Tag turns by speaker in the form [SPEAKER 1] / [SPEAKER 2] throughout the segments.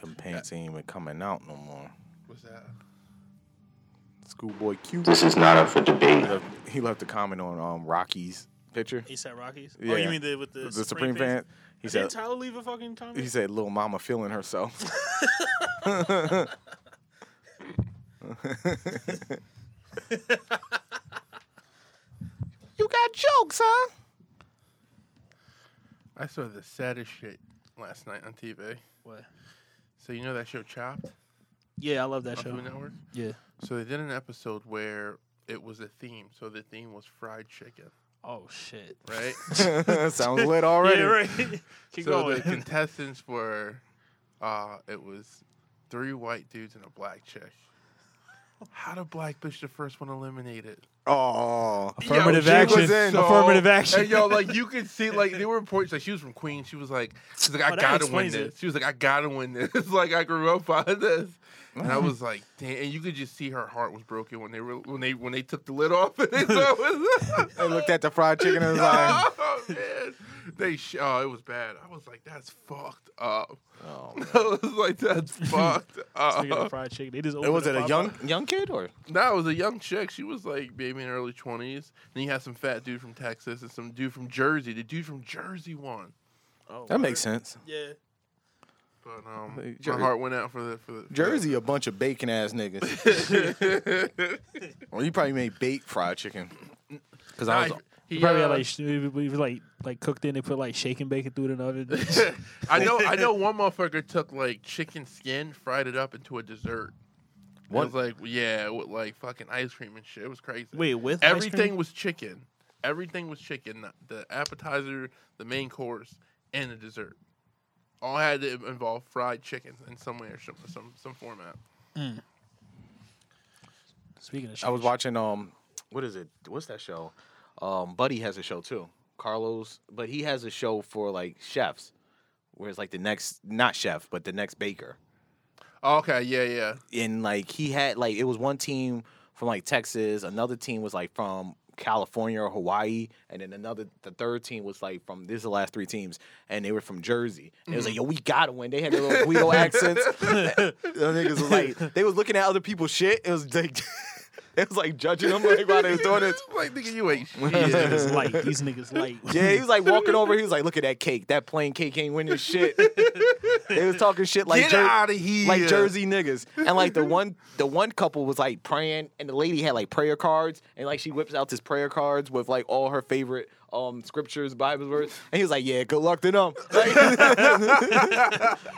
[SPEAKER 1] Them pants ain't even coming out no more.
[SPEAKER 2] What's that?
[SPEAKER 1] Schoolboy Q.
[SPEAKER 3] This is not up for debate.
[SPEAKER 1] He left, he left a comment on um, Rocky's picture.
[SPEAKER 4] ASAP Rockies. Oh,
[SPEAKER 1] Yeah.
[SPEAKER 4] you mean the with the,
[SPEAKER 1] The Supreme fan. He
[SPEAKER 4] He
[SPEAKER 1] said,
[SPEAKER 4] Did Tyler leave a fucking comment?
[SPEAKER 1] he said, "Little mama feeling herself." you got jokes, huh?
[SPEAKER 2] I saw the saddest shit last night on TV.
[SPEAKER 4] What?
[SPEAKER 2] So you know that show Chopped
[SPEAKER 4] Yeah, I love that
[SPEAKER 2] on
[SPEAKER 4] show.
[SPEAKER 2] Food Network?
[SPEAKER 4] Yeah.
[SPEAKER 2] So they did an episode where it was a theme. So the theme was fried chicken,
[SPEAKER 4] Oh shit.
[SPEAKER 2] right?
[SPEAKER 1] Sounds lit already.
[SPEAKER 4] Yeah, right. Keep
[SPEAKER 2] so
[SPEAKER 4] going.
[SPEAKER 2] the contestants were, uh, it was three white dudes and a black chick. How did black bitch the first one eliminated?
[SPEAKER 1] Oh,
[SPEAKER 4] Affirmative
[SPEAKER 1] she was
[SPEAKER 4] action.
[SPEAKER 1] in.
[SPEAKER 4] So- Affirmative action.
[SPEAKER 2] And yo, like you could see, like they were important. Like she was from Queens. She was like, she's like, I
[SPEAKER 4] Oh, that
[SPEAKER 2] gotta win
[SPEAKER 4] explains
[SPEAKER 2] this.
[SPEAKER 4] it.
[SPEAKER 2] She was like, I gotta win this. like I grew up on this. And I
[SPEAKER 4] Mm-hmm.
[SPEAKER 2] was like, damn. And you could just see her heart was broken when they were when they when they took the lid off and they saw it was.
[SPEAKER 1] They looked at the fried chicken and was like,
[SPEAKER 2] oh man, they sh- oh it was bad. I was like, that's fucked up.
[SPEAKER 1] oh,
[SPEAKER 2] I was like, that's fucked
[SPEAKER 4] Speaking of
[SPEAKER 2] up.
[SPEAKER 4] fried chicken, they just
[SPEAKER 1] It
[SPEAKER 4] opened
[SPEAKER 1] was it a
[SPEAKER 4] Popeye.
[SPEAKER 1] young young kid or
[SPEAKER 2] No, it was a young chick. She was like maybe in her early twenties. Then you had some fat dude from Texas and some dude from Jersey. The dude from Jersey won.
[SPEAKER 4] Oh,
[SPEAKER 1] that makes
[SPEAKER 4] word.
[SPEAKER 1] sense.
[SPEAKER 4] Yeah.
[SPEAKER 2] But um,
[SPEAKER 1] Jer-
[SPEAKER 2] my heart went out for the for the for
[SPEAKER 1] Jersey, a bunch of bacon ass niggas. or you probably made bait fried chicken. Because
[SPEAKER 2] the-
[SPEAKER 1] I was,
[SPEAKER 2] I, he,
[SPEAKER 4] You probably
[SPEAKER 2] uh,
[SPEAKER 4] had like sh- we we- we, like like cooked in and put like shaken bacon through it and oven.
[SPEAKER 2] I know I know one motherfucker took like chicken skin, fried it up into a dessert.
[SPEAKER 1] What?
[SPEAKER 2] What? It was like yeah, with like fucking ice cream and shit. It was crazy.
[SPEAKER 4] Wait, with ice
[SPEAKER 2] everything
[SPEAKER 4] cream?
[SPEAKER 2] was chicken. Everything was chicken. The- The appetizer, the main course, and the dessert. All had to involve fried chicken in some way or some some, some format.
[SPEAKER 4] Speaking of shit,
[SPEAKER 1] I was watching um, what is it? What's that show? Um, Buddy has a show too. Carlos, but he has a show for like chefs, where it's like the next not chef, but the next baker.
[SPEAKER 2] Okay, yeah, yeah.
[SPEAKER 1] and like he had like it was one team from like Texas, another team was like from California or Hawaii, and then another the third team was like from this is the last three teams, and they were from Jersey. And it was like, yo, we gotta win. They had their little Guido accents. the niggas was like they was looking at other people's shit. It was like it was like judging them like while they was doing it.
[SPEAKER 2] like nigga, you ain't
[SPEAKER 4] these
[SPEAKER 2] shit.
[SPEAKER 4] niggas light. These niggas light.
[SPEAKER 1] Yeah, he was like walking over. He was like, "Look at that cake. That plain cake ain't winning shit." they was talking shit like
[SPEAKER 2] Get
[SPEAKER 1] Jer-
[SPEAKER 2] outta here.
[SPEAKER 1] like Jersey niggas. And like the one, the one couple was like praying, and the lady had like prayer cards, and like she whips out this prayer cards with like all her favorite um scriptures, Bible verse, and he was like, "Yeah, good luck to them." Like,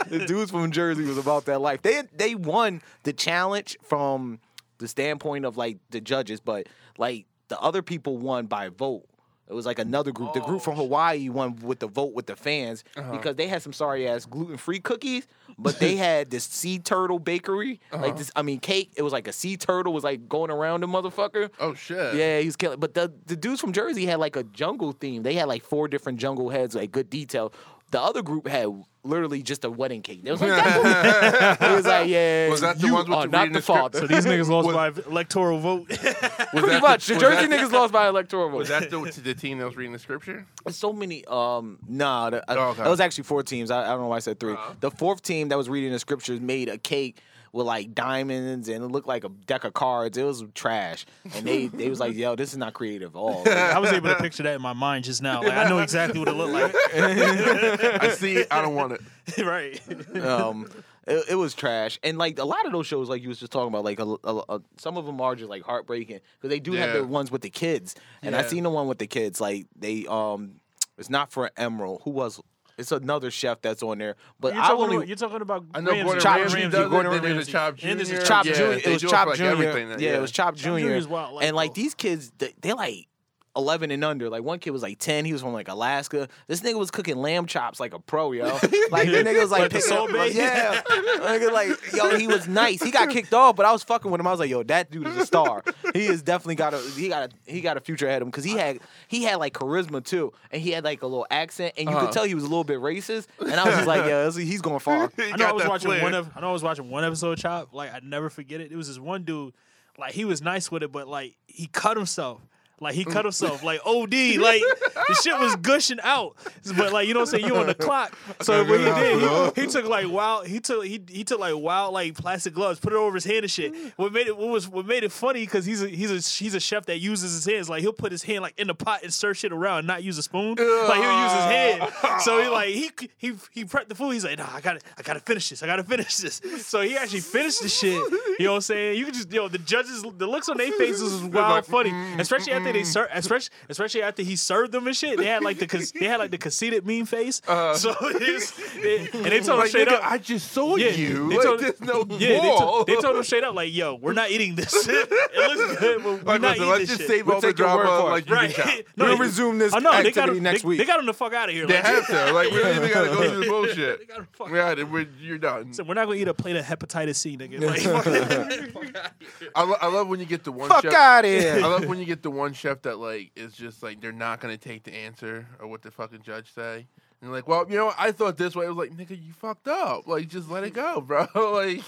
[SPEAKER 1] the dudes from Jersey was about that life. They they won the challenge from the standpoint of like the judges, but like the other people won by vote. It was like another group. The group from Hawaii won with the vote with the fans because they had some sorry ass gluten free cookies, but they had this sea turtle bakery. Like this, I mean, cake. It was like a sea turtle was like going around the motherfucker.
[SPEAKER 2] Oh shit.
[SPEAKER 1] Yeah, he was killing. But the the dudes from Jersey had like a jungle theme. They had like four different jungle heads, like good detail. The other group had literally just a wedding cake. They was like, that it was like, yeah,
[SPEAKER 2] Was that the
[SPEAKER 1] you
[SPEAKER 2] ones with
[SPEAKER 1] are
[SPEAKER 2] the
[SPEAKER 1] not
[SPEAKER 2] reading
[SPEAKER 1] the
[SPEAKER 2] the script?
[SPEAKER 1] father.
[SPEAKER 4] So these niggas lost by electoral vote.
[SPEAKER 2] Was
[SPEAKER 1] Pretty
[SPEAKER 2] that
[SPEAKER 1] much, the
[SPEAKER 2] was
[SPEAKER 1] Jersey
[SPEAKER 2] that-
[SPEAKER 1] niggas lost by electoral vote.
[SPEAKER 2] Was that the, to the team that was reading the scripture?
[SPEAKER 1] so many um nah the, I-
[SPEAKER 2] Oh, okay. Uh-huh.
[SPEAKER 1] that was actually four teams I, I don't know why i said 3 the fourth team that was reading the scriptures made a cake with like diamonds and it looked like a deck of cards it was trash and they they was like yo this is not creative at all
[SPEAKER 4] I was able to picture that in my mind just now. Like I know exactly what it looked like.
[SPEAKER 2] I see it. I don't want it.
[SPEAKER 4] right.
[SPEAKER 1] um it, it was trash and like a lot of those shows like you was just talking about like a, a- a- some of them are just like heartbreaking because they do have
[SPEAKER 2] Yeah.
[SPEAKER 1] their ones with the kids and i
[SPEAKER 2] Yeah.
[SPEAKER 1] seen the one with the kids like they um it's not for emerald who was it's another chef that's on there but
[SPEAKER 4] You're
[SPEAKER 1] i
[SPEAKER 4] talking,
[SPEAKER 1] only
[SPEAKER 4] about, you're talking about
[SPEAKER 2] I know
[SPEAKER 4] Ramsey,
[SPEAKER 2] Gordon
[SPEAKER 1] Chop
[SPEAKER 2] Ramsay
[SPEAKER 1] Ramsay,
[SPEAKER 2] does
[SPEAKER 1] Gordon
[SPEAKER 2] it. Then there's a
[SPEAKER 4] Ramsay.
[SPEAKER 2] Chop Jr.
[SPEAKER 4] And there's a
[SPEAKER 2] Yeah,
[SPEAKER 1] Chop
[SPEAKER 2] yeah,
[SPEAKER 1] Junior. It
[SPEAKER 2] they
[SPEAKER 1] was
[SPEAKER 2] do it
[SPEAKER 1] Chop
[SPEAKER 2] for, like,
[SPEAKER 1] Junior.
[SPEAKER 2] everything now,
[SPEAKER 1] yeah,
[SPEAKER 2] yeah.
[SPEAKER 1] it was Chop Junior.
[SPEAKER 4] Junior's wild, like,
[SPEAKER 1] And like
[SPEAKER 4] though.
[SPEAKER 1] these kids, they- they're like eleven and under. Like one kid was like ten. He was from like Alaska. This nigga was cooking lamb chops like a pro, yo. Like that nigga was like
[SPEAKER 4] the
[SPEAKER 1] picking up-
[SPEAKER 4] soul bait?
[SPEAKER 1] yeah. nigga like yo, he was nice. He got kicked off, but I was fucking with him. I was like, yo, that dude is a star. He is definitely got a he got a he got a future ahead of him because he had he had like charisma too, and he had like a little accent, and you
[SPEAKER 2] Uh-huh.
[SPEAKER 1] could tell he was a little bit racist. And I was just like, yo, this- he's going far.
[SPEAKER 4] I know I
[SPEAKER 2] got
[SPEAKER 4] was
[SPEAKER 2] that
[SPEAKER 4] watching
[SPEAKER 2] flair.
[SPEAKER 4] one of I know I was watching one episode of Chop. Like I never forget it. It was this one dude, like he was nice with it, but like he cut himself. Like he
[SPEAKER 2] Mm.
[SPEAKER 4] cut himself, like OD, like the shit was gushing out. But like you know what I'm saying, you on the clock. So what he did, he, he took like wild, he took he he took like wild like plastic gloves, put it over his hand and shit.
[SPEAKER 2] Mm.
[SPEAKER 4] What made it what was what made it funny because he's a he's a he's a chef that uses his hands. Like he'll put his hand like in the pot and stir shit around, and not use a spoon. Like he'll use his hand. So he like he he he prepped the food. He's like, nah, I gotta I gotta finish this. I gotta finish this. So he actually finished the shit. You know what I'm saying? You can just yo the judges the looks on their faces was wild
[SPEAKER 2] like,
[SPEAKER 4] funny,
[SPEAKER 2] mm,
[SPEAKER 4] especially after they served, especially especially after he served them and shit. They had like the con- they had like the conceited mean face. so it was- they- and they told him
[SPEAKER 2] Uh-huh. Like,
[SPEAKER 4] straight
[SPEAKER 2] nigga,
[SPEAKER 4] up.
[SPEAKER 2] I just saw
[SPEAKER 4] Yeah,
[SPEAKER 2] you.
[SPEAKER 4] they
[SPEAKER 2] Like,
[SPEAKER 4] told-
[SPEAKER 2] there's no
[SPEAKER 4] yeah, they,
[SPEAKER 2] wall.
[SPEAKER 4] told- they told him straight up, like, "Yo, we're not eating this. it looks good, but we're
[SPEAKER 2] Like,
[SPEAKER 4] not
[SPEAKER 2] listen,
[SPEAKER 4] eating
[SPEAKER 2] let's
[SPEAKER 4] this
[SPEAKER 2] just
[SPEAKER 4] shit."
[SPEAKER 2] save
[SPEAKER 1] We'll
[SPEAKER 2] all the
[SPEAKER 1] take your word
[SPEAKER 2] drama.
[SPEAKER 1] for it.
[SPEAKER 2] Like, you
[SPEAKER 4] right?
[SPEAKER 2] can shout.
[SPEAKER 4] No,
[SPEAKER 1] We'll
[SPEAKER 4] they-
[SPEAKER 1] resume this
[SPEAKER 4] I know, they got
[SPEAKER 1] activity
[SPEAKER 4] him,
[SPEAKER 1] next
[SPEAKER 4] they,
[SPEAKER 1] week.
[SPEAKER 4] They got him the fuck out of here.
[SPEAKER 2] They
[SPEAKER 4] like,
[SPEAKER 2] have to. Like, we really gotta go through the
[SPEAKER 4] they
[SPEAKER 2] bullshit.
[SPEAKER 4] got him fuck-
[SPEAKER 2] Yeah, then we're, you're done.
[SPEAKER 4] Listen, we're not gonna eat a plate of hepatitis C, nigga. Like,
[SPEAKER 2] I, lo- I love when you get the one
[SPEAKER 1] Fuck
[SPEAKER 2] chef.
[SPEAKER 1] out
[SPEAKER 2] I
[SPEAKER 1] here.
[SPEAKER 2] love when you get the one chef that like is just like they're not gonna take the answer or what the fucking judge say. And like, well, you know, what? I thought this way. I was like, nigga, you fucked up. Like, just let it go, bro. like,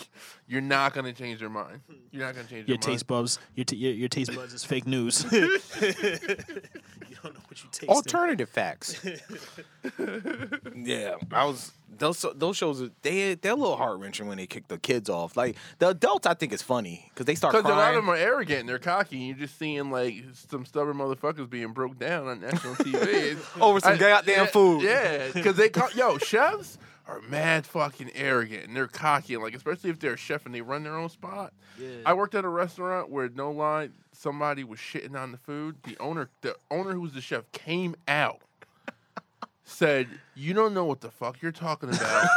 [SPEAKER 2] you're not gonna change their mind. You're not gonna change their
[SPEAKER 4] your
[SPEAKER 2] mind.
[SPEAKER 4] taste buds, your, t- your your taste buds is fake news. you don't know what you taste.
[SPEAKER 1] Alternative facts. yeah, I was those those shows. are- They they're a little heart wrenching when they kick the kids off. Like the adults, I think is funny because they start
[SPEAKER 2] Because a
[SPEAKER 1] crying.
[SPEAKER 2] lot of them are arrogant and they're cocky, and you're just seeing like some stubborn motherfuckers being broke down on national TV
[SPEAKER 1] Over some
[SPEAKER 2] I-
[SPEAKER 1] goddamn
[SPEAKER 2] yeah,
[SPEAKER 1] food.
[SPEAKER 2] Yeah, because they ca- yo chefs are mad fucking arrogant and they're cocky, and like especially if they're a chef and they run their own spot. Yeah. I worked at a restaurant where no lie, somebody was shitting on the food. The owner, the owner who was the chef, came out. Said, you don't know what the fuck you're talking about.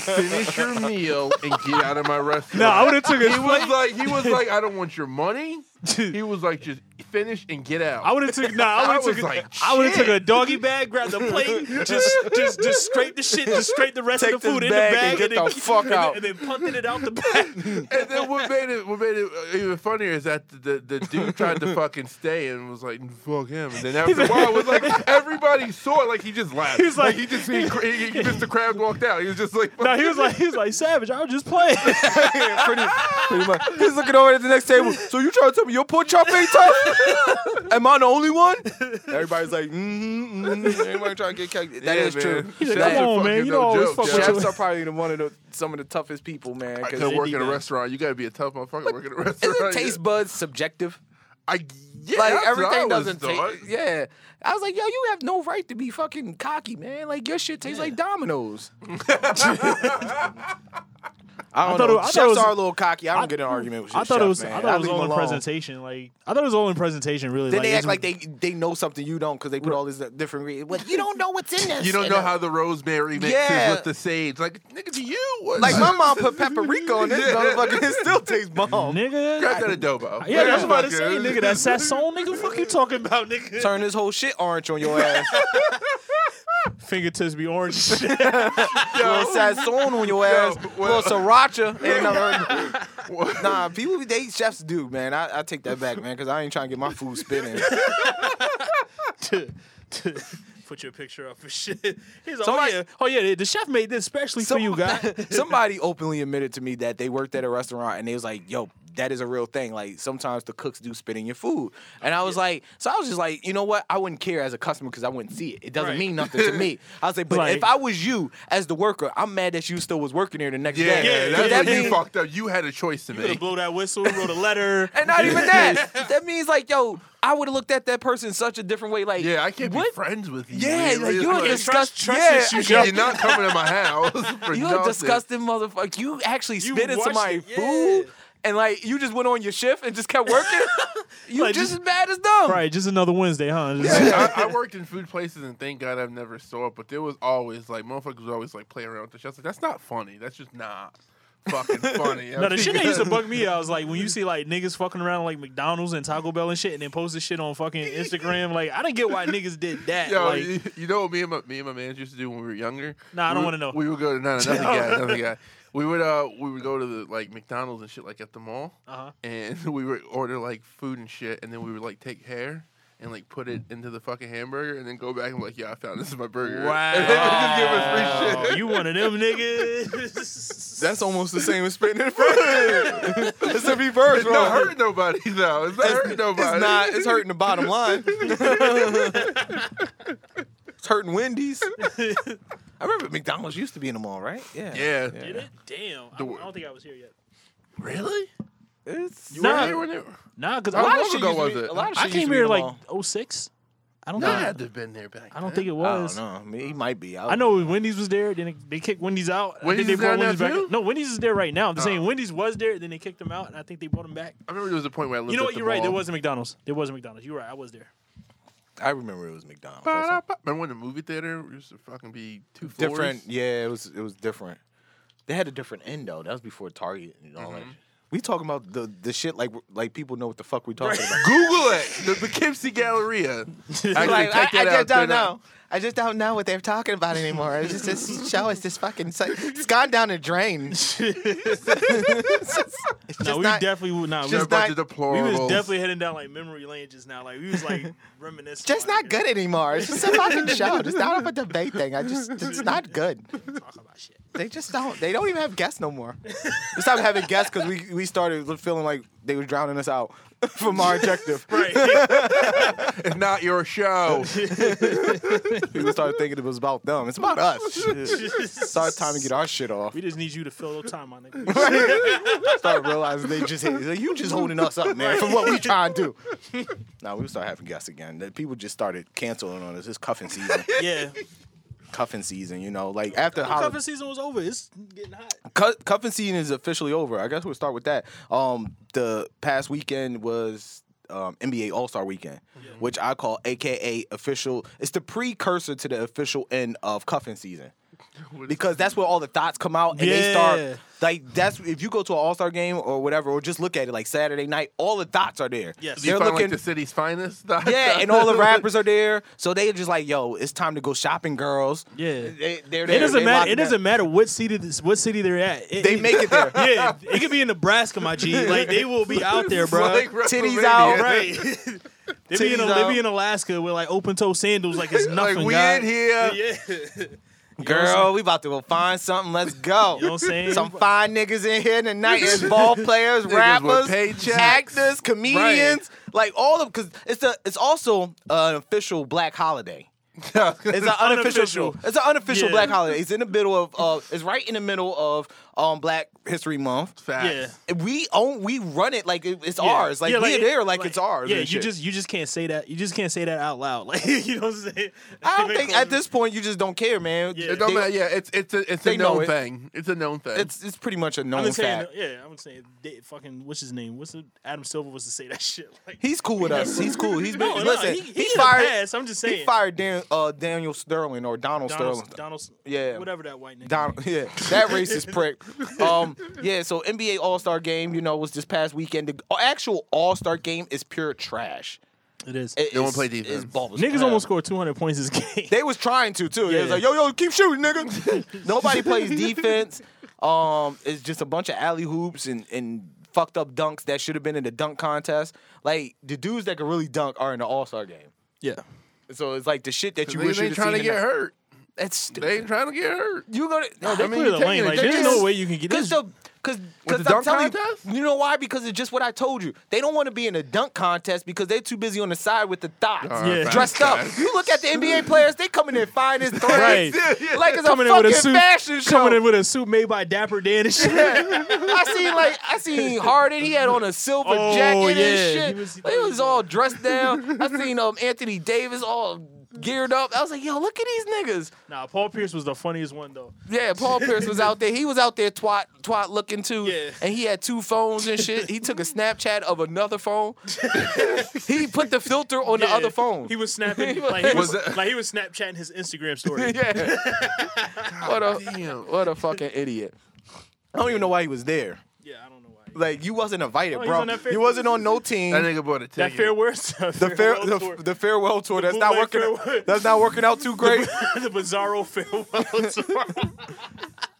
[SPEAKER 2] Finish your meal and get out of my restaurant.
[SPEAKER 4] No, I would have took his
[SPEAKER 2] He was
[SPEAKER 4] plate.
[SPEAKER 2] like, he was like, I don't want your money. He was like, just finish and get out.
[SPEAKER 4] I would have took nah. I
[SPEAKER 2] I
[SPEAKER 4] would have
[SPEAKER 2] was
[SPEAKER 4] took.
[SPEAKER 2] like,
[SPEAKER 4] I would have took a
[SPEAKER 2] "Shit."
[SPEAKER 4] doggy bag, grabbed the plate, just just just scrape the shit, just scrape the rest
[SPEAKER 1] Take
[SPEAKER 4] of the food
[SPEAKER 1] this
[SPEAKER 4] in the
[SPEAKER 1] bag
[SPEAKER 4] bag,
[SPEAKER 1] and get
[SPEAKER 4] then,
[SPEAKER 1] the fuck
[SPEAKER 4] and then-
[SPEAKER 1] out.
[SPEAKER 4] and then punted it out the bag.
[SPEAKER 2] and then what made it what made it uh, even funnier is that the, the, the dude tried to fucking stay and was like fuck him. And then after a while, it was like everybody saw it. Like he just laughed.
[SPEAKER 4] He's like-
[SPEAKER 2] he just he, he, he- Mr. Krabs walked out. He was just like
[SPEAKER 4] no, he was like he was like savage. I was just playing.
[SPEAKER 1] pretty, pretty much. He's looking over at the next table. So you trying to tell me your pork chop ain't tough? Am I the only one? Everybody's like, mm-hmm, mm-hmm. Everybody trying to get calculated. That
[SPEAKER 2] Yeah,
[SPEAKER 1] is
[SPEAKER 2] man.
[SPEAKER 1] true.
[SPEAKER 4] He's like,
[SPEAKER 1] That-
[SPEAKER 2] Chefs
[SPEAKER 4] "Come
[SPEAKER 2] are
[SPEAKER 4] on,
[SPEAKER 2] fucking
[SPEAKER 4] man, you
[SPEAKER 2] no
[SPEAKER 4] know I always
[SPEAKER 2] joke,
[SPEAKER 4] fuck with
[SPEAKER 2] yo.
[SPEAKER 4] you."
[SPEAKER 1] Chefs are probably the- one of the, some of the toughest people, man.
[SPEAKER 2] I
[SPEAKER 1] Cause
[SPEAKER 2] could work
[SPEAKER 4] Any
[SPEAKER 2] in a
[SPEAKER 4] guy.
[SPEAKER 2] restaurant. You gotta be a tough motherfucker to work in a restaurant.
[SPEAKER 1] isn't taste buds subjective?
[SPEAKER 2] I,
[SPEAKER 1] like
[SPEAKER 2] yeah, that's what I
[SPEAKER 1] everything
[SPEAKER 2] always
[SPEAKER 1] doesn't
[SPEAKER 2] thought.
[SPEAKER 1] taste. Yeah, I was like, yo, you have no right to be fucking cocky, man. Like your shit tastes like Domino's. I don't
[SPEAKER 4] thought
[SPEAKER 1] know.
[SPEAKER 4] it- I thought
[SPEAKER 1] Chefs
[SPEAKER 4] it was-
[SPEAKER 1] are a little cocky. I don't
[SPEAKER 4] I-
[SPEAKER 1] get in an argument with
[SPEAKER 4] I thought it
[SPEAKER 1] chefs,
[SPEAKER 4] was
[SPEAKER 1] Man.
[SPEAKER 4] I thought it was
[SPEAKER 1] leave them
[SPEAKER 4] all in
[SPEAKER 1] alone.
[SPEAKER 4] presentation. Like I thought it was all in presentation. Really,
[SPEAKER 1] Then
[SPEAKER 4] like,
[SPEAKER 1] they
[SPEAKER 4] it
[SPEAKER 1] act
[SPEAKER 4] was-
[SPEAKER 1] like they they know something you don't because they put all these different. Re- well, you don't know what's in this.
[SPEAKER 2] You don't
[SPEAKER 1] And,
[SPEAKER 2] know
[SPEAKER 1] uh,
[SPEAKER 2] how the rosemary mixes
[SPEAKER 1] Yeah.
[SPEAKER 2] with the sage. Like nigga, do you? What-
[SPEAKER 1] Like my mom put paprika on this
[SPEAKER 2] Yeah.
[SPEAKER 1] motherfucker. It still tastes bomb.
[SPEAKER 4] nigga.
[SPEAKER 2] Grab that adobo.
[SPEAKER 4] Yeah, that's what I was
[SPEAKER 2] Motherfucker.
[SPEAKER 4] about to say, nigga. That Sasson, nigga. Fuck you talking about, nigga?
[SPEAKER 1] Turn this whole shit orange on your ass.
[SPEAKER 4] Fingertips be orange.
[SPEAKER 1] Little Sassoon on your ass.
[SPEAKER 2] well-
[SPEAKER 1] Little sriracha. Ain't nothing- nah, people be- they chefs do, man. I, I take that back, man, because I ain't trying to get my food spinning.
[SPEAKER 4] Put your picture up for shit. He's like,
[SPEAKER 1] Somebody-
[SPEAKER 4] oh yeah, oh yeah. The chef made this specially for you, guy.
[SPEAKER 1] somebody openly admitted to me that they worked at a restaurant and they was like, yo, that is a real thing. Like sometimes the cooks do spit in your food. And I was like, so I was just like, you know what? I wouldn't care as a customer because I wouldn't see it. It doesn't
[SPEAKER 4] Right.
[SPEAKER 1] mean nothing to me. I was like, but
[SPEAKER 4] Like-
[SPEAKER 1] if I was you as the worker, I'm mad that you still was working here the next
[SPEAKER 2] Yeah,
[SPEAKER 1] day.
[SPEAKER 2] yeah,
[SPEAKER 4] Yeah,
[SPEAKER 2] that's
[SPEAKER 1] that
[SPEAKER 2] what you
[SPEAKER 1] mean-
[SPEAKER 2] fucked up. You had a choice to
[SPEAKER 4] Gonna
[SPEAKER 2] make.
[SPEAKER 4] blow that whistle. Wrote a letter.
[SPEAKER 1] And not even that. that means like, yo, I would have looked at that person such a different way. Like,
[SPEAKER 2] Yeah, I can't
[SPEAKER 1] what?
[SPEAKER 2] be friends with you.
[SPEAKER 1] Yeah, like
[SPEAKER 2] really.
[SPEAKER 1] you're a
[SPEAKER 2] Like,
[SPEAKER 1] disgust.
[SPEAKER 4] trust
[SPEAKER 1] yeah,
[SPEAKER 4] issues,
[SPEAKER 1] I can't-
[SPEAKER 2] you're not coming to my house. For
[SPEAKER 1] You a
[SPEAKER 2] nothing.
[SPEAKER 1] disgusting motherfucker. You actually
[SPEAKER 4] You
[SPEAKER 1] spit in
[SPEAKER 4] watched
[SPEAKER 1] somebody's
[SPEAKER 4] it, yeah.
[SPEAKER 1] food and like you just went on your shift and just kept working. you
[SPEAKER 4] Like,
[SPEAKER 1] just,
[SPEAKER 4] just-
[SPEAKER 1] as bad as them.
[SPEAKER 4] Right, just another Wednesday, huh? Just-
[SPEAKER 2] Yeah, I, I worked in food places, and thank God I've never saw it. But there was always like motherfuckers would always like play around with the shit. I was Like, that's not funny. That's just not fucking funny.
[SPEAKER 4] No, the shit that used to bug me, I was like, when you see like niggas fucking around like McDonald's and Taco Bell and shit, and then post this shit on fucking Instagram, like I didn't get why niggas did that.
[SPEAKER 2] Yo,
[SPEAKER 4] like,
[SPEAKER 2] you, you know what me and my me and my manager used to do when we were younger?
[SPEAKER 4] Nah, I
[SPEAKER 2] We
[SPEAKER 4] don't
[SPEAKER 2] would-
[SPEAKER 4] wanna know.
[SPEAKER 2] We would go to no, no, nothing guy, nothing guy. We would uh we would go to the like McDonald's and shit like at the mall,
[SPEAKER 4] Uh-huh.
[SPEAKER 2] and we would order like food and shit, and then we would like take hair. and like put it into the fucking hamburger and then go back and be like, yeah, I found this is my burger.
[SPEAKER 4] Wow.
[SPEAKER 2] And then just give us free shit.
[SPEAKER 4] uh, You one of them niggas.
[SPEAKER 3] That's almost the same as spitting in front of it. It's a reverse,
[SPEAKER 2] It's not
[SPEAKER 3] bro.
[SPEAKER 2] hurting nobody though. It's not
[SPEAKER 3] It's,
[SPEAKER 2] hurting nobody.
[SPEAKER 3] it's not. It's hurting the bottom line. it's hurting Wendy's.
[SPEAKER 1] I remember McDonald's used to be in the mall, right? Yeah.
[SPEAKER 2] Yeah.
[SPEAKER 4] Did it? Damn. I, I
[SPEAKER 2] word.
[SPEAKER 4] don't think I was here yet.
[SPEAKER 2] Really?
[SPEAKER 1] It's,
[SPEAKER 2] You
[SPEAKER 4] Nah.
[SPEAKER 2] were here when you
[SPEAKER 4] Nah, because
[SPEAKER 2] How
[SPEAKER 4] I,
[SPEAKER 2] long ago was it?
[SPEAKER 1] A lot of shit
[SPEAKER 4] I
[SPEAKER 1] used to
[SPEAKER 4] came
[SPEAKER 1] be
[SPEAKER 4] here
[SPEAKER 1] in the
[SPEAKER 4] like
[SPEAKER 1] mall.
[SPEAKER 4] 06. I don't
[SPEAKER 2] Nah,
[SPEAKER 4] know.
[SPEAKER 2] I had to have been there back.
[SPEAKER 4] I don't
[SPEAKER 2] then.
[SPEAKER 4] think it
[SPEAKER 1] I
[SPEAKER 4] was.
[SPEAKER 1] don't know. I mean, he might be.
[SPEAKER 4] I know when Wendy's was there. Then they kicked Wendy's out. I think
[SPEAKER 2] Wendy's
[SPEAKER 4] they
[SPEAKER 2] is
[SPEAKER 4] brought
[SPEAKER 2] there now too?
[SPEAKER 4] No, Wendy's is there right now. I'm just saying
[SPEAKER 2] Oh.
[SPEAKER 4] Wendy's was there. Then they kicked them out, and I think they brought them back.
[SPEAKER 2] I remember there was a point where I lived
[SPEAKER 4] You know
[SPEAKER 2] at
[SPEAKER 4] what?
[SPEAKER 2] the
[SPEAKER 4] You're right. There
[SPEAKER 2] mall.
[SPEAKER 4] was a McDonald's. There was a McDonald's. You're right. I was there.
[SPEAKER 1] I remember it was McDonald's. that's all.
[SPEAKER 2] Ba-da-ba. Remember when the movie theater used to fucking be two floors?
[SPEAKER 1] Different. Yeah, it was. It was different. They had a different end though. That was before Target and all that. We talking about the the shit like like people know what the fuck we talking about.
[SPEAKER 2] Google it. The Poughkeepsie Galleria. Actually,
[SPEAKER 1] Like,
[SPEAKER 2] check that out. They're not-
[SPEAKER 1] I just don't know what they're talking about anymore. It's just this show is just fucking. It's gone down the drain. it's just,
[SPEAKER 4] No, we definitely would not.
[SPEAKER 2] They're a
[SPEAKER 1] Just
[SPEAKER 2] bunch
[SPEAKER 1] not-
[SPEAKER 2] of
[SPEAKER 4] we, we
[SPEAKER 2] deplorables.
[SPEAKER 4] was definitely heading down like memory lane just now. Like we was like reminiscing. on it.
[SPEAKER 1] anymore. It's just a fucking show. It's not a debate thing. I just it's not good.
[SPEAKER 4] Talk about shit.
[SPEAKER 1] They just don't. They don't even have guests no more. We stopped having guests because we we started feeling like they were drowning us out from our objective.
[SPEAKER 4] Right.
[SPEAKER 2] It's not your show.
[SPEAKER 1] People started thinking it was about them. It's about us. It's our time to get our shit off.
[SPEAKER 4] we just need you to fill up time, my nigga.
[SPEAKER 1] Start realizing they just hate. Like, you just holding us up, man, from what we trying to do. Now we start having guests again. The People just started canceling on us. It's cuffing season.
[SPEAKER 4] yeah.
[SPEAKER 1] cuffing season. You know, like after
[SPEAKER 4] Cuffing
[SPEAKER 1] holiday.
[SPEAKER 4] season was over. It's getting hot.
[SPEAKER 1] Cu- cuffing season is officially over. I guess we'll start with that. Um, the past weekend was um, NBA All Star Weekend, which I call AKA official. It's the precursor to the official end of cuffing season because that's where all the thoughts come out and they
[SPEAKER 4] Yeah.
[SPEAKER 1] start like that's if you go to an All Star game or whatever, or just look at it like Saturday night, all the thoughts are there.
[SPEAKER 4] Yes.
[SPEAKER 2] you
[SPEAKER 1] they're
[SPEAKER 2] find
[SPEAKER 1] looking.
[SPEAKER 2] like the city's finest.
[SPEAKER 1] yeah, and all the rappers are there, so they just like, "Yo, it's time to go shopping, girls."
[SPEAKER 4] Yeah.
[SPEAKER 1] they, they're there.
[SPEAKER 4] It doesn't
[SPEAKER 1] They
[SPEAKER 4] matter.
[SPEAKER 1] locking
[SPEAKER 4] It
[SPEAKER 1] down.
[SPEAKER 4] doesn't matter what city this, what city they're at. It-
[SPEAKER 1] They make it there.
[SPEAKER 4] Yeah, it could be in Nebraska, my G. Like they will be out there,
[SPEAKER 2] It's
[SPEAKER 4] bro.
[SPEAKER 2] like
[SPEAKER 1] Titties
[SPEAKER 2] WrestleMania.
[SPEAKER 1] out,
[SPEAKER 4] right. they, be in,
[SPEAKER 1] Titties
[SPEAKER 4] they
[SPEAKER 1] out.
[SPEAKER 4] be in Alaska with like open toe sandals, like it's nothing.
[SPEAKER 2] Like we
[SPEAKER 4] God.
[SPEAKER 2] in here.
[SPEAKER 4] Yeah.
[SPEAKER 1] Girl, we about to go find something. Let's go.
[SPEAKER 4] You know what I'm saying?
[SPEAKER 1] Some fine niggas in here tonight. There's ball players, rappers,
[SPEAKER 2] paychecks.
[SPEAKER 1] actors, comedians, like all of because it's a it's also an official black holiday. It's an unofficial.
[SPEAKER 4] Unofficial.
[SPEAKER 1] It's an unofficial
[SPEAKER 4] Yeah.
[SPEAKER 1] black holiday. It's in the middle of uh, it's right in the middle of um Black History Month.
[SPEAKER 2] Facts.
[SPEAKER 4] Yeah.
[SPEAKER 1] And We own we run it like it- it's
[SPEAKER 4] Yeah.
[SPEAKER 1] ours. Like
[SPEAKER 4] Yeah,
[SPEAKER 1] we're
[SPEAKER 4] it-
[SPEAKER 1] there like, it's ours.
[SPEAKER 4] Yeah,
[SPEAKER 1] and
[SPEAKER 4] you
[SPEAKER 1] shit.
[SPEAKER 4] just you just can't say that. You just can't say that out loud. Like you know what I'm saying?
[SPEAKER 1] I don't think at this point you just don't care, man.
[SPEAKER 4] Yeah.
[SPEAKER 2] It don't
[SPEAKER 1] They-
[SPEAKER 2] matter. Yeah, it's it's a it's
[SPEAKER 1] they
[SPEAKER 2] a
[SPEAKER 1] know
[SPEAKER 2] known
[SPEAKER 1] it.
[SPEAKER 2] thing. It's a known thing.
[SPEAKER 1] It's it's pretty much a
[SPEAKER 4] I'm
[SPEAKER 1] known
[SPEAKER 4] just saying,
[SPEAKER 1] fact.
[SPEAKER 4] yeah, I'm saying they, fucking what's his name? What's the, Adam Silver was to say that shit. Like
[SPEAKER 1] He's cool with us. He's cool. He's been
[SPEAKER 4] no, no,
[SPEAKER 1] listen.
[SPEAKER 4] he,
[SPEAKER 1] he,
[SPEAKER 4] he,
[SPEAKER 1] fired.
[SPEAKER 4] Pass, I'm just saying.
[SPEAKER 1] He fired Dan, uh, Daniel Sterling or Donald,
[SPEAKER 4] Donald,
[SPEAKER 1] Sterling.
[SPEAKER 4] Donald,
[SPEAKER 1] Yeah.
[SPEAKER 4] whatever that white nigga.
[SPEAKER 1] Donald, yeah, that racist prick. Um, yeah, so NBA All Star Game, you know, was this past weekend. The actual All Star Game is pure trash.
[SPEAKER 4] It is.
[SPEAKER 1] It,
[SPEAKER 2] They
[SPEAKER 1] it's-
[SPEAKER 2] won't play defense.
[SPEAKER 1] it's balls.
[SPEAKER 4] Niggas almost scored 200 points this game.
[SPEAKER 1] They was trying to too. They was
[SPEAKER 4] Yeah.
[SPEAKER 1] like, yo, yo, keep shooting, nigga. Nobody plays defense. Um, it's just a bunch of alley hoops and and fucked up dunks that should have been in the dunk contest. Like the dudes that can really dunk are in the All Star Game.
[SPEAKER 4] yeah.
[SPEAKER 1] So it's like the shit that you
[SPEAKER 2] they
[SPEAKER 1] wish you
[SPEAKER 2] ain't trying to get hurt.
[SPEAKER 1] That's
[SPEAKER 2] They
[SPEAKER 1] stupid.
[SPEAKER 2] ain't trying to get hurt.
[SPEAKER 1] you gonna no,
[SPEAKER 4] They
[SPEAKER 2] I mean,
[SPEAKER 4] clear the
[SPEAKER 2] you taking
[SPEAKER 4] lane.
[SPEAKER 2] it,
[SPEAKER 4] Like,
[SPEAKER 2] they
[SPEAKER 4] there's
[SPEAKER 2] just-
[SPEAKER 4] no way you can get
[SPEAKER 1] because
[SPEAKER 4] this.
[SPEAKER 1] the because
[SPEAKER 2] the
[SPEAKER 1] because I'm
[SPEAKER 2] dunk
[SPEAKER 1] telling
[SPEAKER 2] contest?
[SPEAKER 1] you, you know why? Because it's just what I told you. They don't want to be in a dunk contest because they're too busy on the side with the thoughts,
[SPEAKER 4] Yeah.
[SPEAKER 1] dressed up. You look at the NBA players; they coming in fine as threads,
[SPEAKER 2] Right.
[SPEAKER 1] like it's
[SPEAKER 4] Coming
[SPEAKER 1] a
[SPEAKER 4] in with
[SPEAKER 1] fucking
[SPEAKER 4] a suit.
[SPEAKER 1] fashion show.
[SPEAKER 4] Coming in with a suit made by Dapper Dan and shit.
[SPEAKER 1] I seen like I seen Harden. He had on a silver
[SPEAKER 4] Oh,
[SPEAKER 1] jacket and
[SPEAKER 4] yeah.
[SPEAKER 1] shit.
[SPEAKER 4] He
[SPEAKER 1] He
[SPEAKER 4] was-
[SPEAKER 1] was, all dressed down. I seen um Anthony Davis all geared up. I was like, yo, look at these niggas.
[SPEAKER 4] nah, Paul Pierce was the funniest one though.
[SPEAKER 1] Yeah, Paul Pierce was out there. He was out there twat twat looking too.
[SPEAKER 4] Yeah.
[SPEAKER 1] And he had two phones and shit. He took a Snapchat of another phone. he put the filter on the
[SPEAKER 4] Yeah.
[SPEAKER 1] other phone.
[SPEAKER 4] He was snapping like he was,
[SPEAKER 2] Was that-
[SPEAKER 4] like he was Snapchatting his Instagram story.
[SPEAKER 1] yeah. what a
[SPEAKER 2] Damn.
[SPEAKER 1] what a fucking idiot. I don't even know why he was there.
[SPEAKER 4] yeah, I don't know why.
[SPEAKER 1] Like you wasn't invited,
[SPEAKER 4] Oh, he was
[SPEAKER 1] bro.
[SPEAKER 4] on that fair-
[SPEAKER 1] you wasn't on no team.
[SPEAKER 2] That nigga bought a
[SPEAKER 4] that
[SPEAKER 2] ticket.
[SPEAKER 4] fair words. The
[SPEAKER 1] the fair the, the farewell tour that's not
[SPEAKER 4] bootleg
[SPEAKER 1] working
[SPEAKER 4] farewell.
[SPEAKER 1] that's not working out too great.
[SPEAKER 4] the bizarro farewell tour.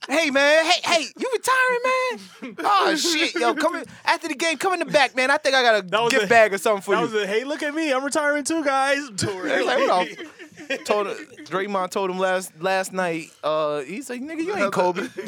[SPEAKER 1] hey man, hey hey, you retiring, man? Oh shit, yo, come in, after the game, come in the back, man. I think I got a
[SPEAKER 4] was
[SPEAKER 1] gift
[SPEAKER 4] a-
[SPEAKER 1] bag or something for
[SPEAKER 4] I
[SPEAKER 1] you.
[SPEAKER 4] was like, hey, look at me, I'm retiring too, guys. Tour.
[SPEAKER 1] He's like, what the f- Told Draymond told him last last night. Uh, he's like, nigga, you ain't Kobe.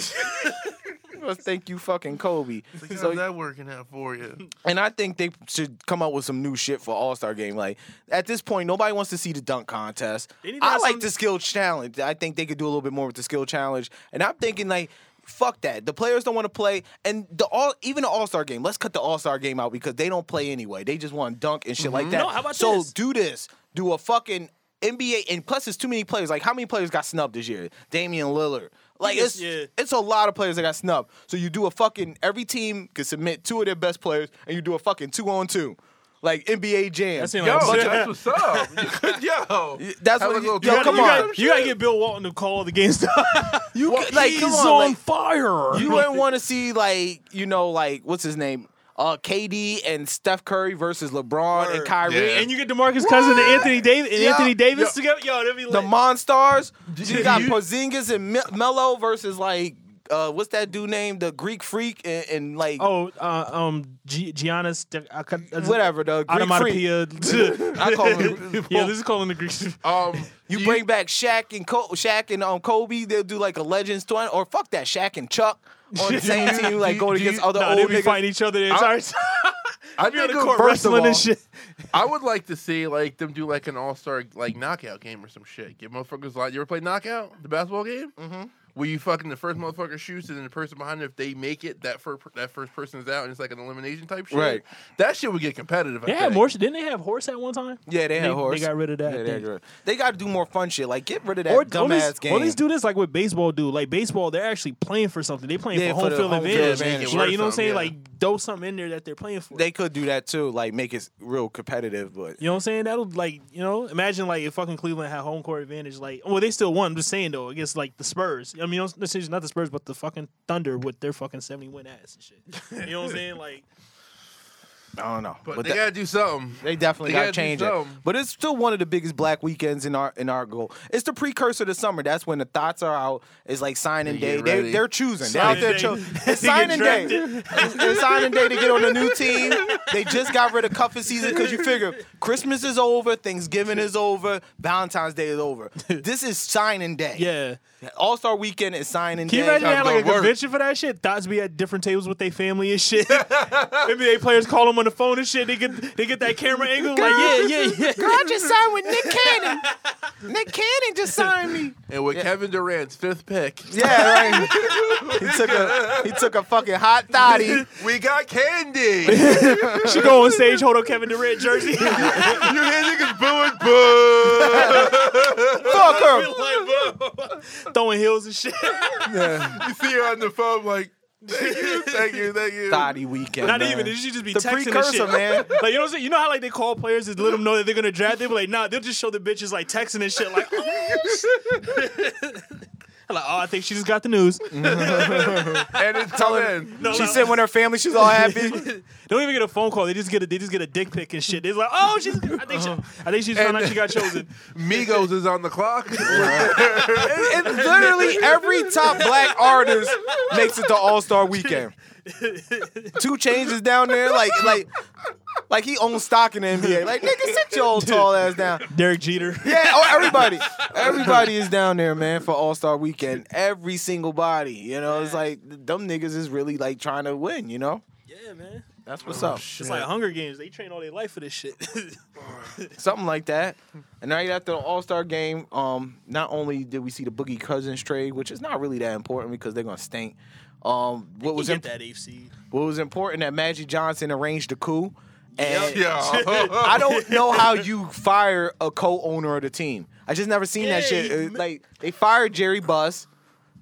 [SPEAKER 1] Well, Thank you, fucking Kobe.
[SPEAKER 2] How's
[SPEAKER 1] So-
[SPEAKER 2] that working out for you?
[SPEAKER 1] and I think they should come out with some new shit for All Star Game. Like at this point, nobody wants to see the dunk contest.
[SPEAKER 4] They need to
[SPEAKER 1] I
[SPEAKER 4] have
[SPEAKER 1] like
[SPEAKER 4] some-
[SPEAKER 1] the skill challenge. I think they could do a little bit more with the skill challenge. And I'm thinking like. Fuck that. The players don't want to play, and the all even the All Star game. Let's cut the All Star game out because they don't play anyway. They just want to dunk and shit like that.
[SPEAKER 4] Mm-hmm. No, how about
[SPEAKER 1] so
[SPEAKER 4] this?
[SPEAKER 1] do this. Do a fucking NBA, and plus it's too many players. Like how many players got snubbed this year? Damian Lillard. Like it's
[SPEAKER 4] Yeah.
[SPEAKER 1] it's a lot of players that got snubbed. So you do a fucking every team can submit two of their best players, and you do a fucking two on two, like NBA Jam.
[SPEAKER 4] That seemed
[SPEAKER 2] Yo,
[SPEAKER 4] like a bunch of-
[SPEAKER 2] that's what's up. yo,
[SPEAKER 1] That's
[SPEAKER 2] Have
[SPEAKER 1] what
[SPEAKER 2] a
[SPEAKER 1] you-
[SPEAKER 2] little
[SPEAKER 1] yo,
[SPEAKER 2] drink
[SPEAKER 1] come
[SPEAKER 4] you
[SPEAKER 2] or
[SPEAKER 1] on.
[SPEAKER 4] Gotta, you gotta get Bill Walton to call the game.
[SPEAKER 1] You
[SPEAKER 4] Well,
[SPEAKER 1] could- like,
[SPEAKER 4] he's
[SPEAKER 1] come on,
[SPEAKER 4] on
[SPEAKER 1] like,
[SPEAKER 4] fire.
[SPEAKER 1] You wouldn't want to see like you know like what's his name, uh, KD and Steph Curry versus LeBron and
[SPEAKER 4] Word.
[SPEAKER 1] Kyrie.
[SPEAKER 2] Yeah.
[SPEAKER 4] and you get DeMarcus Cousin and Anthony Davis and
[SPEAKER 1] Yeah.
[SPEAKER 4] Anthony Davis
[SPEAKER 2] Yo.
[SPEAKER 4] together. Yo, that'd be
[SPEAKER 1] the
[SPEAKER 4] like
[SPEAKER 1] Monstars. You got
[SPEAKER 2] you-
[SPEAKER 1] Porzingis and Me- Melo versus like uh, what's that dude named the Greek Freak and, and like
[SPEAKER 4] oh, uh, um, G- Giannis, De- I could- uh,
[SPEAKER 1] whatever the Greek Freak.
[SPEAKER 4] onomatopoeia.
[SPEAKER 1] I call him.
[SPEAKER 4] yeah, this is calling the Greeks.
[SPEAKER 2] um,
[SPEAKER 1] You bring back Shaq and Co- Shaq and um, Kobe. They'll do like a Legends tournament, or fuck that, Shaq and Chuck on the same team, like
[SPEAKER 2] Do
[SPEAKER 1] going
[SPEAKER 2] you- do
[SPEAKER 1] against
[SPEAKER 2] you-
[SPEAKER 1] other
[SPEAKER 4] Nah, they
[SPEAKER 1] old
[SPEAKER 4] be
[SPEAKER 1] niggas.
[SPEAKER 4] fighting each other the entire time.
[SPEAKER 2] I
[SPEAKER 4] Be on
[SPEAKER 2] think
[SPEAKER 4] the
[SPEAKER 2] of-
[SPEAKER 4] court
[SPEAKER 1] first of
[SPEAKER 4] wrestling and
[SPEAKER 1] all-
[SPEAKER 4] shit.
[SPEAKER 2] I would like to see like them do like an all star like knockout game or some shit. Give motherfuckers like you ever play knockout the basketball game? Mm-hmm. Where you fucking the first motherfucker shoots and then the person behind them, if they make it, that first that first person is out and it's like an elimination type shit.
[SPEAKER 1] Right.
[SPEAKER 2] That shit would get competitive. I
[SPEAKER 4] They had
[SPEAKER 2] think.
[SPEAKER 4] more. Didn't they have horse at one time?
[SPEAKER 1] Yeah, they had
[SPEAKER 4] They-
[SPEAKER 1] horse.
[SPEAKER 4] they got rid of that,
[SPEAKER 1] Yeah,
[SPEAKER 4] I
[SPEAKER 1] they,
[SPEAKER 4] think.
[SPEAKER 1] got rid- they got to do more fun shit. Like get rid of that
[SPEAKER 4] Or
[SPEAKER 1] dumbass
[SPEAKER 4] or these,
[SPEAKER 1] game.
[SPEAKER 4] Or these do this like what baseball do. Like baseball, they're actually playing for something. They playing
[SPEAKER 1] Yeah,
[SPEAKER 4] for
[SPEAKER 1] for
[SPEAKER 4] home
[SPEAKER 1] the
[SPEAKER 4] field
[SPEAKER 1] home field
[SPEAKER 4] advantage.
[SPEAKER 1] advantage.
[SPEAKER 4] Like you know what I'm saying?
[SPEAKER 2] Yeah.
[SPEAKER 4] Like throw something in there that they're playing for.
[SPEAKER 1] they could do that too. Like make it real competitive, but
[SPEAKER 4] you know what I'm saying? That'll like you know imagine like if fucking Cleveland had home court advantage. Like well they still won. I'm just saying though against like the Spurs. I mean you know, this is not the Spurs but the fucking Thunder with their fucking 70 win ass and shit. You know what I'm saying? Like
[SPEAKER 1] I don't know.
[SPEAKER 2] But, they
[SPEAKER 1] that-
[SPEAKER 2] gotta do something.
[SPEAKER 1] They definitely
[SPEAKER 2] They
[SPEAKER 1] got to
[SPEAKER 2] gotta do
[SPEAKER 1] change it.
[SPEAKER 2] something.
[SPEAKER 1] But it's still one of the biggest black weekends in our in our goal. It's the precursor to summer. That's when the thoughts are out. It's like signing
[SPEAKER 2] They
[SPEAKER 1] day.
[SPEAKER 2] get
[SPEAKER 1] They,
[SPEAKER 2] ready.
[SPEAKER 1] they're choosing. They're out
[SPEAKER 4] Signing
[SPEAKER 1] there
[SPEAKER 4] day.
[SPEAKER 1] choosing.
[SPEAKER 4] They
[SPEAKER 1] It's signing day.
[SPEAKER 4] get
[SPEAKER 1] It's, it's signing day to get on a new team. They just got rid of cuffing season because you figure Christmas is over, Thanksgiving is over, Valentine's Day is over. This is signing day.
[SPEAKER 4] yeah.
[SPEAKER 1] All Star Weekend is signing
[SPEAKER 4] Can you
[SPEAKER 1] day.
[SPEAKER 4] imagine they had like a
[SPEAKER 2] gonna work.
[SPEAKER 4] convention for that shit? Thoughts be at different tables with their family and shit. NBA players call them on the phone and shit. They get they get that camera angle. Like yeah, yeah, yeah.
[SPEAKER 1] Girl, I just signed with Nick Cannon. Nick Cannon just signed me.
[SPEAKER 2] And with Kevin Durant's fifth pick,
[SPEAKER 1] Yeah, right. he took a he took a fucking hot toddy.
[SPEAKER 2] we got candy. you hear
[SPEAKER 4] She go on stage, hold up Kevin Durant jersey. Like,
[SPEAKER 2] niggas booing boo.
[SPEAKER 1] Fuck her.
[SPEAKER 4] bro, Throwing heels and shit.
[SPEAKER 2] you see her on the phone like, thank you, thank you, thank you.
[SPEAKER 1] Toddy weekend.
[SPEAKER 4] Not
[SPEAKER 1] man.
[SPEAKER 4] even. She just be
[SPEAKER 1] the
[SPEAKER 4] texting
[SPEAKER 1] precursor,
[SPEAKER 4] and
[SPEAKER 1] man.
[SPEAKER 4] shit. Like you know, what I'm saying? you know how like they call players to let them know that they're gonna draft. They be like, nah, they'll just show the bitches like texting and shit. Like, oh, like, oh I think she just got the news.
[SPEAKER 2] And it's coming.
[SPEAKER 4] No,
[SPEAKER 1] She
[SPEAKER 4] no.
[SPEAKER 1] sitting with her family. She's all happy.
[SPEAKER 4] They don't even get a phone call. They just get a they just get a dick pic and shit. They're like, oh, she's I think she, I think she's found out she got chosen.
[SPEAKER 2] Migos is on the clock.
[SPEAKER 1] It- it's literally every top black artist makes it to All Star Weekend. Two changes down there, like like like he owns stock in the NBA. Like nigga, sit your old tall ass down.
[SPEAKER 4] Derek Jeter.
[SPEAKER 1] Yeah, oh, everybody, everybody is down there, man, for All Star Weekend. Every single body, you know, it's like them niggas is really like trying to win, you know.
[SPEAKER 4] Yeah, man.
[SPEAKER 1] That's what's up.
[SPEAKER 4] It's like Hunger Games. They train all their life for this shit.
[SPEAKER 1] Something like that. And right after the All Star game, um, not only did we see the Boogie Cousins trade, which is not really that important because they're gonna stink. Um, what was
[SPEAKER 4] was get
[SPEAKER 1] imp-
[SPEAKER 4] that AFC?
[SPEAKER 1] what was important that Magic Johnson arranged the coup. And
[SPEAKER 2] yeah.
[SPEAKER 1] I don't know how you fire a co-owner of the team. I just never seen that
[SPEAKER 4] Yeah,
[SPEAKER 1] shit.
[SPEAKER 4] he-
[SPEAKER 1] Uh, like they fired Jerry Buss.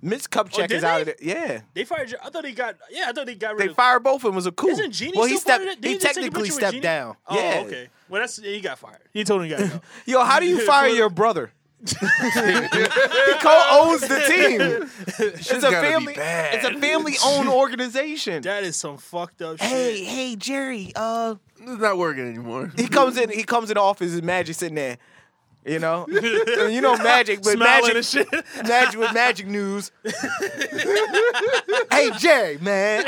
[SPEAKER 1] Mitch Kupchak
[SPEAKER 4] Oh, did
[SPEAKER 1] is out of
[SPEAKER 4] they?
[SPEAKER 1] it. Yeah.
[SPEAKER 4] They fired. Jer- I thought they got. Yeah, I thought they got rid
[SPEAKER 1] They
[SPEAKER 4] of.
[SPEAKER 1] fired both of them. It was a coup.
[SPEAKER 4] Isn't Genie
[SPEAKER 1] well,
[SPEAKER 4] still
[SPEAKER 1] he stepped.
[SPEAKER 4] part of that?
[SPEAKER 1] He
[SPEAKER 4] Didn't they take a
[SPEAKER 1] technically
[SPEAKER 4] picture with
[SPEAKER 1] stepped
[SPEAKER 4] Genie?
[SPEAKER 1] down.
[SPEAKER 4] Oh,
[SPEAKER 1] yeah.
[SPEAKER 4] okay. Well, that's he got fired. He told him he got to go.
[SPEAKER 1] Yo, how do you fire your brother? he co-owns the team. It's a
[SPEAKER 2] gotta be
[SPEAKER 1] family.
[SPEAKER 2] bad.
[SPEAKER 1] It's a family-owned organization.
[SPEAKER 4] that is some fucked up shit.
[SPEAKER 1] Hey, hey, Jerry. Uh,
[SPEAKER 2] It's not working anymore.
[SPEAKER 1] he comes in. He comes in the office. And Magic sitting there. You know, And you know magic, but magic,
[SPEAKER 4] Smiling and shit.
[SPEAKER 1] magic with magic news. hey Jay, man,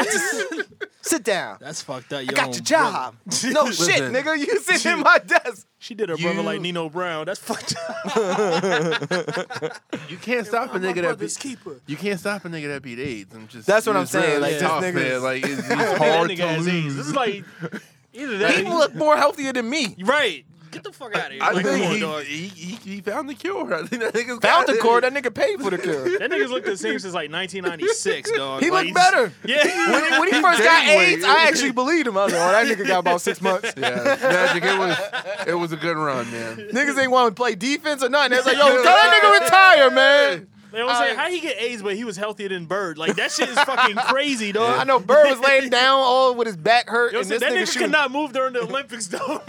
[SPEAKER 1] sit down.
[SPEAKER 4] That's fucked up.
[SPEAKER 1] I got your job. No shit,
[SPEAKER 2] Listen.
[SPEAKER 1] nigga, you sitting in my desk.
[SPEAKER 4] She did her brother like
[SPEAKER 2] You-
[SPEAKER 4] Nino Brown. That's fucked up.
[SPEAKER 2] You can't stop a nigga that
[SPEAKER 4] brother's
[SPEAKER 2] beat.
[SPEAKER 4] keeper.
[SPEAKER 2] You can't stop a nigga that beat AIDS. I'm just.
[SPEAKER 1] That's what I'm
[SPEAKER 2] it's
[SPEAKER 1] saying,
[SPEAKER 2] really
[SPEAKER 1] like, this
[SPEAKER 2] tough,
[SPEAKER 1] nigga
[SPEAKER 2] man.
[SPEAKER 1] is-
[SPEAKER 2] Like it's, it's
[SPEAKER 4] That
[SPEAKER 2] hard
[SPEAKER 4] nigga
[SPEAKER 2] to
[SPEAKER 4] has AIDS.
[SPEAKER 2] lose.
[SPEAKER 4] This is like either that.
[SPEAKER 1] He look more healthier than me.
[SPEAKER 4] right. Get the fuck out of here.
[SPEAKER 2] I
[SPEAKER 4] Like, come on,
[SPEAKER 2] think
[SPEAKER 4] dog.
[SPEAKER 2] he, he, he, he found the cure. I think that nigga
[SPEAKER 1] Found the cord. That nigga paid for the cure.
[SPEAKER 4] That nigga's looked the same since like 1996, dog.
[SPEAKER 1] He
[SPEAKER 4] like,
[SPEAKER 1] looked better.
[SPEAKER 4] Yeah.
[SPEAKER 1] When he, when he first got
[SPEAKER 2] gained weight.
[SPEAKER 1] AIDS, I actually believed him. I was like, "Oh, that nigga got about six months."
[SPEAKER 2] Yeah, magic. It was it was a good run, man.
[SPEAKER 1] Niggas ain't want to play defense or nothing. It's like, yo, tell that nigga retire, man.
[SPEAKER 4] They always say
[SPEAKER 1] I-
[SPEAKER 4] how he get AIDS, but he was healthier than Bird. Like that shit is fucking crazy, dog.
[SPEAKER 1] I know Bird was laying down all with his back hurt,
[SPEAKER 4] Yo,
[SPEAKER 1] and
[SPEAKER 4] said,
[SPEAKER 1] this
[SPEAKER 4] that
[SPEAKER 1] nigga,
[SPEAKER 4] nigga,
[SPEAKER 1] shooting.
[SPEAKER 4] could not move during the Olympics, though.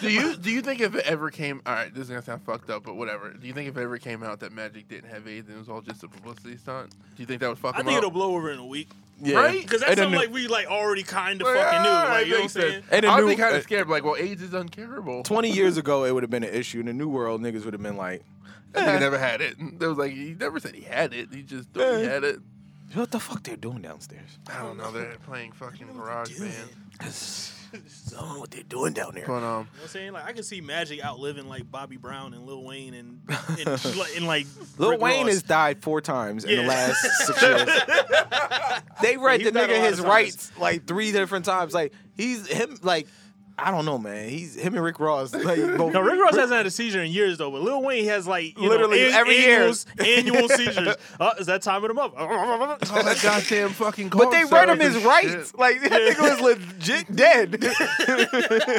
[SPEAKER 2] Do you do you think if it ever came? All right, this is gonna sound fucked up, but whatever. Do you think if it ever came out that Magic didn't have AIDS and it was all just a publicity stunt? Do you think that would fuck
[SPEAKER 4] I
[SPEAKER 2] him
[SPEAKER 4] think
[SPEAKER 2] up?
[SPEAKER 4] it'll blow over in a week.
[SPEAKER 1] yeah.
[SPEAKER 2] Right?
[SPEAKER 4] Because that's
[SPEAKER 1] And a
[SPEAKER 4] something
[SPEAKER 1] new-
[SPEAKER 4] like we like already kind of
[SPEAKER 2] Like,
[SPEAKER 4] fucking knew.
[SPEAKER 2] all right,
[SPEAKER 4] Like, you know what I'm
[SPEAKER 2] makes sense.
[SPEAKER 4] saying?
[SPEAKER 1] And a
[SPEAKER 2] I'd
[SPEAKER 1] new-
[SPEAKER 2] be kind
[SPEAKER 1] uh,
[SPEAKER 2] of scared, like, well, AIDS is uncarable.
[SPEAKER 1] 20 years ago, it would have been an issue. In the new world, niggas would have been like,
[SPEAKER 2] That nigga never had it. They was like, he never said he had it. He just thought he
[SPEAKER 1] Yeah.
[SPEAKER 2] had it.
[SPEAKER 1] what the fuck they're doing downstairs?
[SPEAKER 2] I don't know. They're playing fucking garage
[SPEAKER 4] doing?
[SPEAKER 2] band.
[SPEAKER 1] I don't know what they're doing down there.
[SPEAKER 2] But um,
[SPEAKER 4] You know what I'm saying? Like I can see Magic outliving like Bobby Brown and Lil Wayne and and, like- and like
[SPEAKER 1] Lil
[SPEAKER 4] Rick
[SPEAKER 1] Wayne
[SPEAKER 4] Ross.
[SPEAKER 1] has died four times in the
[SPEAKER 4] Yeah.
[SPEAKER 1] last six years. They read
[SPEAKER 4] He's
[SPEAKER 1] the
[SPEAKER 4] died a
[SPEAKER 1] nigga
[SPEAKER 4] lot
[SPEAKER 1] his
[SPEAKER 4] of times.
[SPEAKER 1] rights like three different times. Like he's him like I don't know, man. He's him and Rick Ross. Like both
[SPEAKER 4] No, Rick Ross hasn't had a seizure in years though, but Lil Wayne has like you
[SPEAKER 1] Literally
[SPEAKER 4] know, an-
[SPEAKER 1] every year.
[SPEAKER 4] annuals- annual seizures. Uh, is that time of the month?
[SPEAKER 2] all that goddamn fucking.
[SPEAKER 1] But they
[SPEAKER 2] car
[SPEAKER 1] read him
[SPEAKER 2] service
[SPEAKER 1] his
[SPEAKER 2] shit.
[SPEAKER 1] rights. Like that nigga was legit dead.
[SPEAKER 2] Damn.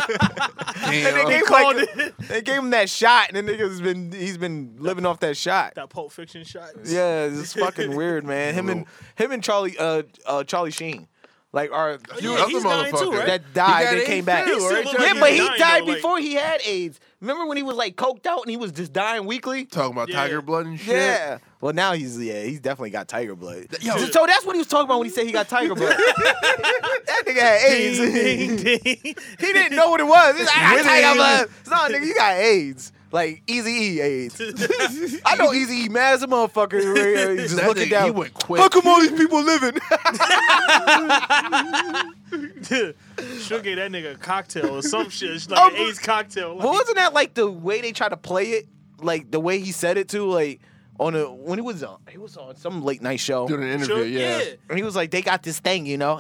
[SPEAKER 1] they, gave,
[SPEAKER 4] called
[SPEAKER 1] like, they gave him that shot, and the nigga's been he's been living off that shot.
[SPEAKER 4] that Pulp Fiction shot.
[SPEAKER 1] Yeah, it's fucking weird, man. Him and him and Charlie uh, uh Charlie Sheen, like are
[SPEAKER 2] You
[SPEAKER 4] Oh, Yeah,
[SPEAKER 2] other
[SPEAKER 4] he's dying too,
[SPEAKER 2] motherfucker.
[SPEAKER 4] right?
[SPEAKER 1] that died
[SPEAKER 2] got
[SPEAKER 1] and
[SPEAKER 2] AIDS
[SPEAKER 1] came back.
[SPEAKER 2] too,
[SPEAKER 4] He
[SPEAKER 2] right?
[SPEAKER 4] still look
[SPEAKER 1] Yeah,
[SPEAKER 4] He
[SPEAKER 1] but
[SPEAKER 4] was
[SPEAKER 1] he
[SPEAKER 4] dying,
[SPEAKER 1] died
[SPEAKER 4] though, like-
[SPEAKER 1] before he had AIDS. Remember when he was like coked out and he was just dying weekly?
[SPEAKER 2] Talking about
[SPEAKER 4] Yeah.
[SPEAKER 2] Tiger Blood and shit.
[SPEAKER 1] Yeah. Well, now he's yeah, he's definitely got tiger blood.
[SPEAKER 2] yo.
[SPEAKER 1] so that's what he was talking about when he said he got tiger blood. that nigga had AIDS.
[SPEAKER 4] Ding,
[SPEAKER 1] he
[SPEAKER 4] ding.
[SPEAKER 1] didn't know what it was. He's like, I got
[SPEAKER 2] Really?
[SPEAKER 1] tiger blood. It's not, nigga, you got AIDS. Like Easy E AIDS. I know Easy E mad as a motherfucker. He's Just
[SPEAKER 2] That
[SPEAKER 1] looking
[SPEAKER 2] nigga,
[SPEAKER 1] down.
[SPEAKER 2] he went quick.
[SPEAKER 1] How come all these people living?
[SPEAKER 4] She'll get that nigga a cocktail or some shit. It's like an
[SPEAKER 1] Oh,
[SPEAKER 4] AIDS cocktail. Like,
[SPEAKER 1] Well, wasn't that like the way they tried to play it? Like the way he said it too, like on a when he was on he was on some late night show.
[SPEAKER 2] Doing an interview,
[SPEAKER 4] she'll-
[SPEAKER 2] yeah.
[SPEAKER 1] And he was like, they got this thing, you know?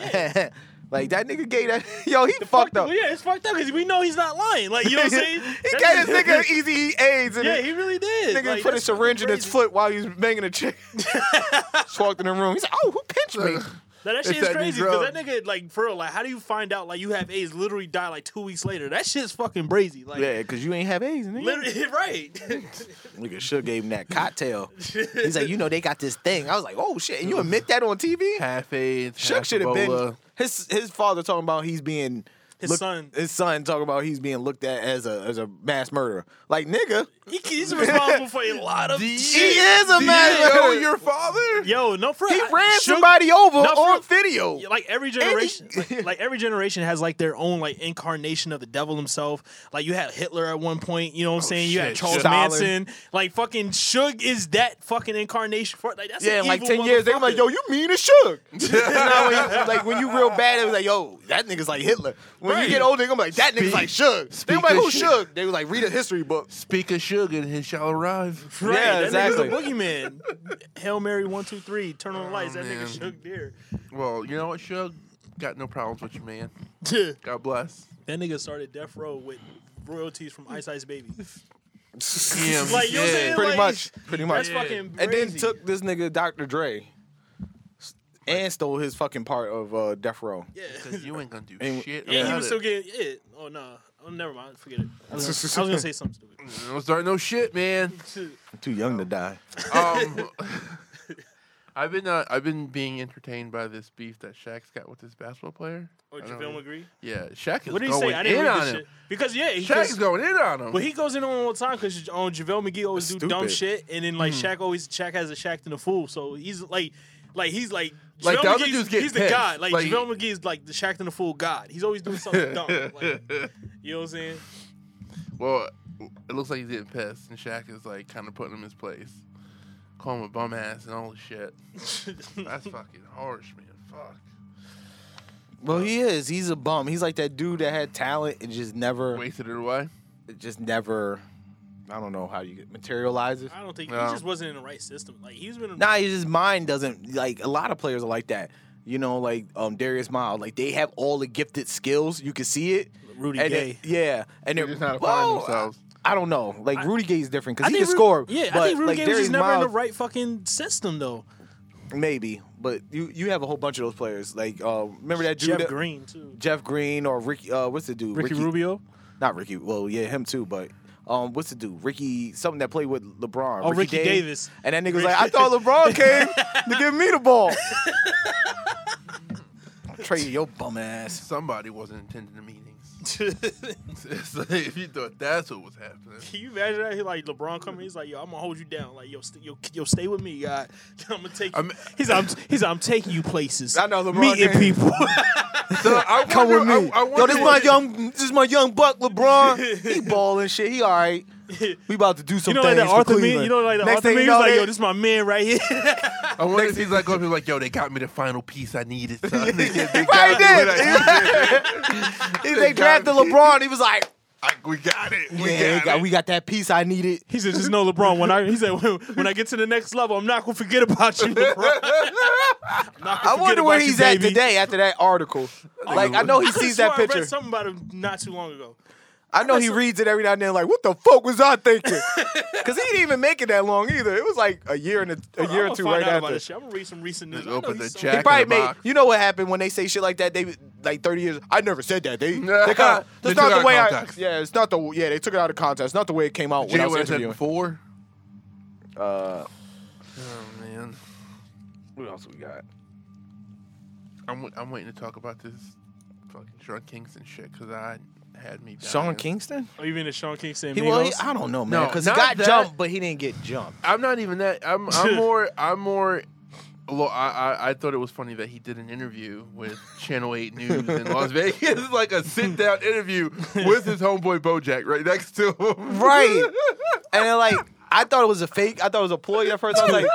[SPEAKER 1] like that nigga gave that yo, he fucked up.
[SPEAKER 4] Well, yeah, it's fucked up because we know he's not lying. Like, you know what I'm saying?
[SPEAKER 1] he
[SPEAKER 4] That
[SPEAKER 1] gave his
[SPEAKER 4] nigga-
[SPEAKER 1] nigga easy AIDS and
[SPEAKER 4] Yeah,
[SPEAKER 1] he,
[SPEAKER 4] he really did.
[SPEAKER 1] nigga
[SPEAKER 4] Like,
[SPEAKER 1] put a
[SPEAKER 4] that's
[SPEAKER 1] syringe
[SPEAKER 4] fucking
[SPEAKER 1] in his
[SPEAKER 4] crazy.
[SPEAKER 1] foot while he was banging a chick. Just walked in the room. He's like, oh, who pinched me?
[SPEAKER 4] Now, that
[SPEAKER 2] It's
[SPEAKER 4] shit is
[SPEAKER 2] that new
[SPEAKER 4] crazy
[SPEAKER 2] drug.
[SPEAKER 4] because that nigga, like, for real, like, how do you find out, like, you have AIDS, literally die, like, two weeks later? That shit's fucking crazy. Like,
[SPEAKER 1] Yeah, because you ain't have AIDS, nigga.
[SPEAKER 4] literally, right.
[SPEAKER 1] Nigga sure gave him that cocktail. He's like, you know, they got this thing. I was like, oh shit, and you admit that on TV?
[SPEAKER 2] Half AIDS.
[SPEAKER 1] Shook
[SPEAKER 2] half
[SPEAKER 1] should have been
[SPEAKER 2] Ebola.
[SPEAKER 1] his his father talking about he's being
[SPEAKER 4] His son.
[SPEAKER 1] his son talking about he's being looked at as a as a mass murderer. Like nigga,
[SPEAKER 4] He- he's responsible for a lot of
[SPEAKER 2] Do
[SPEAKER 1] he
[SPEAKER 4] shit.
[SPEAKER 1] is a
[SPEAKER 2] Do you
[SPEAKER 1] mass
[SPEAKER 2] know
[SPEAKER 1] murderer.
[SPEAKER 2] oh, your father?
[SPEAKER 4] Yo, no, for
[SPEAKER 1] E he
[SPEAKER 4] I-
[SPEAKER 1] ran
[SPEAKER 4] Suge-
[SPEAKER 1] somebody over
[SPEAKER 4] Not for
[SPEAKER 1] on
[SPEAKER 4] real.
[SPEAKER 1] video.
[SPEAKER 4] Yeah, like every generation like, like every generation has like their own like incarnation of the devil himself like you had hitler at one point you know what i'm saying you
[SPEAKER 2] Oh,
[SPEAKER 4] had
[SPEAKER 2] shit,
[SPEAKER 4] charles
[SPEAKER 2] shit.
[SPEAKER 4] manson like fucking Suge is that fucking incarnation for like that's an
[SPEAKER 1] yeah, in like
[SPEAKER 4] evil
[SPEAKER 1] ten years, they were like,
[SPEAKER 4] motherfucker.
[SPEAKER 1] "Yo, you mean as shook." like when you real bad, they was like, "Yo, that nigga's like Hitler." When
[SPEAKER 4] Right.
[SPEAKER 1] you get older, they gonna be like, "That nigga's like Shug." They
[SPEAKER 2] speak
[SPEAKER 1] were like,
[SPEAKER 2] the
[SPEAKER 1] "Who
[SPEAKER 2] shit."
[SPEAKER 1] Shug?" They was like, "Read a history book."
[SPEAKER 2] Speak of sugar and it shall arrive.
[SPEAKER 4] Right,
[SPEAKER 1] Yeah,
[SPEAKER 4] that nigga's
[SPEAKER 1] exactly.
[SPEAKER 4] a boogeyman. Hail Mary, one, two, three. Turn on the lights. That nigga
[SPEAKER 2] Oh, man.
[SPEAKER 4] Suge there.
[SPEAKER 2] Well, you know what, Shug? Got no problems with you, man. God bless.
[SPEAKER 4] that nigga started Death Row with royalties from Ice Ice Baby.
[SPEAKER 2] Damn.
[SPEAKER 4] Like, you know what I'm saying?
[SPEAKER 1] Pretty
[SPEAKER 4] Like,
[SPEAKER 1] much, pretty much.
[SPEAKER 4] That's fucking. Crazy.
[SPEAKER 1] and then took this nigga Dr. Dre and stole his fucking part of uh, Death Row.
[SPEAKER 4] Yeah.
[SPEAKER 2] Because you ain't gonna do
[SPEAKER 1] And-
[SPEAKER 2] shit.
[SPEAKER 4] And he
[SPEAKER 2] about
[SPEAKER 4] was
[SPEAKER 2] it.
[SPEAKER 4] still getting it. Oh no. Oh, never mind. Forget it. I was gonna, I was gonna say something stupid.
[SPEAKER 2] Don't start no shit, man.
[SPEAKER 1] I'm too young to die.
[SPEAKER 2] Um, I've been uh, I've been being entertained by this beef that Shaq's got with this basketball player.
[SPEAKER 4] Oh,
[SPEAKER 2] I don't
[SPEAKER 4] JaVale
[SPEAKER 2] know.
[SPEAKER 4] McGree.
[SPEAKER 2] Yeah, Shaq is
[SPEAKER 4] What did he
[SPEAKER 2] going
[SPEAKER 4] say? I didn't
[SPEAKER 2] in
[SPEAKER 4] read
[SPEAKER 2] on
[SPEAKER 4] this
[SPEAKER 2] him.
[SPEAKER 4] shit. Because yeah, he
[SPEAKER 2] Shaq
[SPEAKER 4] goes-
[SPEAKER 2] is going in on him.
[SPEAKER 4] but he goes in on all the time because on JaVale McGee always do dumb
[SPEAKER 1] Stupid.
[SPEAKER 4] shit, and then like Shaq always Shaq has a Shaq and a fool, so he's like, like he's like.
[SPEAKER 2] Like,
[SPEAKER 4] JaVale
[SPEAKER 2] the other
[SPEAKER 4] McGee's-
[SPEAKER 2] dude's getting
[SPEAKER 4] He's the
[SPEAKER 2] pissed.
[SPEAKER 4] god. Like,
[SPEAKER 2] Like-
[SPEAKER 4] JaVale McGee is like the Shaq and the fool god. He's always doing something dumb. Like, you know what I'm saying?
[SPEAKER 2] well, it looks like he's getting pissed, and Shaq is like kind of putting him in his place, call him a bum ass and all this shit. That's fucking harsh, man. Fuck.
[SPEAKER 1] Well, he is. He's a bum. He's like that dude that had talent and just never,
[SPEAKER 2] Wasted it away.
[SPEAKER 1] just never. I don't know how you materialize it.
[SPEAKER 4] I don't think
[SPEAKER 2] No.
[SPEAKER 4] he just wasn't in the right system. Like he's been.
[SPEAKER 1] Nah, it's his mind doesn't like a lot of players are like that. You know, like um Darius Miles, like they have all the gifted skills. You can see it.
[SPEAKER 4] Rudy
[SPEAKER 1] and
[SPEAKER 4] Gay.
[SPEAKER 1] it- yeah, and
[SPEAKER 2] They're
[SPEAKER 1] it-
[SPEAKER 2] just not applying
[SPEAKER 1] well,
[SPEAKER 2] themselves.
[SPEAKER 1] I don't know. Like Rudy Gay is different because he can
[SPEAKER 4] Ru-
[SPEAKER 1] score.
[SPEAKER 4] Yeah,
[SPEAKER 1] but,
[SPEAKER 4] I think Rudy
[SPEAKER 1] like,
[SPEAKER 4] Gay was
[SPEAKER 1] Darius
[SPEAKER 4] just never in the
[SPEAKER 1] Miles,
[SPEAKER 4] right fucking system though.
[SPEAKER 1] Maybe, but you you have a whole bunch of those players. Like uh, remember that dude,
[SPEAKER 4] Jeff
[SPEAKER 1] that-
[SPEAKER 4] Green too.
[SPEAKER 1] Jeff Green or Ricky. Uh, what's the dude?
[SPEAKER 4] Ricky, Rubio.
[SPEAKER 1] Not Ricky. Well, yeah, him too. But um, what's the dude? Ricky, something that played with LeBron.
[SPEAKER 4] Oh, Ricky
[SPEAKER 1] Dave-
[SPEAKER 4] Davis.
[SPEAKER 1] And that nigga was like, I thought LeBron came to give me the ball. Trey, your bum ass.
[SPEAKER 2] Somebody wasn't attending the meetings. It's like, if you thought that's what was happening,
[SPEAKER 4] Can you imagine that? He like LeBron coming. He's like, "Yo, I'm gonna hold you down. Like, yo, st- yo, yo, stay with me, God. I'm gonna take. You.
[SPEAKER 2] I'm-
[SPEAKER 4] he's, I'm, he's, I'm taking you places.
[SPEAKER 1] I know LeBron
[SPEAKER 4] Meeting
[SPEAKER 1] James.
[SPEAKER 4] people.
[SPEAKER 2] so I
[SPEAKER 1] Come with
[SPEAKER 2] wonder-
[SPEAKER 1] me.
[SPEAKER 2] I, I
[SPEAKER 1] Yo,
[SPEAKER 2] wonder
[SPEAKER 1] this my
[SPEAKER 2] what-
[SPEAKER 1] young, this my young buck, LeBron. He balling shit. He all right. We about to do some
[SPEAKER 4] you know, like
[SPEAKER 1] things
[SPEAKER 4] that
[SPEAKER 1] for
[SPEAKER 4] Arthur.
[SPEAKER 1] Cleveland.
[SPEAKER 4] Meme, you know, like the
[SPEAKER 1] Next
[SPEAKER 4] Arthur.
[SPEAKER 1] thing
[SPEAKER 4] Meme,
[SPEAKER 1] you know,
[SPEAKER 4] he's like,
[SPEAKER 1] they-
[SPEAKER 4] yo, this is my man right here.
[SPEAKER 2] I wonder if he's like going to be like, yo, they got me the final piece I needed. Son. They, they
[SPEAKER 1] Right
[SPEAKER 2] got me
[SPEAKER 1] there.
[SPEAKER 2] what I needed.
[SPEAKER 1] They, they drafted LeBron. He was like,
[SPEAKER 2] Like, we got it. We
[SPEAKER 1] yeah,
[SPEAKER 2] got,
[SPEAKER 1] we got,
[SPEAKER 2] it.
[SPEAKER 1] we got that piece I needed.
[SPEAKER 4] he said, "Just know, LeBron. When I, he said, when, when I get to the next level, I'm not gonna forget about you, LeBron.
[SPEAKER 1] I wonder where he's at today after that article. Like, I know he sees that
[SPEAKER 4] I
[SPEAKER 1] picture.
[SPEAKER 4] read something about him not too long ago.
[SPEAKER 1] I know he reads it every now and then, like, what the fuck was I thinking? Because he didn't even make it that long either. It was like a year and a, a year or two right after.
[SPEAKER 4] I'm gonna read some recent news.
[SPEAKER 2] Just
[SPEAKER 4] I know
[SPEAKER 2] open
[SPEAKER 4] he's
[SPEAKER 2] the
[SPEAKER 4] so-
[SPEAKER 1] He
[SPEAKER 2] jacket. Back
[SPEAKER 1] probably
[SPEAKER 2] in the
[SPEAKER 1] made.
[SPEAKER 2] box.
[SPEAKER 1] You know what happened when they say shit like that? They like thirty years. I never said that. They. they kinda,
[SPEAKER 2] They
[SPEAKER 1] that's
[SPEAKER 2] took
[SPEAKER 1] not
[SPEAKER 2] out
[SPEAKER 1] the way. I,
[SPEAKER 2] context.
[SPEAKER 1] yeah, it's not the. Yeah, they took it out of context. It's Not the way it came out
[SPEAKER 2] Do you
[SPEAKER 1] when I
[SPEAKER 2] know
[SPEAKER 1] was
[SPEAKER 2] what I said
[SPEAKER 1] interviewing.
[SPEAKER 2] before?
[SPEAKER 1] Uh,
[SPEAKER 2] Oh, man.
[SPEAKER 1] what else we got?
[SPEAKER 2] I'm, w- I'm waiting to talk about this fucking Sean Kingston shit because I had me. Dying.
[SPEAKER 1] Sean Kingston.
[SPEAKER 4] Oh, you mean the Sean Kingston?
[SPEAKER 1] He, well, he, I don't know, man,
[SPEAKER 2] No,
[SPEAKER 1] because
[SPEAKER 2] not
[SPEAKER 1] he got
[SPEAKER 2] that.
[SPEAKER 1] jumped, but he didn't get jumped.
[SPEAKER 2] I'm not even that. I'm, I'm more. I'm more. Look, I, I I thought it was funny that he did an interview with Channel Eight News in Las Vegas, like a sit down interview with his homeboy BoJack right next to him.
[SPEAKER 1] Right. and then, like, I thought it was a fake. I thought it was a ploy at first. I was like,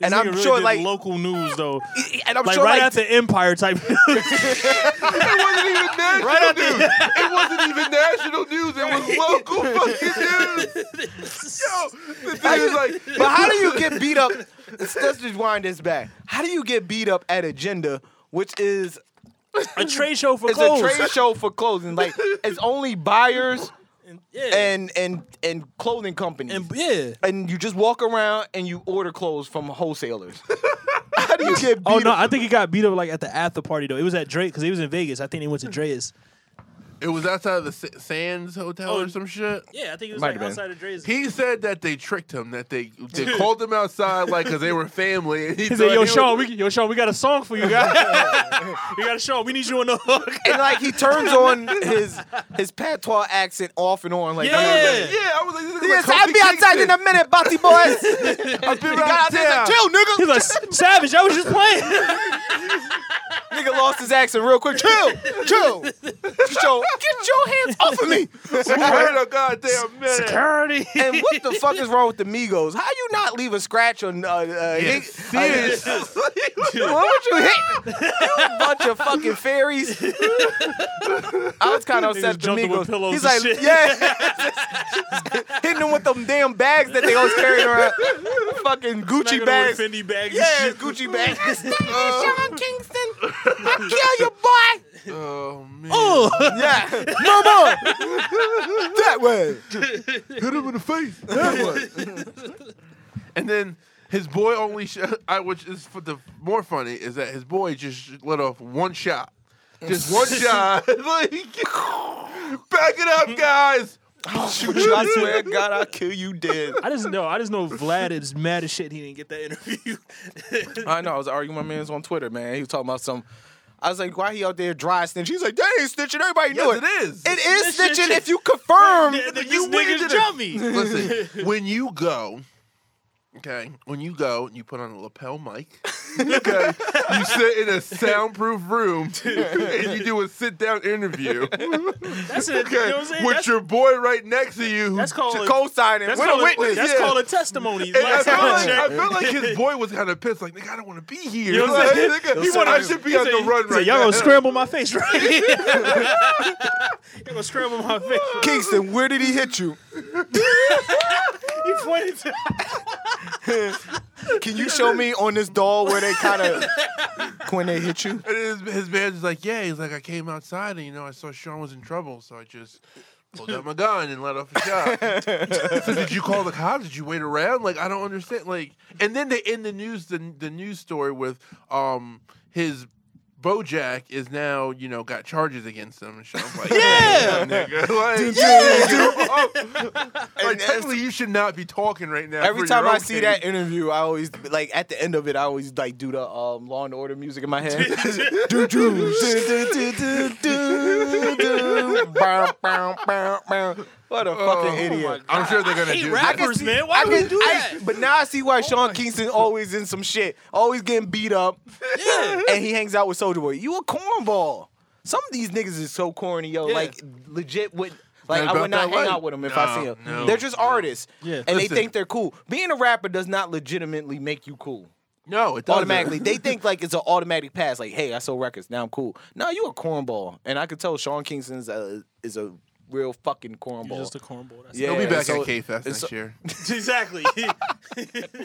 [SPEAKER 1] and I'm sure, like,
[SPEAKER 4] local news though,
[SPEAKER 1] and I'm
[SPEAKER 4] like
[SPEAKER 1] sure,
[SPEAKER 4] right
[SPEAKER 1] like,
[SPEAKER 4] after Empire type.
[SPEAKER 2] It wasn't even national
[SPEAKER 1] Right at the-
[SPEAKER 2] news. It wasn't even national news. It was local fucking news. Yo, the dude was like,
[SPEAKER 1] But how do you get beat up? Let's let's just wind this back. How do you get beat up at Agenda, which is
[SPEAKER 4] a trade show for
[SPEAKER 1] it's
[SPEAKER 4] clothes.
[SPEAKER 1] a trade show for clothing? Like it's only buyers
[SPEAKER 4] yeah.
[SPEAKER 1] and and and clothing companies.
[SPEAKER 4] and
[SPEAKER 1] And,
[SPEAKER 4] yeah.
[SPEAKER 1] you just walk around and you order clothes from wholesalers. How do you get beat
[SPEAKER 4] Oh no,
[SPEAKER 1] up?
[SPEAKER 4] I think he got beat up like at the after party though. It was at Drake because he was in Vegas. I think they went to Dre's.
[SPEAKER 2] it was outside of the Sa- Sands Hotel or some shit.
[SPEAKER 4] Yeah, I think it was
[SPEAKER 1] Might have been.
[SPEAKER 4] of Dre's.
[SPEAKER 2] He said that they tricked him, that they they called him outside like because they were family. And he,
[SPEAKER 4] He
[SPEAKER 2] thought
[SPEAKER 4] said, "Yo,
[SPEAKER 2] he
[SPEAKER 4] Sean,
[SPEAKER 2] was-
[SPEAKER 4] we yo, Sean, we got a song for you guys. we got a show. We need you in the hook."
[SPEAKER 1] And like he turns on his his patois accent off and on. Like
[SPEAKER 4] Yeah.
[SPEAKER 2] yeah, I was like, this is
[SPEAKER 1] Yes,
[SPEAKER 2] like
[SPEAKER 1] I'll be outside in a minute, Botty boys.
[SPEAKER 2] I'll be
[SPEAKER 1] He got out there, he's like, chill, nigga.
[SPEAKER 4] He's like, "Savage, I was just playing."
[SPEAKER 1] Nigga lost his accent real quick. Chill, chill. Get your, get your hands off of me.
[SPEAKER 2] Wait a goddamn minute.
[SPEAKER 4] Security.
[SPEAKER 1] And what the fuck is wrong with the Migos? How you not leave a scratch on? Uh, uh,
[SPEAKER 2] Yeah,
[SPEAKER 1] hit-
[SPEAKER 2] serious.
[SPEAKER 1] uh, what would you hit? You a bunch of fucking fairies. I was kind of
[SPEAKER 4] Niggas
[SPEAKER 1] upset at the
[SPEAKER 4] jumped him with
[SPEAKER 1] Migos.
[SPEAKER 4] pillows
[SPEAKER 1] He's like,
[SPEAKER 4] and shit.
[SPEAKER 1] yeah, hitting them with them damn bags that they always carry around. Fucking Gucci bags.
[SPEAKER 4] Fendi bags.
[SPEAKER 1] Yeah, Gucci bags. Uh, Sean Kingston, I kill you, boy.
[SPEAKER 2] Oh man,
[SPEAKER 1] Yeah. Mama! that way.
[SPEAKER 2] hit him in the face. That way. and then his boy only, sh- I, which is for the more funny, is that his boy just let off one shot, just one shot. like, back it up, guys.
[SPEAKER 1] Shoot you, I swear to God, I'll kill you dead.
[SPEAKER 4] I just know. I just know Vlad is mad as shit. He didn't get that interview.
[SPEAKER 1] I know, I was arguing with my man's on Twitter, man. He was talking about some. I was like, why he out there dry snitching? He's like, that ain't snitching. Everybody knew
[SPEAKER 2] Yes,
[SPEAKER 1] it.
[SPEAKER 2] it is.
[SPEAKER 1] It is snitching
[SPEAKER 4] Snitching.
[SPEAKER 1] if Um, you confirm.
[SPEAKER 4] you niggas jump me.
[SPEAKER 2] Listen, when you go, okay, when you go and you put on a lapel mic, okay, you sit in a soundproof room and you do a sit down interview
[SPEAKER 4] That's it. You know what I'm saying?
[SPEAKER 2] with
[SPEAKER 4] that's,
[SPEAKER 2] your boy right next to you. who-
[SPEAKER 4] that's called a-
[SPEAKER 3] co-signing.
[SPEAKER 4] That's
[SPEAKER 3] With a
[SPEAKER 4] called
[SPEAKER 3] witness.
[SPEAKER 4] That's
[SPEAKER 2] yeah.
[SPEAKER 4] called a testimony.
[SPEAKER 2] And I
[SPEAKER 4] Last
[SPEAKER 2] feel,
[SPEAKER 4] time I
[SPEAKER 2] like, I
[SPEAKER 4] checked.
[SPEAKER 2] feel like his boy was kind of pissed. Like, nigga, I don't want to be here.
[SPEAKER 4] You know what
[SPEAKER 2] Like,
[SPEAKER 4] I'm saying?
[SPEAKER 2] nigga,
[SPEAKER 4] He
[SPEAKER 2] he wanna- I
[SPEAKER 4] said-
[SPEAKER 2] should be
[SPEAKER 4] he
[SPEAKER 2] on
[SPEAKER 4] said-
[SPEAKER 2] the
[SPEAKER 4] he
[SPEAKER 2] run
[SPEAKER 4] said,
[SPEAKER 2] right
[SPEAKER 4] Y'all
[SPEAKER 2] now.
[SPEAKER 4] gonna scramble my face, right? Y'all gonna scramble my face.
[SPEAKER 3] Kingston, where did he hit you?
[SPEAKER 4] He pointed to.
[SPEAKER 3] Can you show me on this doll where they kind of when they hit you?
[SPEAKER 2] And his, his man's just like, yeah, he's like, I came outside and you know I saw Sean was in trouble, so I just pulled out my gun and let off a shot. so did you call the cops? Did you wait around? Like I don't understand. Like, and then they end the news the the news story with um his. Bojack is now, you know, got charges against him and shit. I'm like, yeah, nigga. Like,
[SPEAKER 1] Oh.
[SPEAKER 2] like, technically, you should not be talking right now.
[SPEAKER 1] Every
[SPEAKER 2] for
[SPEAKER 1] time
[SPEAKER 2] your
[SPEAKER 1] I
[SPEAKER 2] own
[SPEAKER 1] see
[SPEAKER 2] case.
[SPEAKER 1] that interview, I always like at the end of it, I always like do the um, Law and Order music in my head. Do, do, do, do, do, do, do. Bow, bow, bow, bow. What a
[SPEAKER 2] Oh
[SPEAKER 1] fucking idiot!
[SPEAKER 2] I'm sure they're
[SPEAKER 4] I
[SPEAKER 2] gonna
[SPEAKER 4] hate
[SPEAKER 2] do that.
[SPEAKER 4] rappers,
[SPEAKER 1] see-
[SPEAKER 4] man. Why
[SPEAKER 1] I
[SPEAKER 4] would you
[SPEAKER 1] can-
[SPEAKER 4] do
[SPEAKER 1] I-
[SPEAKER 4] that? Oh
[SPEAKER 1] but now I see why Sean Kingston always in some shit, always getting beat up, and he hangs out with Soldier Boy. You a cornball. Some of these niggas is so corny, yo.
[SPEAKER 4] Yeah.
[SPEAKER 1] Like legit would. Like
[SPEAKER 2] Not
[SPEAKER 1] I
[SPEAKER 2] about
[SPEAKER 1] would not
[SPEAKER 2] that
[SPEAKER 1] hang
[SPEAKER 2] life.
[SPEAKER 1] out with them if I
[SPEAKER 2] No,
[SPEAKER 1] see them.
[SPEAKER 2] no,
[SPEAKER 1] They're just
[SPEAKER 2] no.
[SPEAKER 1] artists,
[SPEAKER 4] Yeah.
[SPEAKER 1] and they
[SPEAKER 2] Listen.
[SPEAKER 1] think they're cool. Being a rapper does not legitimately make you cool
[SPEAKER 2] No, it doesn't.
[SPEAKER 1] automatically. they think like it's an automatic pass. Like, hey, I sold records, now I'm cool. No, you a cornball, and I could tell Sean Kingston's a, is a real fucking cornball.
[SPEAKER 4] You're just a cornball. That's
[SPEAKER 1] Yeah.
[SPEAKER 2] He'll be back
[SPEAKER 1] so-
[SPEAKER 2] at K Fest next
[SPEAKER 1] so-
[SPEAKER 2] year.
[SPEAKER 4] Exactly.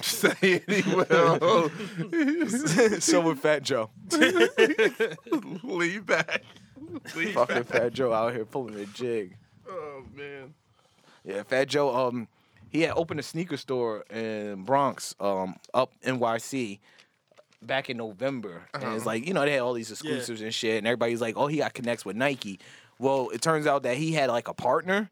[SPEAKER 2] say it, he will.
[SPEAKER 1] so with Fat Joe.
[SPEAKER 2] Leave back. Leave
[SPEAKER 1] fucking
[SPEAKER 2] back.
[SPEAKER 1] Fat Joe out here pulling the jig.
[SPEAKER 2] Oh man.
[SPEAKER 1] Yeah, Fat Joe. Um, he had opened a sneaker store in Bronx, um, up NYC, back in November, and it's like you know they had all these exclusives and shit, and everybody's like, oh, he got connects with Nike. Well, it turns out that he had like a partner.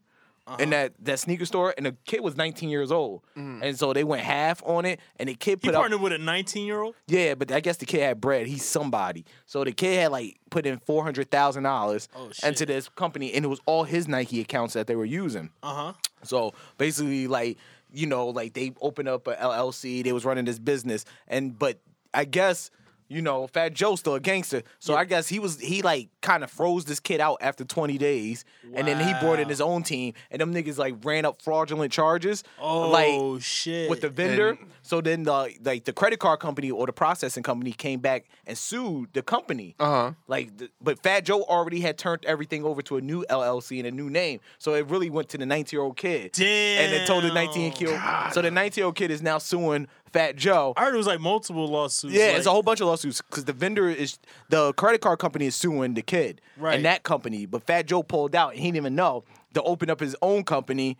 [SPEAKER 1] In that, that sneaker store, and the kid was 19 years old, and so they went half on it, and the kid
[SPEAKER 4] He
[SPEAKER 1] put up
[SPEAKER 4] partnered with a 19 year old.
[SPEAKER 1] Yeah, but I guess the kid had bread. He's somebody. So the kid had like put in four hundred thousand dollars
[SPEAKER 4] Oh, shit.
[SPEAKER 1] into this company, and it was all his Nike accounts that they were using.
[SPEAKER 4] Uh huh.
[SPEAKER 1] So basically, like you know, like they opened up a LLC. They was running this business, and but I guess you know, Fat Joe's still a gangster. So I guess he was he like kind of froze this kid out after twenty days, and then he brought in his own team, and them niggas like ran up fraudulent charges.
[SPEAKER 4] Oh
[SPEAKER 1] like
[SPEAKER 4] shit.
[SPEAKER 1] with the vendor. so then the like the credit card company or the processing company came back and sued the company.
[SPEAKER 2] Uh-huh.
[SPEAKER 1] Like, the, but Fat Joe already had turned everything over to a new LLC and a new name, so it really went to the 19 year old kid. And then told the 19 year old. So the 19 year old kid is now suing Fat Joe.
[SPEAKER 4] I heard it was like multiple lawsuits.
[SPEAKER 1] Yeah,
[SPEAKER 4] like,
[SPEAKER 1] it's a whole bunch of lawsuits because the vendor is the credit card company is suing the kid
[SPEAKER 4] Right.
[SPEAKER 1] and that company, but Fat Joe pulled out and he didn't even know to open up his own company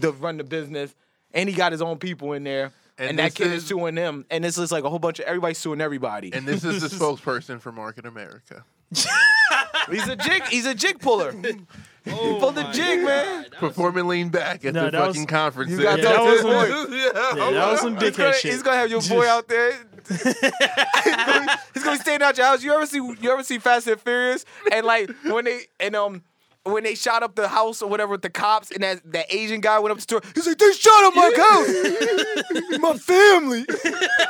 [SPEAKER 1] to run the business, and he got his own people in there, and,
[SPEAKER 2] And
[SPEAKER 1] that
[SPEAKER 2] this
[SPEAKER 1] kid is,
[SPEAKER 2] is-
[SPEAKER 1] suing them, and it's just like a whole bunch of everybody suing everybody.
[SPEAKER 2] And this is the spokesperson for Market America.
[SPEAKER 1] he's a jig, he's a jig puller. he pulled the jig, man.
[SPEAKER 2] Performing lean back at
[SPEAKER 4] No,
[SPEAKER 2] the
[SPEAKER 4] that was-
[SPEAKER 2] fucking conference.
[SPEAKER 1] You got
[SPEAKER 4] Yeah, that
[SPEAKER 1] that was
[SPEAKER 4] was
[SPEAKER 1] boy.
[SPEAKER 4] Yeah, that was some
[SPEAKER 1] He's gonna,
[SPEAKER 4] dickhead shit.
[SPEAKER 1] he's gonna have your boy out there. he's, gonna, he's gonna be standing out your house. You ever see you ever see Fast and Furious? And like when they and um when they shot up the house or whatever with the cops and that, that Asian guy went up to the door, he's like, They shot up my house! my family.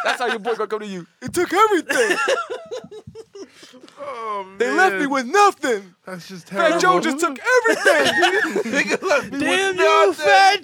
[SPEAKER 1] That's how your boy gonna come to you. It took everything. They left me with nothing.
[SPEAKER 2] Oh, That's just
[SPEAKER 1] Fat
[SPEAKER 4] Uh-huh.
[SPEAKER 2] terrible.
[SPEAKER 1] Joe just took everything.
[SPEAKER 2] Nigga left me
[SPEAKER 4] Damn
[SPEAKER 2] with
[SPEAKER 4] you,
[SPEAKER 2] nothing.
[SPEAKER 4] Fat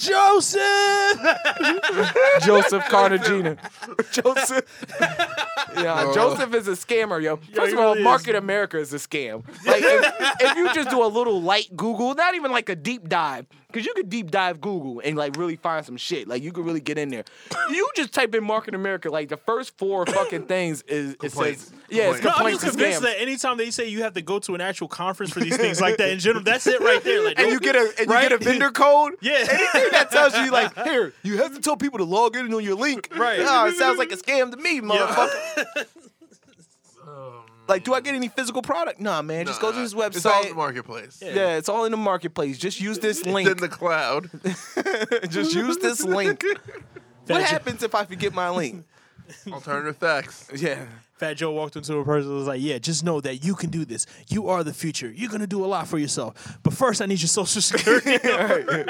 [SPEAKER 4] Joseph!
[SPEAKER 1] Joseph Cartagena. Joseph. Yeah, Joseph is a scammer, yo. First
[SPEAKER 4] he
[SPEAKER 1] of all,
[SPEAKER 4] really is.
[SPEAKER 1] Market America is a scam. Like, if, if you just do a little light Google, not even like a deep dive, because you could deep dive Google and like really find some shit. Like, you could really get in there. You just type in Market America, like the first four fucking things is it
[SPEAKER 2] Complaints.
[SPEAKER 1] says, yeah, it's
[SPEAKER 2] Complaints. No,
[SPEAKER 4] No, I'm
[SPEAKER 1] complaints
[SPEAKER 4] just
[SPEAKER 1] and
[SPEAKER 4] convinced
[SPEAKER 1] scams.
[SPEAKER 4] that anytime they say you have to go to an actual conference for these things like that in general, that's it right there. Like,
[SPEAKER 1] And
[SPEAKER 4] nope.
[SPEAKER 1] you get a and you
[SPEAKER 4] Right?
[SPEAKER 1] get a vendor code.
[SPEAKER 4] Yeah.
[SPEAKER 1] anything that tells you like here you have to tell people to log in on your link.
[SPEAKER 4] Right.
[SPEAKER 1] Oh, it sounds like a scam to me, motherfucker. Like, do I get any physical product? Nah, man. just go to this
[SPEAKER 2] It's all in
[SPEAKER 1] website.
[SPEAKER 2] the marketplace.
[SPEAKER 1] yeah, it's all in the marketplace. Just use this
[SPEAKER 2] It's in
[SPEAKER 1] link.
[SPEAKER 2] the cloud.
[SPEAKER 1] just use this link. What happens if I forget my link?
[SPEAKER 2] Alternative facts.
[SPEAKER 1] Yeah.
[SPEAKER 4] Fat Joe walked into a person and was like, "Yeah, just know that you can do this. You are the future. You're gonna do a lot for yourself. But first, I need your social security."
[SPEAKER 2] and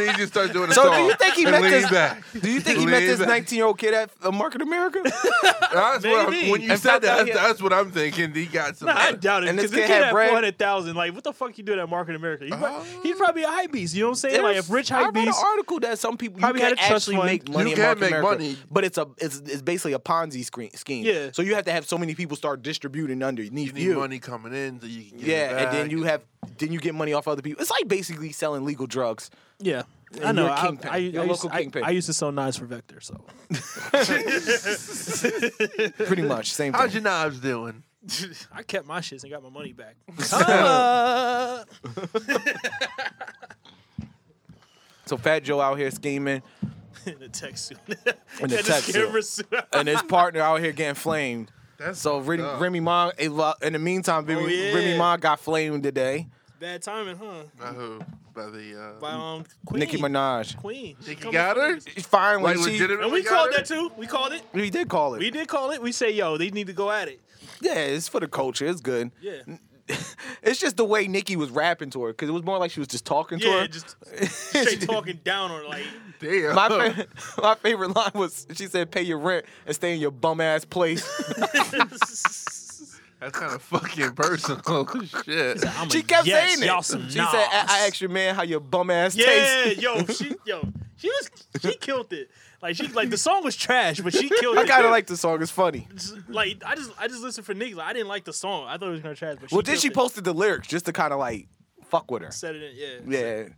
[SPEAKER 2] he just starts doing a
[SPEAKER 1] So
[SPEAKER 2] song.
[SPEAKER 1] do you think he
[SPEAKER 2] and
[SPEAKER 1] met
[SPEAKER 2] leans
[SPEAKER 1] this?
[SPEAKER 2] Back.
[SPEAKER 1] Do you think he
[SPEAKER 2] Lean
[SPEAKER 1] met this
[SPEAKER 2] back.
[SPEAKER 1] 19 year old kid at uh, Market America?
[SPEAKER 2] That's what I'm,
[SPEAKER 4] Maybe.
[SPEAKER 2] when you
[SPEAKER 1] And
[SPEAKER 2] said
[SPEAKER 1] found out
[SPEAKER 2] that,
[SPEAKER 1] he
[SPEAKER 2] that's,
[SPEAKER 1] had-
[SPEAKER 2] what I'm thinking. He got some.
[SPEAKER 4] Nah, I doubt it.
[SPEAKER 1] And
[SPEAKER 4] Because
[SPEAKER 1] this
[SPEAKER 4] this
[SPEAKER 1] kid
[SPEAKER 4] kid
[SPEAKER 1] had
[SPEAKER 4] had
[SPEAKER 1] bread? Oh.
[SPEAKER 4] four hundred thousand. Like, what the fuck you do at Market America? He pro- he's probably a hype beast. You know what I'm saying? Like, if rich
[SPEAKER 1] I
[SPEAKER 4] hype
[SPEAKER 1] read an
[SPEAKER 4] beast,
[SPEAKER 1] article that some people you
[SPEAKER 4] Probably had
[SPEAKER 1] can
[SPEAKER 4] a trust
[SPEAKER 1] actually
[SPEAKER 4] fund.
[SPEAKER 1] make money.
[SPEAKER 2] You
[SPEAKER 1] in
[SPEAKER 2] can
[SPEAKER 1] Market
[SPEAKER 2] make
[SPEAKER 1] America,
[SPEAKER 2] money.
[SPEAKER 1] but it's a it's, it's basically a Ponzi screen, scheme.
[SPEAKER 4] Yeah.
[SPEAKER 1] So you have to have so many people start distributing underneath
[SPEAKER 2] you need money coming in so you can get it
[SPEAKER 1] Yeah, and then
[SPEAKER 2] back.
[SPEAKER 1] you have then you get money off other people. It's like basically selling legal drugs.
[SPEAKER 4] yeah. I
[SPEAKER 1] And
[SPEAKER 4] know.
[SPEAKER 1] you're a
[SPEAKER 4] I,
[SPEAKER 1] kingpin.
[SPEAKER 4] I, I,
[SPEAKER 1] You're a
[SPEAKER 4] used,
[SPEAKER 1] local
[SPEAKER 4] I,
[SPEAKER 1] kingpin.
[SPEAKER 4] I used to sell knives for Vector, so
[SPEAKER 1] Pretty much same
[SPEAKER 2] How's
[SPEAKER 1] thing.
[SPEAKER 2] your knives doing?
[SPEAKER 4] I kept my shits and got my money back.
[SPEAKER 1] So Fat Joe out here scheming,
[SPEAKER 4] in a text suit.
[SPEAKER 1] In a
[SPEAKER 4] And
[SPEAKER 1] tech suit.
[SPEAKER 4] camera suit.
[SPEAKER 1] and his partner out here getting flamed.
[SPEAKER 2] That's
[SPEAKER 1] So Remy,
[SPEAKER 2] fucked up.
[SPEAKER 1] Remy Ma, in the meantime, Remy,
[SPEAKER 4] Oh, yeah.
[SPEAKER 1] Remy Ma got flamed today.
[SPEAKER 4] Bad timing, huh?
[SPEAKER 2] By who? By the.
[SPEAKER 4] By
[SPEAKER 2] Uh,
[SPEAKER 4] um, Queen.
[SPEAKER 1] Nicki Minaj.
[SPEAKER 4] Queen. She
[SPEAKER 2] Nicki
[SPEAKER 4] come-
[SPEAKER 2] got her?
[SPEAKER 1] Finally,
[SPEAKER 2] Like,
[SPEAKER 1] she,
[SPEAKER 2] legitimately
[SPEAKER 4] And we
[SPEAKER 2] got
[SPEAKER 4] called
[SPEAKER 2] her?
[SPEAKER 4] that too. We called it.
[SPEAKER 1] we did call it.
[SPEAKER 4] We did call it. We say, yo, they need to go at it.
[SPEAKER 1] yeah, it's for the culture. It's good.
[SPEAKER 4] Yeah.
[SPEAKER 1] It's just the way Nikki was rapping to her because it was more like she was just talking to
[SPEAKER 4] Yeah,
[SPEAKER 1] her.
[SPEAKER 4] just straight talking down on it, like
[SPEAKER 2] Damn.
[SPEAKER 1] My, fa- my favorite line was she said, "Pay your rent and stay in your bum ass place."
[SPEAKER 2] That's kind of fucking personal. Shit.
[SPEAKER 4] I'm
[SPEAKER 1] she
[SPEAKER 4] a
[SPEAKER 1] kept
[SPEAKER 4] yes,
[SPEAKER 1] saying it.
[SPEAKER 4] Y'all some
[SPEAKER 1] she said, I-,
[SPEAKER 4] knobs."
[SPEAKER 1] "I asked your man how your bum ass
[SPEAKER 4] Yeah,
[SPEAKER 1] tastes."
[SPEAKER 4] yo, she yo, she was she killed it. Like she like the song was trash, but she killed
[SPEAKER 1] I
[SPEAKER 4] it.
[SPEAKER 1] kind of like the song. It's funny.
[SPEAKER 4] like I just I just listened for Nicki. Like, I didn't like the song. I thought it was kind of trash. But she
[SPEAKER 1] Well, then
[SPEAKER 4] killed
[SPEAKER 1] she
[SPEAKER 4] it.
[SPEAKER 1] posted the lyrics just to kind of like fuck with her.
[SPEAKER 4] Said it. In, yeah,
[SPEAKER 1] Yeah,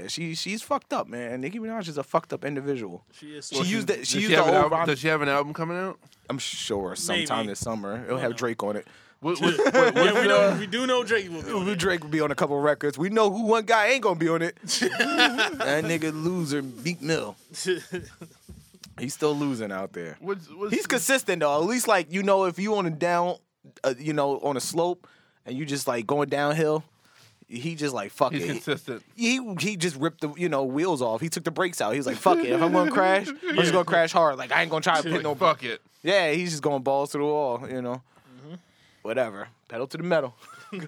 [SPEAKER 1] yeah. She she's fucked up, man. Nicki Minaj is a fucked up individual.
[SPEAKER 4] She is.
[SPEAKER 1] She used that.
[SPEAKER 2] Does
[SPEAKER 1] She used
[SPEAKER 2] have
[SPEAKER 1] the
[SPEAKER 2] an
[SPEAKER 1] old.
[SPEAKER 2] album-
[SPEAKER 1] Ron-
[SPEAKER 2] Does she have an album coming out?
[SPEAKER 1] I'm sure sometime
[SPEAKER 4] Maybe.
[SPEAKER 1] this summer it'll have Drake on it.
[SPEAKER 2] What,
[SPEAKER 4] yeah,
[SPEAKER 2] what,
[SPEAKER 4] we, know, we do know Drake will. Be on it.
[SPEAKER 1] Drake will be on a couple records. We know who one guy ain't gonna be on it. that nigga loser, Beak Mill. He's still losing out there.
[SPEAKER 2] what's, what's,
[SPEAKER 1] He's consistent though. At least like you know, if you on a down, uh, you know, on a slope, and you just like going downhill, he just like fuck
[SPEAKER 2] he's
[SPEAKER 1] it.
[SPEAKER 2] consistent.
[SPEAKER 1] He he just ripped the you know wheels off. He took the brakes out. He was like, "Fuck it, if I'm gonna crash, I'm just gonna crash hard. Like I ain't gonna try to put
[SPEAKER 2] Like,
[SPEAKER 1] no."
[SPEAKER 2] fuck it.
[SPEAKER 1] Yeah, he's just going balls to the wall. You know,
[SPEAKER 2] Mm-hmm.
[SPEAKER 1] whatever. Pedal to the metal.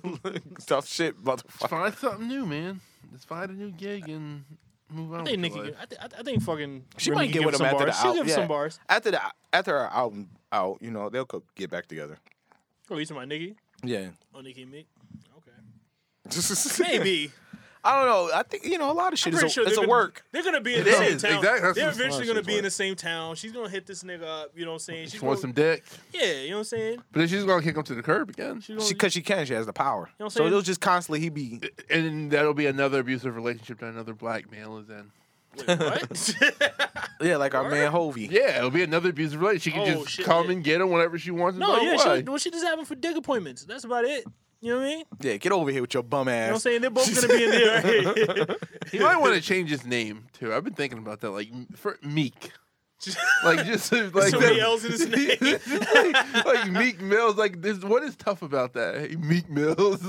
[SPEAKER 1] Tough shit, motherfucker.
[SPEAKER 2] Find something new, man. Let's find a new gig and move on.
[SPEAKER 4] I think
[SPEAKER 2] with
[SPEAKER 4] Nicki.
[SPEAKER 2] your life.
[SPEAKER 4] I, think I think fucking.
[SPEAKER 1] She
[SPEAKER 4] Remy
[SPEAKER 1] might
[SPEAKER 4] can
[SPEAKER 1] get
[SPEAKER 4] give
[SPEAKER 1] with him
[SPEAKER 4] some
[SPEAKER 1] after
[SPEAKER 4] bars.
[SPEAKER 1] the
[SPEAKER 4] She'll
[SPEAKER 1] album.
[SPEAKER 4] give some bars.
[SPEAKER 1] After the after her album out, you know, they'll co- get back together.
[SPEAKER 4] Oh, you talking about Nicki?
[SPEAKER 1] Yeah.
[SPEAKER 4] Oh, Nicki and Mick. Okay. Maybe.
[SPEAKER 1] I don't know. I think you know a lot of shit
[SPEAKER 4] I'm
[SPEAKER 1] is a,
[SPEAKER 4] pretty sure
[SPEAKER 1] it's
[SPEAKER 4] they're
[SPEAKER 1] a
[SPEAKER 4] gonna-
[SPEAKER 1] work.
[SPEAKER 4] They're gonna be in the
[SPEAKER 2] It
[SPEAKER 4] same
[SPEAKER 2] is,
[SPEAKER 4] town.
[SPEAKER 2] exactly, that's
[SPEAKER 4] They're
[SPEAKER 2] what-
[SPEAKER 4] eventually
[SPEAKER 1] that's
[SPEAKER 4] gonna
[SPEAKER 1] what
[SPEAKER 4] be in
[SPEAKER 1] it
[SPEAKER 4] the same town. She's gonna hit this nigga up. You know what I'm saying? She's
[SPEAKER 2] Just want some
[SPEAKER 4] gonna-
[SPEAKER 2] dick.
[SPEAKER 4] Yeah, you know what I'm saying?
[SPEAKER 2] But then she's going to kick him to the curb again.
[SPEAKER 4] She's gonna,
[SPEAKER 1] She cause she can, she has the power.
[SPEAKER 4] know what I'm
[SPEAKER 1] so
[SPEAKER 4] saying?
[SPEAKER 1] it'll just constantly he be
[SPEAKER 2] And that'll be another abusive relationship that another black male is in.
[SPEAKER 4] wait, what?
[SPEAKER 1] Yeah, like our man Hovey.
[SPEAKER 2] Yeah, it'll be another abusive relationship. She can
[SPEAKER 4] Oh,
[SPEAKER 2] just
[SPEAKER 4] shit,
[SPEAKER 2] come
[SPEAKER 4] yeah.
[SPEAKER 2] and get him whenever she wants. and
[SPEAKER 4] no,
[SPEAKER 2] go
[SPEAKER 4] yeah, she,
[SPEAKER 2] away.
[SPEAKER 4] well, she just having for dick appointments. That's about it. You know what I mean? You
[SPEAKER 1] Yeah, get over here with your bum
[SPEAKER 4] know what I'm
[SPEAKER 1] ass.
[SPEAKER 4] saying? They're both gonna be in there.
[SPEAKER 2] He might want to change his name too. I've been thinking about that, like m- for Meek, like just like
[SPEAKER 4] Somebody
[SPEAKER 2] that-
[SPEAKER 4] else in his name.
[SPEAKER 2] like, like Meek Mills. Like this, what is tough about that? Hey, Meek Mills.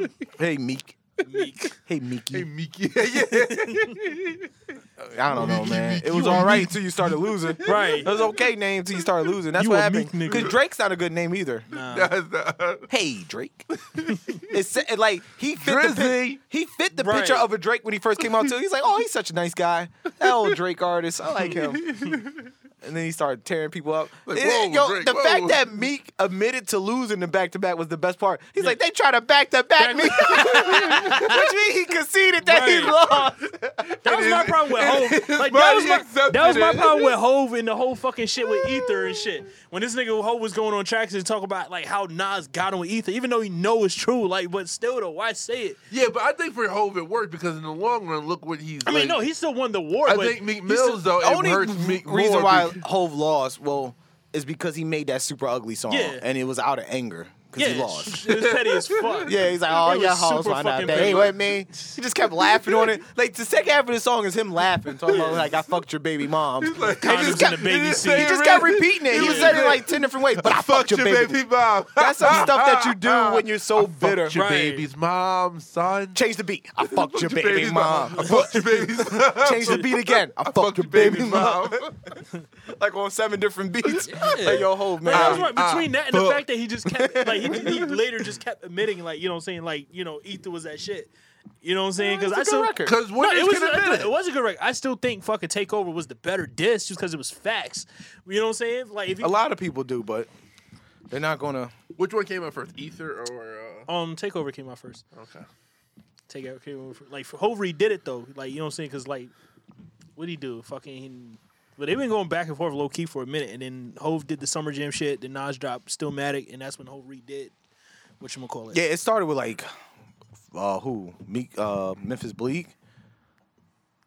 [SPEAKER 1] hey Meek.
[SPEAKER 4] Meek.
[SPEAKER 1] Hey Meeky.
[SPEAKER 2] hey, Meek. Yeah, yeah.
[SPEAKER 1] I don't know, man. It was
[SPEAKER 2] you a
[SPEAKER 1] all right until you started losing.
[SPEAKER 4] Right.
[SPEAKER 1] It was okay name until you started losing. That's
[SPEAKER 4] You
[SPEAKER 1] what
[SPEAKER 4] a
[SPEAKER 1] happened.
[SPEAKER 4] Meek nigga.
[SPEAKER 1] Because Drake's not a good name either.
[SPEAKER 4] Nah.
[SPEAKER 2] That's not-
[SPEAKER 1] Hey Drake. it's it, like he fit the
[SPEAKER 2] Drizzy.
[SPEAKER 1] pic- he fit the
[SPEAKER 4] Right.
[SPEAKER 1] picture of a Drake when he first came out too. He's like, oh, he's such a nice guy. That old Drake artist, I like him. And then he started tearing people up.
[SPEAKER 2] Like,
[SPEAKER 1] And then,
[SPEAKER 2] whoa,
[SPEAKER 1] yo,
[SPEAKER 2] Drake,
[SPEAKER 1] the
[SPEAKER 2] whoa.
[SPEAKER 1] fact that Meek admitted to losing the back to back was the best part. He's like, they try to back to back me, which means he conceded that he
[SPEAKER 4] Right.
[SPEAKER 1] lost.
[SPEAKER 4] That was my problem with Hove. Like
[SPEAKER 2] But
[SPEAKER 4] that
[SPEAKER 2] he
[SPEAKER 4] was my
[SPEAKER 2] accepted
[SPEAKER 4] that was my
[SPEAKER 2] it.
[SPEAKER 4] problem with Hove and the whole fucking shit with Ether and shit. When this nigga Hove was going on tracks and talk about like how Nas got on with Ether, even though he know it's true, like but still though, why say it?
[SPEAKER 2] yeah, but I think for Hove it worked because in the long run, look what he's.
[SPEAKER 4] I mean, no, he still won the war.
[SPEAKER 2] I
[SPEAKER 4] but
[SPEAKER 2] think Meek
[SPEAKER 4] he
[SPEAKER 2] Mills though.
[SPEAKER 4] still,
[SPEAKER 1] The only
[SPEAKER 2] it hurts Meek
[SPEAKER 1] reason
[SPEAKER 2] more
[SPEAKER 1] why
[SPEAKER 2] be-
[SPEAKER 1] Hove lost, well, is because he made that super ugly song
[SPEAKER 4] Yeah.
[SPEAKER 1] and it was out of anger. because
[SPEAKER 4] yeah,
[SPEAKER 1] he lost.
[SPEAKER 4] It was petty as fuck.
[SPEAKER 1] Yeah, he's like, oh,
[SPEAKER 4] It was
[SPEAKER 1] y'all hoes
[SPEAKER 4] super
[SPEAKER 1] why not
[SPEAKER 4] fucking
[SPEAKER 1] that?
[SPEAKER 4] petty.
[SPEAKER 1] Ain't with me. He just kept laughing on it. Like the second half of the song is him laughing, talking about like I fucked your baby mom. He
[SPEAKER 3] like,
[SPEAKER 4] Condoms in the baby
[SPEAKER 3] didn't
[SPEAKER 4] seat.
[SPEAKER 3] say
[SPEAKER 4] He
[SPEAKER 1] just
[SPEAKER 3] it
[SPEAKER 1] kept
[SPEAKER 3] right.
[SPEAKER 1] repeating it. He
[SPEAKER 3] Yeah.
[SPEAKER 1] said it like ten different ways. But I fucked your baby.
[SPEAKER 3] mom.
[SPEAKER 1] That's some stuff that you do when you're so bitter.
[SPEAKER 2] Fucked your
[SPEAKER 4] Right.
[SPEAKER 2] baby's mom, son.
[SPEAKER 1] Change the beat. I fucked your baby mom.
[SPEAKER 3] I fucked your baby.
[SPEAKER 1] Change the beat again. I fucked your baby mom. Like on seven different beats. Like yo, hold
[SPEAKER 4] Like, that was
[SPEAKER 1] man.
[SPEAKER 4] right. Between that and the
[SPEAKER 3] fuck.
[SPEAKER 4] fact that he just kept, like, he, he later just kept admitting, like, you know what I'm saying, like, you know, Ether was that shit. You know what I'm saying? Because I
[SPEAKER 1] It's a
[SPEAKER 4] still.
[SPEAKER 1] good record.
[SPEAKER 2] Because
[SPEAKER 4] No,
[SPEAKER 2] what
[SPEAKER 4] it was,
[SPEAKER 2] gonna
[SPEAKER 4] it, was a good record. I still think fucking Takeover was the better disc just because it was facts. You know what I'm saying? Like, if you.
[SPEAKER 1] A lot of people do, but they're not gonna.
[SPEAKER 2] Which one came out first, Ether or? Uh,
[SPEAKER 4] Um, Takeover came out first.
[SPEAKER 2] okay.
[SPEAKER 4] Take out came over. Like Hov did it though. Like you know what I'm saying? Because like, what would he do? Fucking. he- but they've been going back and forth low key for a minute, and then Hove did the summer jam shit. Then Nas dropped Stillmatic, and that's when Hove did what you gonna call it.
[SPEAKER 1] Yeah, it started with like, uh, who? Meek, uh, Memphis Bleak.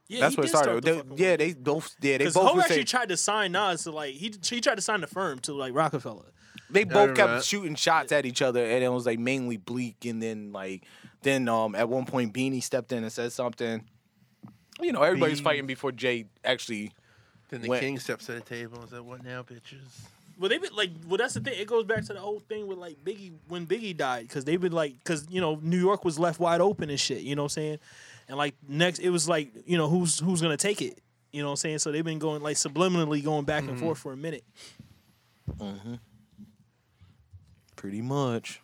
[SPEAKER 4] yeah
[SPEAKER 1] That's
[SPEAKER 4] he
[SPEAKER 1] what it
[SPEAKER 4] did start
[SPEAKER 1] started.
[SPEAKER 4] the
[SPEAKER 1] They-
[SPEAKER 4] fucking
[SPEAKER 1] yeah,
[SPEAKER 4] one.
[SPEAKER 1] they both. Yeah, they both.
[SPEAKER 4] Because Hov
[SPEAKER 1] were
[SPEAKER 4] actually
[SPEAKER 1] saying-
[SPEAKER 4] tried to sign Nas to like he he tried to sign the firm to like Rockefeller.
[SPEAKER 1] they both
[SPEAKER 2] remember
[SPEAKER 1] kept
[SPEAKER 2] that.
[SPEAKER 1] shooting shots at each other, and it was like mainly Bleak, and then like, then um, at one point Beanie stepped in and said something. You know, everybody's
[SPEAKER 2] Beanie.
[SPEAKER 1] fighting before Jay actually.
[SPEAKER 2] Then the
[SPEAKER 1] When-
[SPEAKER 2] king steps to the table and said, "What now, bitches?"
[SPEAKER 4] Well, they've been like, well, that's the thing. It goes back to the whole thing with like Biggie when Biggie died, because they've been like, because you know New York was left wide open and shit. You know what I'm saying? And like next, it was like, you know, who's who's gonna take it? You know what I'm saying? So they've been going like subliminally going back and forth for a minute.
[SPEAKER 1] Pretty much.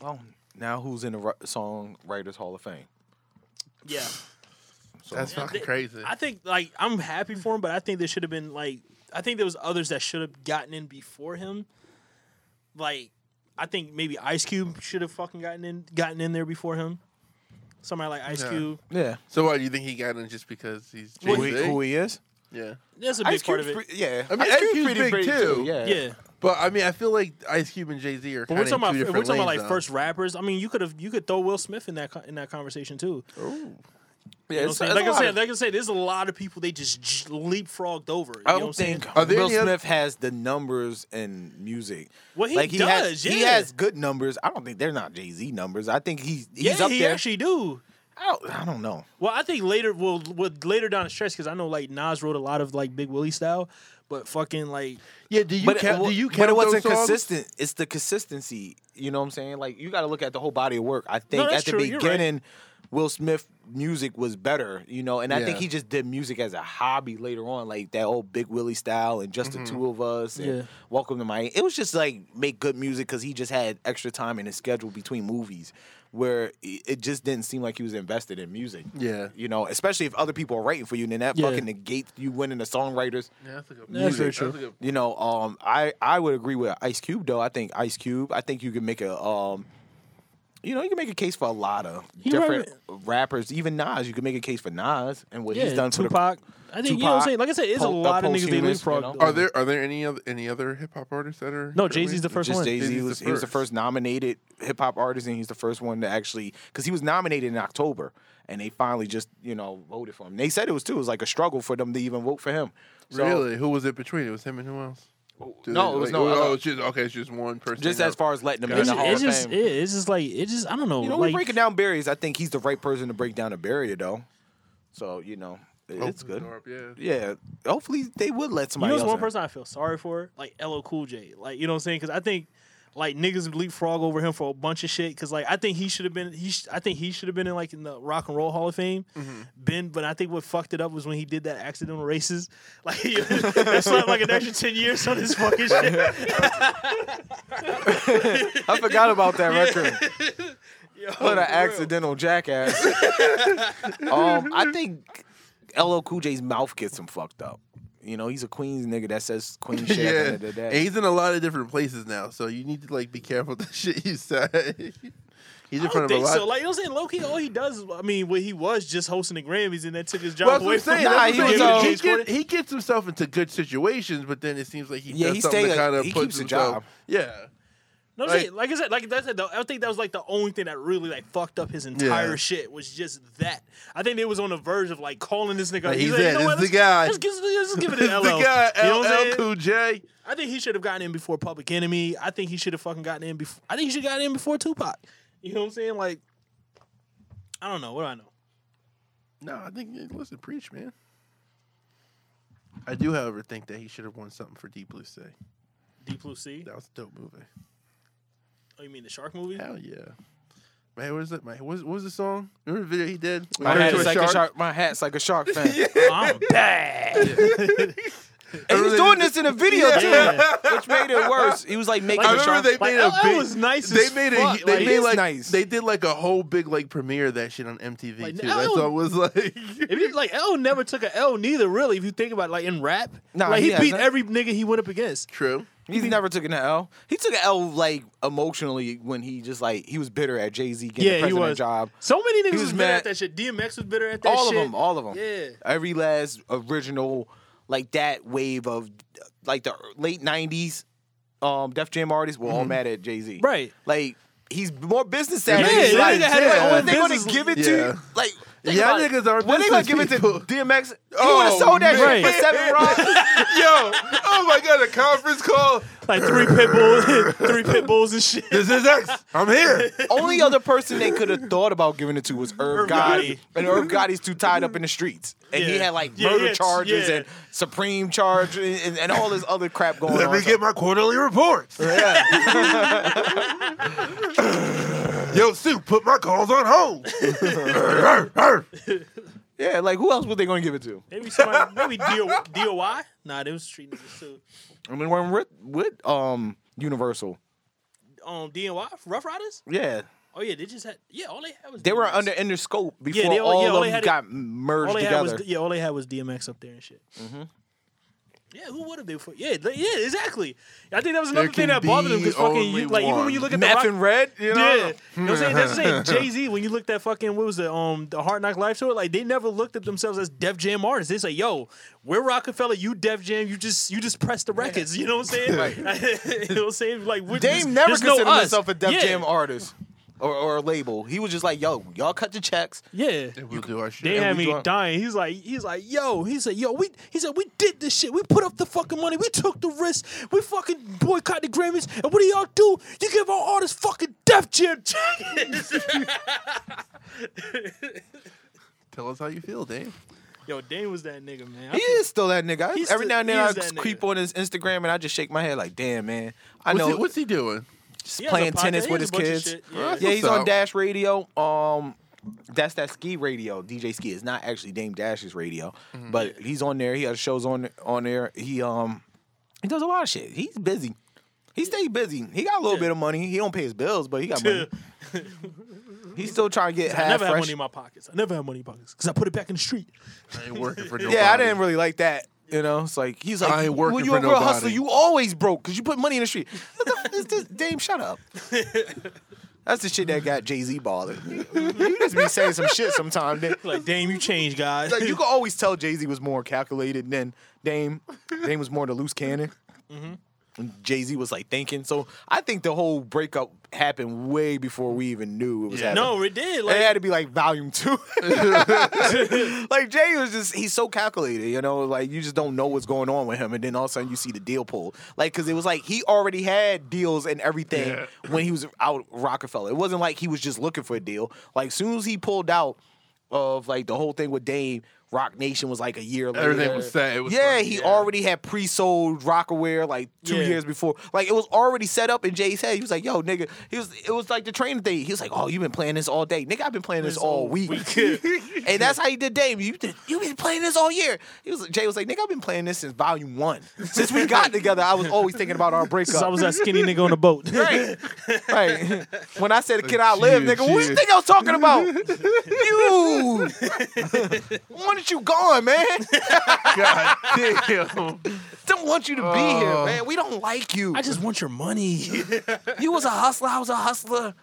[SPEAKER 1] Well, now who's in the Ru- Songwriters Hall of Fame?
[SPEAKER 4] Yeah,
[SPEAKER 2] That's fucking crazy.
[SPEAKER 4] I think like I'm happy for him, but I think there should have been like, I think there was others that should have gotten in before him. Like, I think maybe Ice Cube should have fucking gotten in gotten in there before him. Somebody like Ice
[SPEAKER 2] Yeah.
[SPEAKER 4] Cube.
[SPEAKER 1] Yeah,
[SPEAKER 2] so, what do you think he got in just because he's Jay
[SPEAKER 1] who he, who he is?
[SPEAKER 2] Yeah,
[SPEAKER 4] That's a big part of it.
[SPEAKER 1] Cube's pre- yeah,
[SPEAKER 2] I mean, Ice Cube's big, too.
[SPEAKER 1] Yeah,
[SPEAKER 4] Yeah.
[SPEAKER 2] but I mean, I feel like Ice Cube and Jay Z are.
[SPEAKER 4] But we're
[SPEAKER 2] kinda
[SPEAKER 4] talking
[SPEAKER 2] in
[SPEAKER 4] about
[SPEAKER 2] two
[SPEAKER 4] if we're
[SPEAKER 2] different
[SPEAKER 4] talking about
[SPEAKER 2] lanes,
[SPEAKER 4] like
[SPEAKER 2] though.
[SPEAKER 4] first rappers. I mean, you could have you could throw Will Smith in that co- in that conversation too. You know
[SPEAKER 1] yeah.
[SPEAKER 4] what I'm
[SPEAKER 1] it's-
[SPEAKER 4] saying?
[SPEAKER 1] it's
[SPEAKER 4] Like
[SPEAKER 1] a
[SPEAKER 4] I
[SPEAKER 1] lot
[SPEAKER 4] said,
[SPEAKER 1] of-
[SPEAKER 4] like I said, there's a lot of people they just j- leapfrogged over. You
[SPEAKER 1] I
[SPEAKER 4] know
[SPEAKER 1] don't
[SPEAKER 4] what I'm
[SPEAKER 1] think
[SPEAKER 4] Saying?
[SPEAKER 2] Are there
[SPEAKER 1] Will
[SPEAKER 2] any other-
[SPEAKER 1] Smith has the numbers in music.
[SPEAKER 4] Well, he
[SPEAKER 1] like he Has,
[SPEAKER 4] does,
[SPEAKER 1] He
[SPEAKER 4] yeah.
[SPEAKER 1] has good numbers. I don't think they're not Jay Z numbers. I think he's he's
[SPEAKER 4] yeah,
[SPEAKER 1] up
[SPEAKER 4] he
[SPEAKER 1] there.
[SPEAKER 4] actually do.
[SPEAKER 1] I, don't, I don't know.
[SPEAKER 4] Well, I think later, well, with later down the stretch, because I know like Nas wrote a lot of like Big Willie style, but fucking like
[SPEAKER 2] yeah, do you
[SPEAKER 1] But,
[SPEAKER 2] count?
[SPEAKER 1] it,
[SPEAKER 2] do you
[SPEAKER 1] but
[SPEAKER 2] count
[SPEAKER 1] it wasn't
[SPEAKER 2] those songs?
[SPEAKER 1] consistent. It's the consistency. You know what I'm saying? Like you got to look at the whole body of work. I think
[SPEAKER 4] that's
[SPEAKER 1] at the
[SPEAKER 4] true. You're right.
[SPEAKER 1] beginning, Will Smith music was better. You know, and I think
[SPEAKER 2] Yeah.
[SPEAKER 1] he just did music as a hobby later on, like that old Big Willie style and just
[SPEAKER 2] Mm-hmm.
[SPEAKER 1] the two of us and
[SPEAKER 4] Yeah.
[SPEAKER 1] Welcome to Miami. It was just like make good music because he just had extra time in his schedule between movies. Where it it just didn't seem like he was invested in music.
[SPEAKER 2] Yeah.
[SPEAKER 1] You know, especially if other people are writing for you, and then that
[SPEAKER 4] Yeah.
[SPEAKER 1] fucking negates you winning the songwriters.
[SPEAKER 2] Yeah, that's a good.
[SPEAKER 4] That's very
[SPEAKER 2] music.
[SPEAKER 4] true.
[SPEAKER 2] That's a good-
[SPEAKER 1] You know, um, I I would agree with Ice Cube though. I think Ice Cube. I think you can make a um, you know, you can make a case for a lot of different rappers. Even Nas, you can make a case for Nas and what
[SPEAKER 4] yeah,
[SPEAKER 1] he's done for the-
[SPEAKER 4] Tupac. I think you know what I'm
[SPEAKER 1] Tupac,
[SPEAKER 4] saying. Like I said, it's a
[SPEAKER 1] Pol- uh,
[SPEAKER 4] lot of niggas they
[SPEAKER 1] posthumous, you
[SPEAKER 4] leapfrogged.
[SPEAKER 1] know?
[SPEAKER 4] over.
[SPEAKER 2] Are there are there any other any other hip hop artists that are?
[SPEAKER 4] No,
[SPEAKER 2] that we-
[SPEAKER 4] Jay Z's the first
[SPEAKER 1] just
[SPEAKER 4] one.
[SPEAKER 1] Jay Z
[SPEAKER 2] Jay-Z's
[SPEAKER 1] was
[SPEAKER 2] the
[SPEAKER 1] he was the
[SPEAKER 2] first.
[SPEAKER 1] first nominated hip hop artist, and he's the first one to actually because he was nominated in October, and they finally just you know voted for him. They said it was too. It was like a struggle for them to even vote for him. So,
[SPEAKER 2] Really? Who was it between? It was him and who else? Do
[SPEAKER 1] no,
[SPEAKER 2] they-
[SPEAKER 1] it was
[SPEAKER 2] like,
[SPEAKER 1] no
[SPEAKER 2] Oh,
[SPEAKER 4] uh,
[SPEAKER 1] other-
[SPEAKER 2] it's just okay. It's just one person.
[SPEAKER 1] Just
[SPEAKER 2] out.
[SPEAKER 1] as far as letting them in
[SPEAKER 4] It's,
[SPEAKER 1] the
[SPEAKER 4] just-
[SPEAKER 1] Hall
[SPEAKER 4] it's
[SPEAKER 1] of
[SPEAKER 4] just
[SPEAKER 1] Fame.
[SPEAKER 4] yeah, it's just like it just I don't know.
[SPEAKER 1] You know,
[SPEAKER 4] like,
[SPEAKER 1] we're breaking down barriers. I think he's the right person to break down a barrier, though. So you know, it-
[SPEAKER 2] Open
[SPEAKER 1] it's
[SPEAKER 2] the
[SPEAKER 1] good.
[SPEAKER 2] door up, Yeah.
[SPEAKER 1] Yeah, hopefully they would let
[SPEAKER 4] You
[SPEAKER 1] somebody.
[SPEAKER 4] know, what's one
[SPEAKER 1] else
[SPEAKER 4] person I feel sorry for, like LL Cool J. Like, you know what I'm saying? Because I think like niggas leapfrog over him for a bunch of shit. Because like I think he should have been, he sh- I think he should have been in like in the Rock and Roll Hall of Fame.
[SPEAKER 2] Mm-hmm.
[SPEAKER 4] Been, but I think what fucked it up was when he did that accidental races. Like that's like, like an extra ten years on this fucking shit.
[SPEAKER 1] in. I forgot about that record.
[SPEAKER 4] Yo,
[SPEAKER 1] What
[SPEAKER 4] for
[SPEAKER 1] an
[SPEAKER 4] real.
[SPEAKER 1] accidental jackass. um, I think LL Cool J's mouth gets him fucked up. You know, he's a Queens nigga that says Queen shit at the end of
[SPEAKER 2] Yeah,
[SPEAKER 1] the
[SPEAKER 2] and
[SPEAKER 1] day.
[SPEAKER 2] he's in a lot of different places now, so you need to like be careful with the shit you say. he's
[SPEAKER 4] I
[SPEAKER 2] in
[SPEAKER 4] don't
[SPEAKER 2] front of a
[SPEAKER 4] think
[SPEAKER 2] lot.
[SPEAKER 4] so. Like you know what I'm saying? Low key, all he does, is- I mean, what he was just hosting the Grammys and that took his job
[SPEAKER 2] Well, that's what I'm
[SPEAKER 4] away from
[SPEAKER 2] saying.
[SPEAKER 4] him.
[SPEAKER 1] Nah,
[SPEAKER 2] That's
[SPEAKER 1] he
[SPEAKER 2] what
[SPEAKER 1] was,
[SPEAKER 2] I'm
[SPEAKER 1] uh,
[SPEAKER 2] saying. he, get- he gets himself into good situations, but then it seems like he
[SPEAKER 1] Yeah,
[SPEAKER 2] does
[SPEAKER 1] he
[SPEAKER 2] something
[SPEAKER 1] stay,
[SPEAKER 2] to
[SPEAKER 1] like,
[SPEAKER 2] kind of
[SPEAKER 1] he
[SPEAKER 2] puts
[SPEAKER 1] keeps a
[SPEAKER 2] himself.
[SPEAKER 1] job.
[SPEAKER 2] Yeah,
[SPEAKER 4] No,
[SPEAKER 2] Like-
[SPEAKER 4] like, like I said, like I said, though, I think that was like the only thing that really like fucked up his entire
[SPEAKER 2] Yeah.
[SPEAKER 4] shit was just that. I think they was on the verge of like calling this nigga.
[SPEAKER 2] Like,
[SPEAKER 4] He's
[SPEAKER 2] he's
[SPEAKER 4] like, you
[SPEAKER 2] it.
[SPEAKER 4] know
[SPEAKER 2] This
[SPEAKER 4] what?
[SPEAKER 2] is
[SPEAKER 4] Let's,
[SPEAKER 2] the guy.
[SPEAKER 4] let's, give- let's give it
[SPEAKER 2] This
[SPEAKER 4] an
[SPEAKER 2] the
[SPEAKER 4] LL.
[SPEAKER 2] guy,
[SPEAKER 4] You know what I'm
[SPEAKER 2] LL
[SPEAKER 4] saying?
[SPEAKER 2] Cool J.
[SPEAKER 4] I think he should have gotten in before Public Enemy. I think he should have fucking gotten in before. I think he should have gotten in before Tupac. You know what I'm saying? Like, I don't know. What do I know?
[SPEAKER 2] No, I think listen, preach, man. I do, however, think that he should have won something for Deep Blue Sea.
[SPEAKER 4] Deep Blue Sea.
[SPEAKER 2] That was a dope movie.
[SPEAKER 4] Oh, you mean the shark movie?
[SPEAKER 2] Hell yeah. Man, what is it? Man, what was, what was the song? Remember the video he did?
[SPEAKER 1] My
[SPEAKER 2] Remember
[SPEAKER 1] hat's
[SPEAKER 2] to a
[SPEAKER 1] like a shark. My hat's like a shark fan.
[SPEAKER 4] Oh, I'm bad.
[SPEAKER 1] And he was doing this in a video
[SPEAKER 2] Yeah.
[SPEAKER 1] too,
[SPEAKER 4] Yeah.
[SPEAKER 1] which made it worse. He was like making.
[SPEAKER 2] I
[SPEAKER 1] a shark
[SPEAKER 2] remember they
[SPEAKER 1] fan.
[SPEAKER 2] made
[SPEAKER 4] Like,
[SPEAKER 2] a
[SPEAKER 4] LL
[SPEAKER 2] big.
[SPEAKER 4] was nice
[SPEAKER 2] they
[SPEAKER 4] as
[SPEAKER 2] made
[SPEAKER 1] fuck.
[SPEAKER 2] a. They
[SPEAKER 1] Like,
[SPEAKER 2] made
[SPEAKER 1] he's
[SPEAKER 2] like
[SPEAKER 1] nice.
[SPEAKER 2] they did like a whole big like premiere of that shit on MTV
[SPEAKER 4] Like,
[SPEAKER 2] too.
[SPEAKER 4] LL
[SPEAKER 2] That's what it was like.
[SPEAKER 4] If you, like L never took a L neither, really. If you think about it, like in rap,
[SPEAKER 1] Nah,
[SPEAKER 4] like
[SPEAKER 1] he
[SPEAKER 4] he, beat
[SPEAKER 1] hasn't.
[SPEAKER 4] every nigga he went up against.
[SPEAKER 2] True.
[SPEAKER 1] He's never took an L. He took an L like emotionally when he just like he was bitter at Jay Z getting the
[SPEAKER 4] yeah, he
[SPEAKER 1] president
[SPEAKER 4] was.
[SPEAKER 1] job.
[SPEAKER 4] So many niggas
[SPEAKER 1] He
[SPEAKER 4] was,
[SPEAKER 1] was
[SPEAKER 4] bitter
[SPEAKER 1] mad.
[SPEAKER 4] at that shit. DMX was bitter at that
[SPEAKER 1] All
[SPEAKER 4] shit.
[SPEAKER 1] of them, all of them.
[SPEAKER 4] Yeah.
[SPEAKER 1] Every last original like that wave of like the late '90s um Def Jam artists were all mad at Jay Z.
[SPEAKER 4] Mm-hmm. Right.
[SPEAKER 1] Like he's more business savvy.
[SPEAKER 4] Yeah,
[SPEAKER 1] He's
[SPEAKER 4] that
[SPEAKER 1] like,
[SPEAKER 4] nigga had his
[SPEAKER 1] like,
[SPEAKER 4] own
[SPEAKER 1] when they gonna
[SPEAKER 4] business-
[SPEAKER 1] give it to
[SPEAKER 2] Yeah.
[SPEAKER 1] you? Like. think
[SPEAKER 2] Yeah,
[SPEAKER 1] about it.
[SPEAKER 2] niggas are
[SPEAKER 1] When they gonna give
[SPEAKER 2] business
[SPEAKER 1] it to
[SPEAKER 2] people.
[SPEAKER 1] DMX? He
[SPEAKER 2] Oh,
[SPEAKER 1] would have sold that
[SPEAKER 4] man.
[SPEAKER 1] shit for seven rounds.
[SPEAKER 2] Yo, oh my god, a conference call.
[SPEAKER 4] Like three pit bulls, three pit bulls and shit.
[SPEAKER 2] This is X. I'm here.
[SPEAKER 1] Only other person they could have thought about giving it to was Irv
[SPEAKER 4] Irv
[SPEAKER 1] Gotti,
[SPEAKER 4] Gotti.
[SPEAKER 1] and Irv Gotti's too tied up in the streets, and he
[SPEAKER 4] Yeah.
[SPEAKER 1] had like
[SPEAKER 4] Yeah,
[SPEAKER 1] murder
[SPEAKER 4] yeah,
[SPEAKER 1] charges
[SPEAKER 4] yeah.
[SPEAKER 1] and supreme charges and, and all this other crap going
[SPEAKER 2] Let
[SPEAKER 1] on.
[SPEAKER 2] me get my quarterly reports. Yo, Sue, put my calls on hold.
[SPEAKER 1] yeah, like who else were they gonna give it to?
[SPEAKER 4] Maybe somebody, maybe DO, DOI. Nah, they was street niggas too.
[SPEAKER 1] I mean, we're with, with um Universal.
[SPEAKER 4] Um, DNY, Rough Riders.
[SPEAKER 1] Yeah,
[SPEAKER 4] Oh yeah, they just had. Yeah, all they had was
[SPEAKER 1] they were
[SPEAKER 4] DMX.
[SPEAKER 1] under under scope before
[SPEAKER 4] they all-
[SPEAKER 1] all
[SPEAKER 4] yeah, all
[SPEAKER 1] of
[SPEAKER 4] they
[SPEAKER 1] them
[SPEAKER 4] had-
[SPEAKER 1] got merged
[SPEAKER 4] all they
[SPEAKER 1] together. Mm-hmm.
[SPEAKER 4] Had was, yeah, all they had was DMX up there and shit. Yeah, who would have they? For? Yeah, they- yeah, exactly. I think that was another
[SPEAKER 2] There can
[SPEAKER 4] thing that bothered them
[SPEAKER 2] be
[SPEAKER 4] because fucking
[SPEAKER 2] only
[SPEAKER 4] you, like even
[SPEAKER 2] one.
[SPEAKER 4] when you look at the
[SPEAKER 1] Meth
[SPEAKER 4] rock,
[SPEAKER 1] and red, you know.
[SPEAKER 4] yeah, you know what I'm saying? That's the same. Jay Z, when you looked at fucking what was the um the Hard Knock Life tour, like they never looked at themselves as Def Jam artists. They say, "Yo, we're Rockefeller, you Def Jam, you just you just press the records." You know what I'm saying? you know what I'm saying? Like we're, there's-
[SPEAKER 1] Dame never
[SPEAKER 4] there's
[SPEAKER 1] considered
[SPEAKER 4] no us.
[SPEAKER 1] himself a Def
[SPEAKER 4] yeah.
[SPEAKER 1] Jam artist or, or a label. He was just like, yo, y'all cut the checks.
[SPEAKER 4] Yeah.
[SPEAKER 2] We'll do our shit.
[SPEAKER 4] They
[SPEAKER 2] And
[SPEAKER 4] had
[SPEAKER 2] we
[SPEAKER 4] me
[SPEAKER 2] do our-
[SPEAKER 4] dying. He's like, he's like, yo, he said, yo, we, he said, we did this shit. We put up the fucking money. We took the risk. We fucking boycott the Grammys. And what do y'all do? You give our artists fucking Def Jam tickets.
[SPEAKER 2] Tell us how you feel, Dave.
[SPEAKER 4] yo, Dane was that nigga, man.
[SPEAKER 1] He is still that nigga. I-
[SPEAKER 4] He's
[SPEAKER 1] Every
[SPEAKER 4] still-
[SPEAKER 1] now and then
[SPEAKER 4] he
[SPEAKER 1] I
[SPEAKER 4] is that
[SPEAKER 1] creep
[SPEAKER 4] nigga.
[SPEAKER 1] on his Instagram and I just shake my head like, damn, man. I
[SPEAKER 2] What's,
[SPEAKER 1] know
[SPEAKER 2] he, what's he doing?
[SPEAKER 1] he's
[SPEAKER 4] He has a
[SPEAKER 1] playing
[SPEAKER 4] podcast.
[SPEAKER 1] tennis
[SPEAKER 4] He
[SPEAKER 1] with his
[SPEAKER 4] has a bunch of
[SPEAKER 1] kids.
[SPEAKER 4] shit. Yeah.
[SPEAKER 1] Yeah, he's
[SPEAKER 2] What's
[SPEAKER 1] on
[SPEAKER 2] up?
[SPEAKER 1] Dash Radio. Um, that's that ski radio. DJ Ski It's not actually Dame Dash's radio,
[SPEAKER 4] Mm-hmm.
[SPEAKER 1] but he's on there. He has shows on on there. He um, he does a lot of shit. He's busy. He stay busy. He got a little bit of money. He don't pay his bills, but he got money. He's still trying to get
[SPEAKER 4] I
[SPEAKER 1] half
[SPEAKER 4] never had
[SPEAKER 1] fresh.
[SPEAKER 4] money in my pockets. I never had money in my pockets because I put it back in the street.
[SPEAKER 2] I ain't working for nobody.
[SPEAKER 1] Yeah, I didn't really like that. You know, it's like he's like,
[SPEAKER 2] I ain't working
[SPEAKER 1] when you
[SPEAKER 2] for
[SPEAKER 1] a real
[SPEAKER 2] nobody."
[SPEAKER 1] hustler, you always broke because you put money in the street. What the f- is this? Dame, shut up. That's the shit that got Jay Z bothered. you just be saying some shit sometimes. Dame.
[SPEAKER 4] Like, damn, you changed, guys.
[SPEAKER 1] Like you can always tell Jay Z was more calculated than Dame. Dame was more the loose cannon.
[SPEAKER 2] Mm-hmm.
[SPEAKER 1] And Jay Z was like thinking. So I think the whole breakup happened way before we even knew it was
[SPEAKER 2] Yeah.
[SPEAKER 1] happening.
[SPEAKER 4] no, it did.
[SPEAKER 1] It had
[SPEAKER 4] Like,
[SPEAKER 1] to be like volume two. like Jay was just he's so calculated, you know, like you just don't know what's going on with him and then all of a sudden you see the deal pulled. Like cuz it was like he already had deals and everything
[SPEAKER 2] Yeah.
[SPEAKER 1] when he was out Rockefeller. It wasn't like he was just looking for a deal. Like soon as he pulled out of like the whole thing with Dame, Rock Nation was like a year later.
[SPEAKER 2] Everything was set. It was
[SPEAKER 1] yeah,
[SPEAKER 2] like,
[SPEAKER 1] he
[SPEAKER 2] yeah.
[SPEAKER 1] already had pre-sold Rockaware like two
[SPEAKER 4] Yeah.
[SPEAKER 1] years before. Like it was already set up in Jay's head. He was like, "Yo, nigga," he was. It was like the training thing. He was like, "Oh, you've been playing this all day, nigga. I've been playing this, all week." and that's how he did Dame. You did, you been playing this all year. He was Jay was like, "Nigga, I've been playing this since volume one. Since we got together, I was always thinking about our breakup."
[SPEAKER 4] I was that skinny nigga on the boat.
[SPEAKER 1] Right. right. When I said, "Can I live,
[SPEAKER 2] Cheers,
[SPEAKER 1] nigga?" What do you
[SPEAKER 2] cheers.
[SPEAKER 1] think I was talking about? you. When did you gone, man?
[SPEAKER 2] God damn.
[SPEAKER 1] don't want you to be here, man. We don't like you.
[SPEAKER 4] I just want your money.
[SPEAKER 1] you was a hustler. I was a hustler.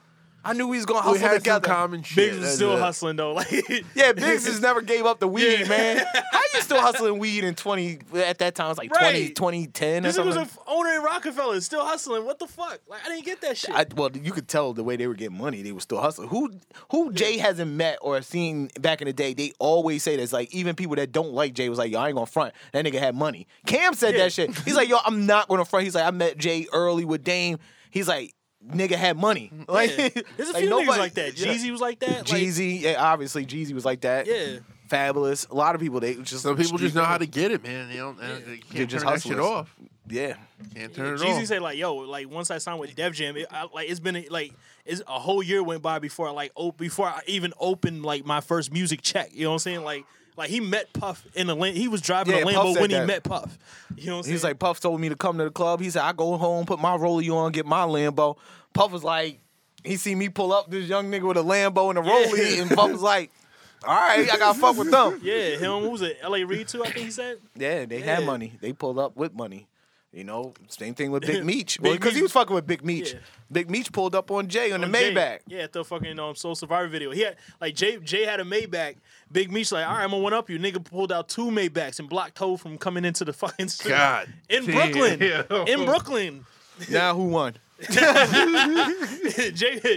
[SPEAKER 1] I knew we was gonna
[SPEAKER 2] We
[SPEAKER 1] hustle
[SPEAKER 2] had some
[SPEAKER 1] together.
[SPEAKER 2] common shit.
[SPEAKER 4] Biggs is
[SPEAKER 2] that's
[SPEAKER 4] still
[SPEAKER 2] it.
[SPEAKER 4] hustling though. Like
[SPEAKER 1] yeah, Biggs just never gave up the weed,
[SPEAKER 4] Yeah.
[SPEAKER 1] man. How you still hustling weed in twenty at that time? It was like
[SPEAKER 4] Right.
[SPEAKER 1] 20, 2010 or
[SPEAKER 4] This was
[SPEAKER 1] something.
[SPEAKER 4] a f- owner in Rockefeller, still hustling. What the fuck? Like I didn't get that shit.
[SPEAKER 1] I, well, you could tell the way they were getting money, they were still hustling. Who who Jay hasn't met or seen back in the day, they always say this. Like even people that don't like Jay was like, "Yo, I ain't gonna front." That nigga had money. Cam said
[SPEAKER 4] Yeah.
[SPEAKER 1] that shit. He's like, "Yo, I'm not gonna front." He's like, "I met Jay early with Dame." He's like, "Nigga had money." Like
[SPEAKER 4] Yeah. There's a
[SPEAKER 1] like
[SPEAKER 4] few niggas
[SPEAKER 1] nobody-
[SPEAKER 4] like that.
[SPEAKER 1] yeah.
[SPEAKER 4] Jeezy was like that. Like,
[SPEAKER 1] Jeezy, yeah, obviously Jeezy was like that.
[SPEAKER 4] Yeah.
[SPEAKER 1] fabulous. A lot of people they just
[SPEAKER 2] Some people just know how to get it, man. They don't. uh, They, they
[SPEAKER 1] They're
[SPEAKER 2] can't
[SPEAKER 1] just
[SPEAKER 2] turn that shit
[SPEAKER 1] hustlers.
[SPEAKER 2] off.
[SPEAKER 1] yeah.
[SPEAKER 2] Can't turn it
[SPEAKER 4] Jeezy
[SPEAKER 2] off.
[SPEAKER 4] said like, "Yo, like once I signed with Def Jam, it, I, like it's been a, like it's a whole year went by before I like op- before I even opened like my first music check. You know what I'm saying? Like like he met Puff in a Lam- he was driving
[SPEAKER 1] Yeah,
[SPEAKER 4] a
[SPEAKER 1] Puff
[SPEAKER 4] Lambo
[SPEAKER 1] said
[SPEAKER 4] when he
[SPEAKER 1] that.
[SPEAKER 4] met Puff. You know what I'm saying?
[SPEAKER 1] He's like, Puff told me to come to the club. He said, I go home, put my rollie on, get my Lambo. Puff was like, he see me pull up this young nigga with a Lambo and a rollie, and Puff was like, all right, I got to fuck with them.
[SPEAKER 4] yeah, him. Who was it? L.A. Reid too. I think he said.
[SPEAKER 1] Yeah, they
[SPEAKER 4] Yeah.
[SPEAKER 1] had money. They pulled up with money. You know, same thing with Big Meech.
[SPEAKER 4] Big
[SPEAKER 1] Because he
[SPEAKER 4] Meech.
[SPEAKER 1] was fucking with Big Meech.
[SPEAKER 4] Yeah.
[SPEAKER 1] Big Meech pulled up on Jay on,
[SPEAKER 4] on
[SPEAKER 1] the
[SPEAKER 4] Jay.
[SPEAKER 1] Maybach.
[SPEAKER 4] Yeah, at the fucking um, Soul Survivor video. He had like Jay Jay had a Maybach. Big Meech like, all right, I'm gonna one up you. Nigga pulled out two Maybachs and blocked Ho from coming into the fucking studio.
[SPEAKER 2] God
[SPEAKER 4] in
[SPEAKER 2] damn.
[SPEAKER 4] Brooklyn. In Brooklyn.
[SPEAKER 1] Now who won?
[SPEAKER 4] Jay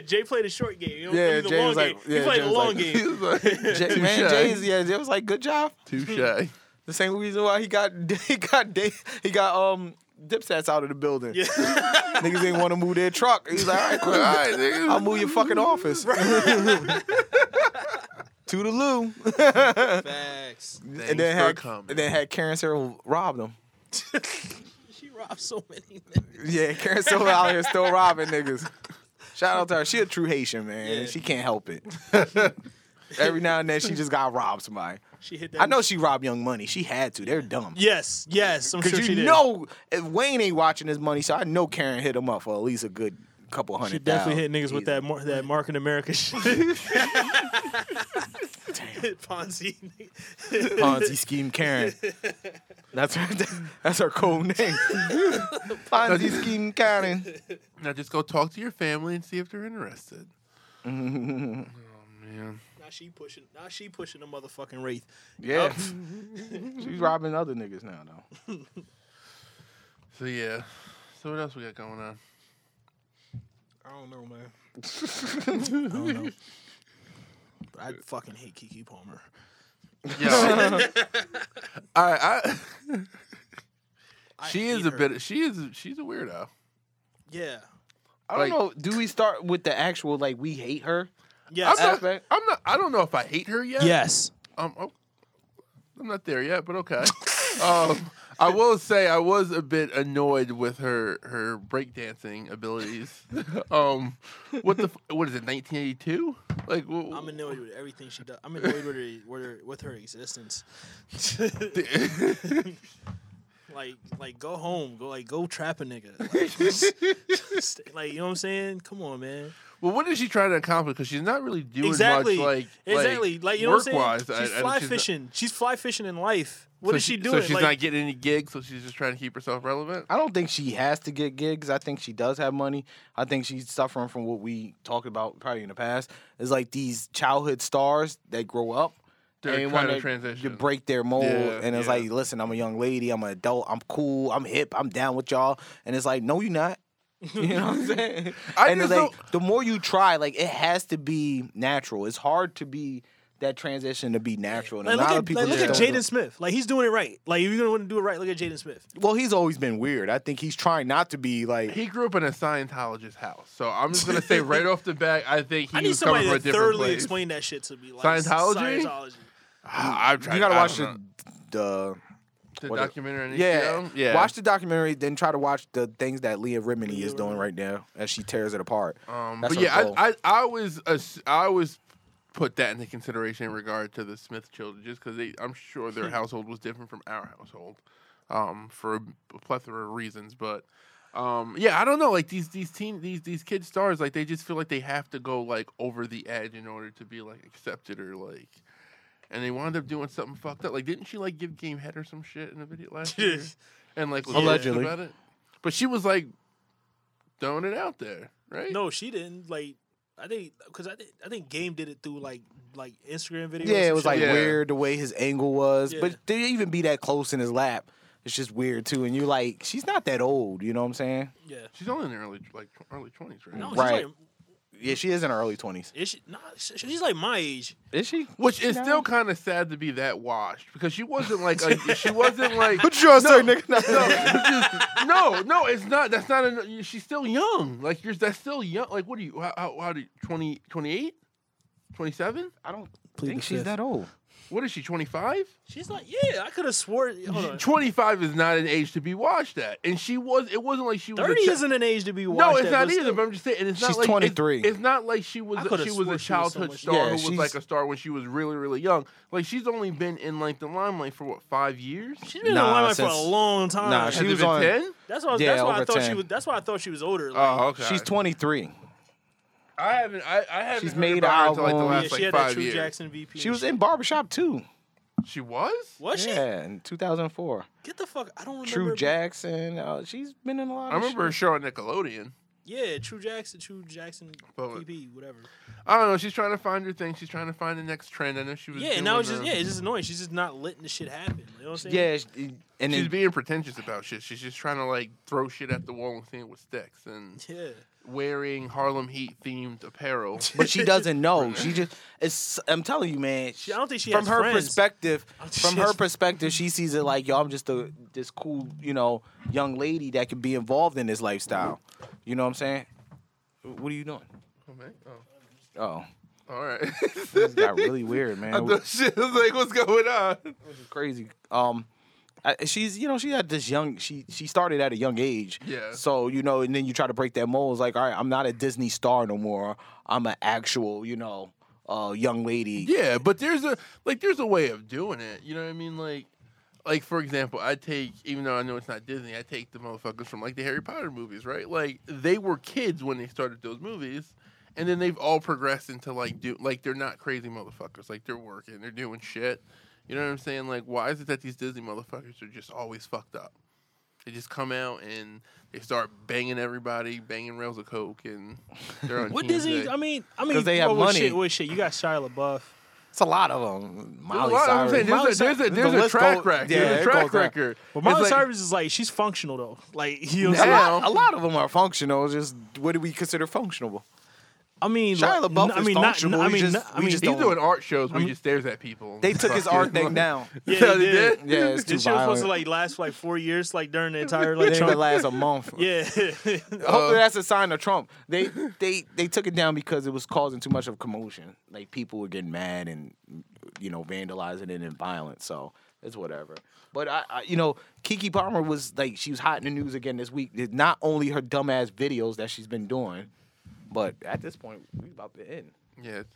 [SPEAKER 4] Jay played a short game. You know,
[SPEAKER 1] Yeah,
[SPEAKER 4] I mean, the
[SPEAKER 1] Jay
[SPEAKER 4] long
[SPEAKER 1] was like-
[SPEAKER 4] game.
[SPEAKER 1] yeah,
[SPEAKER 4] he played
[SPEAKER 1] Jay
[SPEAKER 4] a
[SPEAKER 1] was
[SPEAKER 4] long
[SPEAKER 1] like-
[SPEAKER 4] game.
[SPEAKER 1] Jay, man, Jay's, yeah, Jay was like, good job.
[SPEAKER 2] Touche.
[SPEAKER 1] The same reason why he got he got da- he got um dipsats out of the building. Niggas didn't want to move their truck. He's like, all right, cool.
[SPEAKER 2] All right, nigga.
[SPEAKER 1] I'll move your fucking office. to the loo.
[SPEAKER 4] Facts.
[SPEAKER 1] and then
[SPEAKER 2] for
[SPEAKER 1] had
[SPEAKER 2] coming.
[SPEAKER 1] and then had Karen Cyril rob them.
[SPEAKER 4] She robbed so many niggas.
[SPEAKER 1] Yeah, Karen Cyril out here still robbing niggas. Shout out to her. She a true Haitian man.
[SPEAKER 4] Yeah.
[SPEAKER 1] She can't help it. Every now and then she just got robbed somebody.
[SPEAKER 4] She hit that.
[SPEAKER 1] I know she robbed Young Money. She had to. They're dumb.
[SPEAKER 4] Yes, yes. I'm
[SPEAKER 1] Because
[SPEAKER 4] sure she
[SPEAKER 1] you
[SPEAKER 4] did.
[SPEAKER 1] know if Wayne ain't watching his money, so I know Karen hit him up for at least a good couple hundred.
[SPEAKER 4] She definitely hit
[SPEAKER 1] thousand.
[SPEAKER 4] niggas with
[SPEAKER 1] Easy.
[SPEAKER 4] that mar- that Mark in America shit. Ponzi.
[SPEAKER 1] Ponzi scheme Karen. That's her, that's her code name. Ponzi scheme Karen.
[SPEAKER 2] Now just go talk to your family and see if they're interested. oh man.
[SPEAKER 4] Now she pushing. Now she pushing the motherfucking wraith.
[SPEAKER 1] Yeah, she's robbing other niggas now though.
[SPEAKER 2] So yeah. So what else we got going on?
[SPEAKER 4] I don't know, man. I don't know. But I fucking hate Kiki Palmer.
[SPEAKER 2] Yeah. All right. I,
[SPEAKER 4] I
[SPEAKER 2] she is
[SPEAKER 4] hate
[SPEAKER 2] a
[SPEAKER 4] her.
[SPEAKER 2] bit. She is. She's a weirdo.
[SPEAKER 4] Yeah.
[SPEAKER 1] I don't know. Do we start with the actual like we hate her?
[SPEAKER 2] I'm
[SPEAKER 4] Yes.
[SPEAKER 2] not,
[SPEAKER 1] Aspect.
[SPEAKER 2] I'm not. I don't know if I hate her yet.
[SPEAKER 4] yes.
[SPEAKER 2] Um, oh, I'm not there yet, but okay. um, I will say I was a bit annoyed with her her breakdancing abilities. um, what the f- what is it? 1982? Like wh-
[SPEAKER 4] I'm annoyed with everything she does. I'm annoyed with her with her, with her existence. like like go home. Go like go trap a nigga. Like, stay- like, you know what I'm saying? Come on, man.
[SPEAKER 2] well, what is she trying to accomplish? Because she's not really doing
[SPEAKER 4] Exactly.
[SPEAKER 2] much. Like
[SPEAKER 4] exactly. Like, you know what I'm
[SPEAKER 2] work-wise.
[SPEAKER 4] saying?
[SPEAKER 2] I-
[SPEAKER 4] She's
[SPEAKER 2] I-
[SPEAKER 4] fly
[SPEAKER 2] she's not-
[SPEAKER 4] fishing. she's fly fishing in life. What
[SPEAKER 2] so
[SPEAKER 4] is she,
[SPEAKER 2] she-
[SPEAKER 4] doing?
[SPEAKER 2] So she's
[SPEAKER 4] like,
[SPEAKER 2] not getting any gigs, so she's just trying to keep herself relevant.
[SPEAKER 1] I don't think she has to get gigs. I think she does have money. I think she's suffering from what we talked about probably in the past. It's like these childhood stars that grow up.
[SPEAKER 2] They're
[SPEAKER 1] and
[SPEAKER 2] trying to
[SPEAKER 1] wanna
[SPEAKER 2] transition.
[SPEAKER 1] break their mold.
[SPEAKER 2] Yeah,
[SPEAKER 1] and it's
[SPEAKER 2] yeah.
[SPEAKER 1] like, listen, I'm a young lady. I'm an adult. I'm cool. I'm hip. I'm down with y'all. And it's like, no, you're not. You know what I'm saying?
[SPEAKER 2] I
[SPEAKER 1] and it's
[SPEAKER 2] just
[SPEAKER 1] like,
[SPEAKER 2] don't-
[SPEAKER 1] the more you try, like it has to be natural. It's hard to be that transition to be natural. And
[SPEAKER 4] Like,
[SPEAKER 1] a lot
[SPEAKER 4] look
[SPEAKER 1] of
[SPEAKER 4] at,
[SPEAKER 1] people
[SPEAKER 4] like, look
[SPEAKER 1] just
[SPEAKER 4] at
[SPEAKER 1] don't do
[SPEAKER 4] Jaden Smith. Like he's doing it right. Like if you're gonna want to do it right, look at Jaden Smith.
[SPEAKER 1] it. Well, he's always been weird. I think he's trying not to be like
[SPEAKER 2] He grew up in a Scientologist house, so I'm just gonna say right off the bat, I think he
[SPEAKER 4] I need
[SPEAKER 2] was coming
[SPEAKER 4] somebody
[SPEAKER 2] from a
[SPEAKER 4] to
[SPEAKER 2] different
[SPEAKER 4] thoroughly
[SPEAKER 2] place.
[SPEAKER 4] explain that shit to me. Like
[SPEAKER 2] Scientology?
[SPEAKER 4] Scientology.
[SPEAKER 2] Ah, I'm trying,
[SPEAKER 1] you gotta
[SPEAKER 2] I
[SPEAKER 1] watch
[SPEAKER 2] don't know.
[SPEAKER 1] the, the
[SPEAKER 2] The
[SPEAKER 1] What it-
[SPEAKER 2] documentary on
[SPEAKER 1] yeah,
[SPEAKER 2] HBO? yeah.
[SPEAKER 1] Watch the documentary, then try to watch the things that Leah Remini is
[SPEAKER 4] Leah
[SPEAKER 1] doing
[SPEAKER 4] Remini.
[SPEAKER 1] right now as she tears it apart.
[SPEAKER 2] um,
[SPEAKER 1] That's
[SPEAKER 2] but
[SPEAKER 1] her
[SPEAKER 2] yeah,
[SPEAKER 1] goal.
[SPEAKER 2] I, I I always ass- I always put that into consideration in regard to the Smith children, just because I'm sure
[SPEAKER 1] Hmm.
[SPEAKER 2] their household was different from our household, um, for a plethora of reasons. But um, yeah, I don't know. Like these these teen these these kid stars, like they just feel like they have to go like over the edge in order to be like accepted or like. And they wound up doing something fucked up. Like, didn't she like give Game Head or some shit in a video last year? And like was
[SPEAKER 1] Allegedly.
[SPEAKER 2] bitching about it? But she was like throwing it out there, right?
[SPEAKER 4] No, she didn't. Like I think because I think I think Game did it through like like Instagram videos.
[SPEAKER 1] Yeah, it
[SPEAKER 4] and
[SPEAKER 1] was
[SPEAKER 4] shit.
[SPEAKER 1] like
[SPEAKER 2] Yeah.
[SPEAKER 1] weird the way his angle was,
[SPEAKER 4] Yeah.
[SPEAKER 1] but to even be that close in his lap, it's just weird too. And you're like, she's not that old, you know what I'm saying?
[SPEAKER 4] yeah.
[SPEAKER 2] She's only in her early like tw- early twenties, right?
[SPEAKER 4] No, she's
[SPEAKER 1] Right.
[SPEAKER 4] like,
[SPEAKER 1] Yeah, she is in her early twenties.
[SPEAKER 4] is she, nah, she- she's like my age.
[SPEAKER 1] Is she?
[SPEAKER 2] Which is still kind of sad to be that washed because she wasn't like a, she wasn't like
[SPEAKER 1] you gonna say, nigga?
[SPEAKER 2] no no it's not that's not an, she's still young like you're that's still young like what are you how, how, how do you 20 28 27
[SPEAKER 1] I don't
[SPEAKER 4] Plead
[SPEAKER 1] think
[SPEAKER 4] the
[SPEAKER 1] she's
[SPEAKER 4] fifth.
[SPEAKER 1] that old.
[SPEAKER 2] what is she 25
[SPEAKER 4] She's like yeah. I could have swore. Hold on.
[SPEAKER 2] 25 is not an age to be washed at and she was it wasn't like she was
[SPEAKER 4] Thirty
[SPEAKER 2] a chi-
[SPEAKER 4] isn't an age to be watched.
[SPEAKER 2] no, it's
[SPEAKER 4] at,
[SPEAKER 2] not
[SPEAKER 4] but
[SPEAKER 2] either.
[SPEAKER 4] still.
[SPEAKER 2] But I'm just saying, and it's
[SPEAKER 1] She's
[SPEAKER 2] not like
[SPEAKER 1] 23.
[SPEAKER 2] It's, it's not like she was
[SPEAKER 4] I
[SPEAKER 2] a,
[SPEAKER 4] could've
[SPEAKER 2] she was
[SPEAKER 4] swore
[SPEAKER 2] a
[SPEAKER 4] she was so
[SPEAKER 2] childhood
[SPEAKER 4] much
[SPEAKER 2] star
[SPEAKER 1] younger. Yeah,
[SPEAKER 2] who was
[SPEAKER 1] she's-
[SPEAKER 2] like a star when she was really, really young. Like she's only been in like the limelight for what five years?
[SPEAKER 4] She's been in
[SPEAKER 1] Nah,
[SPEAKER 4] the limelight for a
[SPEAKER 1] since-
[SPEAKER 4] long time.
[SPEAKER 1] Nah,
[SPEAKER 2] Has
[SPEAKER 1] she
[SPEAKER 2] it
[SPEAKER 1] was
[SPEAKER 2] been
[SPEAKER 1] on-
[SPEAKER 2] 10?
[SPEAKER 4] that's why.
[SPEAKER 1] Yeah,
[SPEAKER 4] that's why I
[SPEAKER 1] over
[SPEAKER 4] thought she
[SPEAKER 1] 10.
[SPEAKER 4] was. That's why I thought she was older. Like,
[SPEAKER 2] Oh, okay.
[SPEAKER 1] She's 23.
[SPEAKER 2] I haven't. I, I haven't.
[SPEAKER 1] She's
[SPEAKER 2] heard
[SPEAKER 1] made
[SPEAKER 2] about her until, like the
[SPEAKER 1] albums.
[SPEAKER 4] yeah,
[SPEAKER 2] last
[SPEAKER 4] she
[SPEAKER 2] like
[SPEAKER 4] had that
[SPEAKER 2] five
[SPEAKER 4] True
[SPEAKER 2] years.
[SPEAKER 4] Jackson VP.
[SPEAKER 1] She was in Barbershop too.
[SPEAKER 2] She was.
[SPEAKER 4] Was she?
[SPEAKER 1] Yeah, in 2004.
[SPEAKER 4] Get the fuck. I don't remember.
[SPEAKER 1] True Jackson. Uh, she's been in a lot.
[SPEAKER 2] I
[SPEAKER 1] of
[SPEAKER 2] remember her
[SPEAKER 1] shit.
[SPEAKER 2] show on Nickelodeon.
[SPEAKER 4] Yeah, True Jackson. True Jackson
[SPEAKER 2] But-
[SPEAKER 4] VP. Whatever.
[SPEAKER 2] I don't know. She's trying to find her thing. She's trying to find the next trend. I know she was.
[SPEAKER 4] Yeah, and
[SPEAKER 2] doing
[SPEAKER 4] now it's just
[SPEAKER 2] the-
[SPEAKER 4] yeah, it's just annoying. She's just not letting the shit happen. You know what I'm saying?
[SPEAKER 1] Yeah, sh- and
[SPEAKER 2] She's
[SPEAKER 1] then,
[SPEAKER 2] being pretentious about shit. She's just trying to like throw shit at the wall and seeing what sticks. And
[SPEAKER 4] Yeah.
[SPEAKER 2] wearing Harlem Heat themed apparel.
[SPEAKER 1] but she doesn't know. She just. It's, I'm telling you, man.
[SPEAKER 4] She, I don't think she
[SPEAKER 1] from
[SPEAKER 4] has
[SPEAKER 1] her
[SPEAKER 4] friends.
[SPEAKER 1] perspective,
[SPEAKER 4] I don't think
[SPEAKER 1] from
[SPEAKER 4] she
[SPEAKER 1] her
[SPEAKER 4] has-
[SPEAKER 1] perspective, she sees it like, yo, I'm just a this cool, you know, young lady that could be involved in this lifestyle. You know what I'm saying? What are you doing?
[SPEAKER 2] Oh, man. Oh.
[SPEAKER 1] Oh,
[SPEAKER 2] All right.
[SPEAKER 1] this got really weird, man.
[SPEAKER 2] I
[SPEAKER 1] It was
[SPEAKER 2] thought shit. I was like, what's going on?
[SPEAKER 1] crazy. Um, I, she's you know she had this young she she started at a young age.
[SPEAKER 2] Yeah.
[SPEAKER 1] So you know, and then you try to break that mold. It's like, all right, I'm not a Disney star no more. I'm an actual, you know, uh, young lady.
[SPEAKER 2] Yeah, but there's a like there's a way of doing it. You know what I mean? Like like for example, I take even though I know it's not Disney, I take the motherfuckers from like the Harry Potter movies, right? Like they were kids when they started those movies. And then they've all progressed into like do like they're not crazy motherfuckers. Like they're working, they're doing shit. You know what I'm saying? Like why is it that these Disney motherfuckers are just always fucked up? They just come out and they start banging everybody, banging rails of coke, and they're on
[SPEAKER 4] What
[SPEAKER 2] TMZ.
[SPEAKER 4] Disney? I mean, I mean,
[SPEAKER 1] 'Cause they have
[SPEAKER 4] what- what
[SPEAKER 1] money.
[SPEAKER 4] Shit, what shit? You got Shia LaBeouf.
[SPEAKER 1] It's a lot of them.
[SPEAKER 2] There's
[SPEAKER 1] Miley
[SPEAKER 2] a lot- I'm
[SPEAKER 1] Cyrus.
[SPEAKER 2] saying
[SPEAKER 1] Miley
[SPEAKER 2] there's a, there's a,
[SPEAKER 1] Cyrus-
[SPEAKER 2] there's
[SPEAKER 1] the
[SPEAKER 2] a
[SPEAKER 1] list
[SPEAKER 2] track
[SPEAKER 1] goes-
[SPEAKER 2] record.
[SPEAKER 1] yeah, it
[SPEAKER 2] there's a
[SPEAKER 1] goes
[SPEAKER 2] track
[SPEAKER 1] down.
[SPEAKER 2] record.
[SPEAKER 4] But
[SPEAKER 2] It's
[SPEAKER 4] Miley
[SPEAKER 2] like-
[SPEAKER 4] Cyrus is like she's functional though. Like you know, what
[SPEAKER 1] A
[SPEAKER 4] I'm saying?
[SPEAKER 2] Yeah.
[SPEAKER 1] lot, a lot of them are functional. It's Just what do we consider functional?
[SPEAKER 4] I mean,
[SPEAKER 1] Shia
[SPEAKER 4] like,
[SPEAKER 1] LaBeouf
[SPEAKER 4] n- I
[SPEAKER 1] is
[SPEAKER 4] mean, not-
[SPEAKER 1] functional.
[SPEAKER 4] I
[SPEAKER 1] He
[SPEAKER 4] mean,
[SPEAKER 1] just-
[SPEAKER 4] not- I
[SPEAKER 1] we
[SPEAKER 4] mean,
[SPEAKER 1] just
[SPEAKER 2] He's
[SPEAKER 1] don't-
[SPEAKER 2] doing art shows where he just stares at people.
[SPEAKER 1] They took his art thing down.
[SPEAKER 4] Yeah,
[SPEAKER 2] Yeah,
[SPEAKER 4] they
[SPEAKER 2] they
[SPEAKER 4] did.
[SPEAKER 2] did.
[SPEAKER 1] Yeah, it's too
[SPEAKER 4] This shit was supposed to
[SPEAKER 1] violent.
[SPEAKER 4] like last for like four years, like during the entire like
[SPEAKER 1] It didn't
[SPEAKER 4] Trump.
[SPEAKER 1] last a month.
[SPEAKER 4] Yeah,
[SPEAKER 1] Hopefully that's a sign of Trump. They they they took it down because it was causing too much of a commotion. Like people were getting mad and you know vandalizing it and violence. So it's whatever. But I, I you know Kiki Palmer was like she was hot in the news again this week. It's not only her dumbass videos that she's been doing, but at this point we about to end.
[SPEAKER 2] Yeah, it's,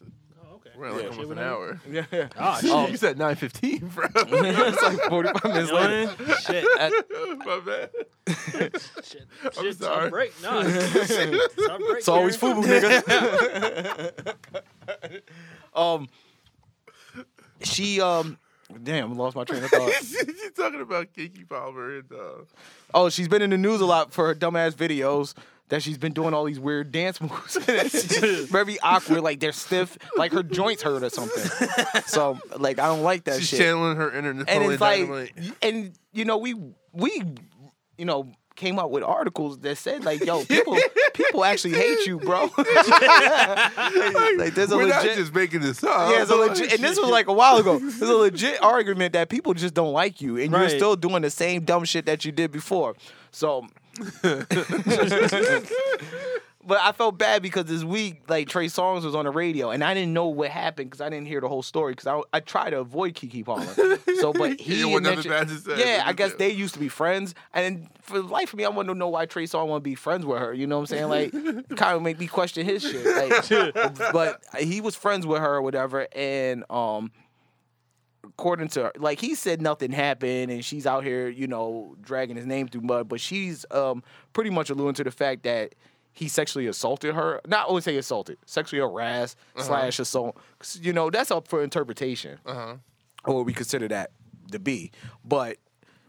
[SPEAKER 4] Oh, okay.
[SPEAKER 2] we're at like almost an hour.
[SPEAKER 1] Yeah,
[SPEAKER 4] Gosh,
[SPEAKER 2] Oh, you said nine fifteen, bro.
[SPEAKER 1] it's like forty five minutes
[SPEAKER 4] you know what
[SPEAKER 1] later.
[SPEAKER 4] I mean? shit,
[SPEAKER 2] My bad.
[SPEAKER 4] shit,
[SPEAKER 2] I'm
[SPEAKER 4] shit, tough
[SPEAKER 2] sorry.
[SPEAKER 4] break. No, it's tough break.
[SPEAKER 1] It's always
[SPEAKER 4] food.
[SPEAKER 1] FUBU, nigga. um, she um, damn, lost my train of thought.
[SPEAKER 2] She's talking about Kiki Palmer and uh,
[SPEAKER 1] Oh, she's been in the news a lot for her dumbass videos that she's been doing all these weird dance moves. Very awkward, like they're stiff, like her joints hurt or something. So, like, I don't like that
[SPEAKER 2] she's
[SPEAKER 1] shit.
[SPEAKER 2] channeling her inner
[SPEAKER 1] and
[SPEAKER 2] Napoleon
[SPEAKER 1] it's like,
[SPEAKER 2] Dynamite.
[SPEAKER 1] and you know, we we, you know. Came out with articles that said like, "Yo, people, people actually hate you, bro." like, there's a
[SPEAKER 2] We're not
[SPEAKER 1] legit,
[SPEAKER 2] just making this up.
[SPEAKER 1] yeah, it's a legit, and this was like a while ago. It's a legit argument that people just don't like you, and you're
[SPEAKER 4] Right.
[SPEAKER 1] still doing the same dumb shit that you did before. So, but I felt bad because this week, like Trey Songz was on the radio, and I didn't know what happened because I didn't hear the whole story because I, I try to avoid Kiki Palmer. So, but he
[SPEAKER 2] You
[SPEAKER 1] and
[SPEAKER 2] want
[SPEAKER 1] that
[SPEAKER 2] nothing
[SPEAKER 1] shit-
[SPEAKER 2] bad to say,
[SPEAKER 1] yeah,
[SPEAKER 2] but
[SPEAKER 1] I
[SPEAKER 2] you
[SPEAKER 1] guess
[SPEAKER 2] do.
[SPEAKER 1] they used to be friends, and for the life of me, I want to know why Trey Songz want to be friends with her. You know what I'm saying? Like, kind of make me question his shit. Like, but he was friends with her or whatever, and um according to her, like he said nothing happened and she's out here, you know, dragging his name through mud, but she's um pretty much alluding to the fact that he sexually assaulted her. Not only say assaulted, sexually harassed slash assault. 'Cause, You know, that's up for interpretation
[SPEAKER 2] uh-huh.
[SPEAKER 1] or what we consider that to be. But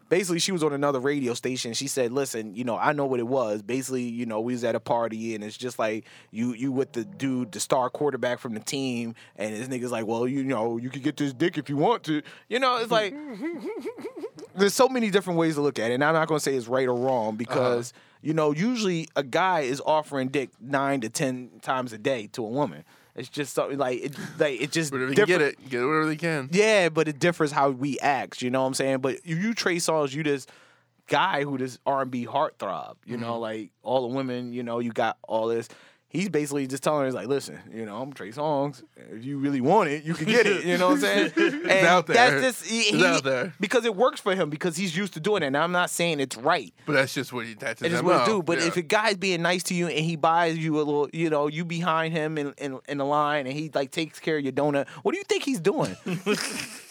[SPEAKER 1] basically she was on another radio station. She said, "Listen, you know, I know what it was. Basically, you know, we was at a party and it's just like you you with the dude, the star quarterback from the team, and this nigga's like, well, you know, you could get this dick if you want to. You know, it's like there's so many different ways to look at it. And I'm not gonna say it's right or wrong
[SPEAKER 2] Uh-huh.
[SPEAKER 1] because you know usually a guy is offering dick nine to ten times a day to a woman. It's just something like it, like it just
[SPEAKER 2] Whatever they
[SPEAKER 1] different.
[SPEAKER 2] can get it, get it wherever they can.
[SPEAKER 1] Yeah, but it differs how we act. You know what I'm saying? But you, you Trey Songz, you this guy who this R&B heartthrob. You
[SPEAKER 2] Mm-hmm.
[SPEAKER 1] know, like all the women. You know, you got all this. He's basically just telling her, he's like, listen, you know, I'm Trey Songz. If you really want it, you can get it. You know what I'm saying? And
[SPEAKER 2] out there.
[SPEAKER 1] That's just he,
[SPEAKER 2] It's
[SPEAKER 1] he-
[SPEAKER 2] out there.
[SPEAKER 1] because it works for him because he's used to doing it. And I'm not saying it's right.
[SPEAKER 2] But that's just what he, that's his
[SPEAKER 1] It is
[SPEAKER 2] MO.
[SPEAKER 1] what it do. But
[SPEAKER 2] yeah.
[SPEAKER 1] if a guy's being nice to you and he buys you a little, you know, you behind him in, in, in the line and he like takes care of your donut, what do you think he's doing?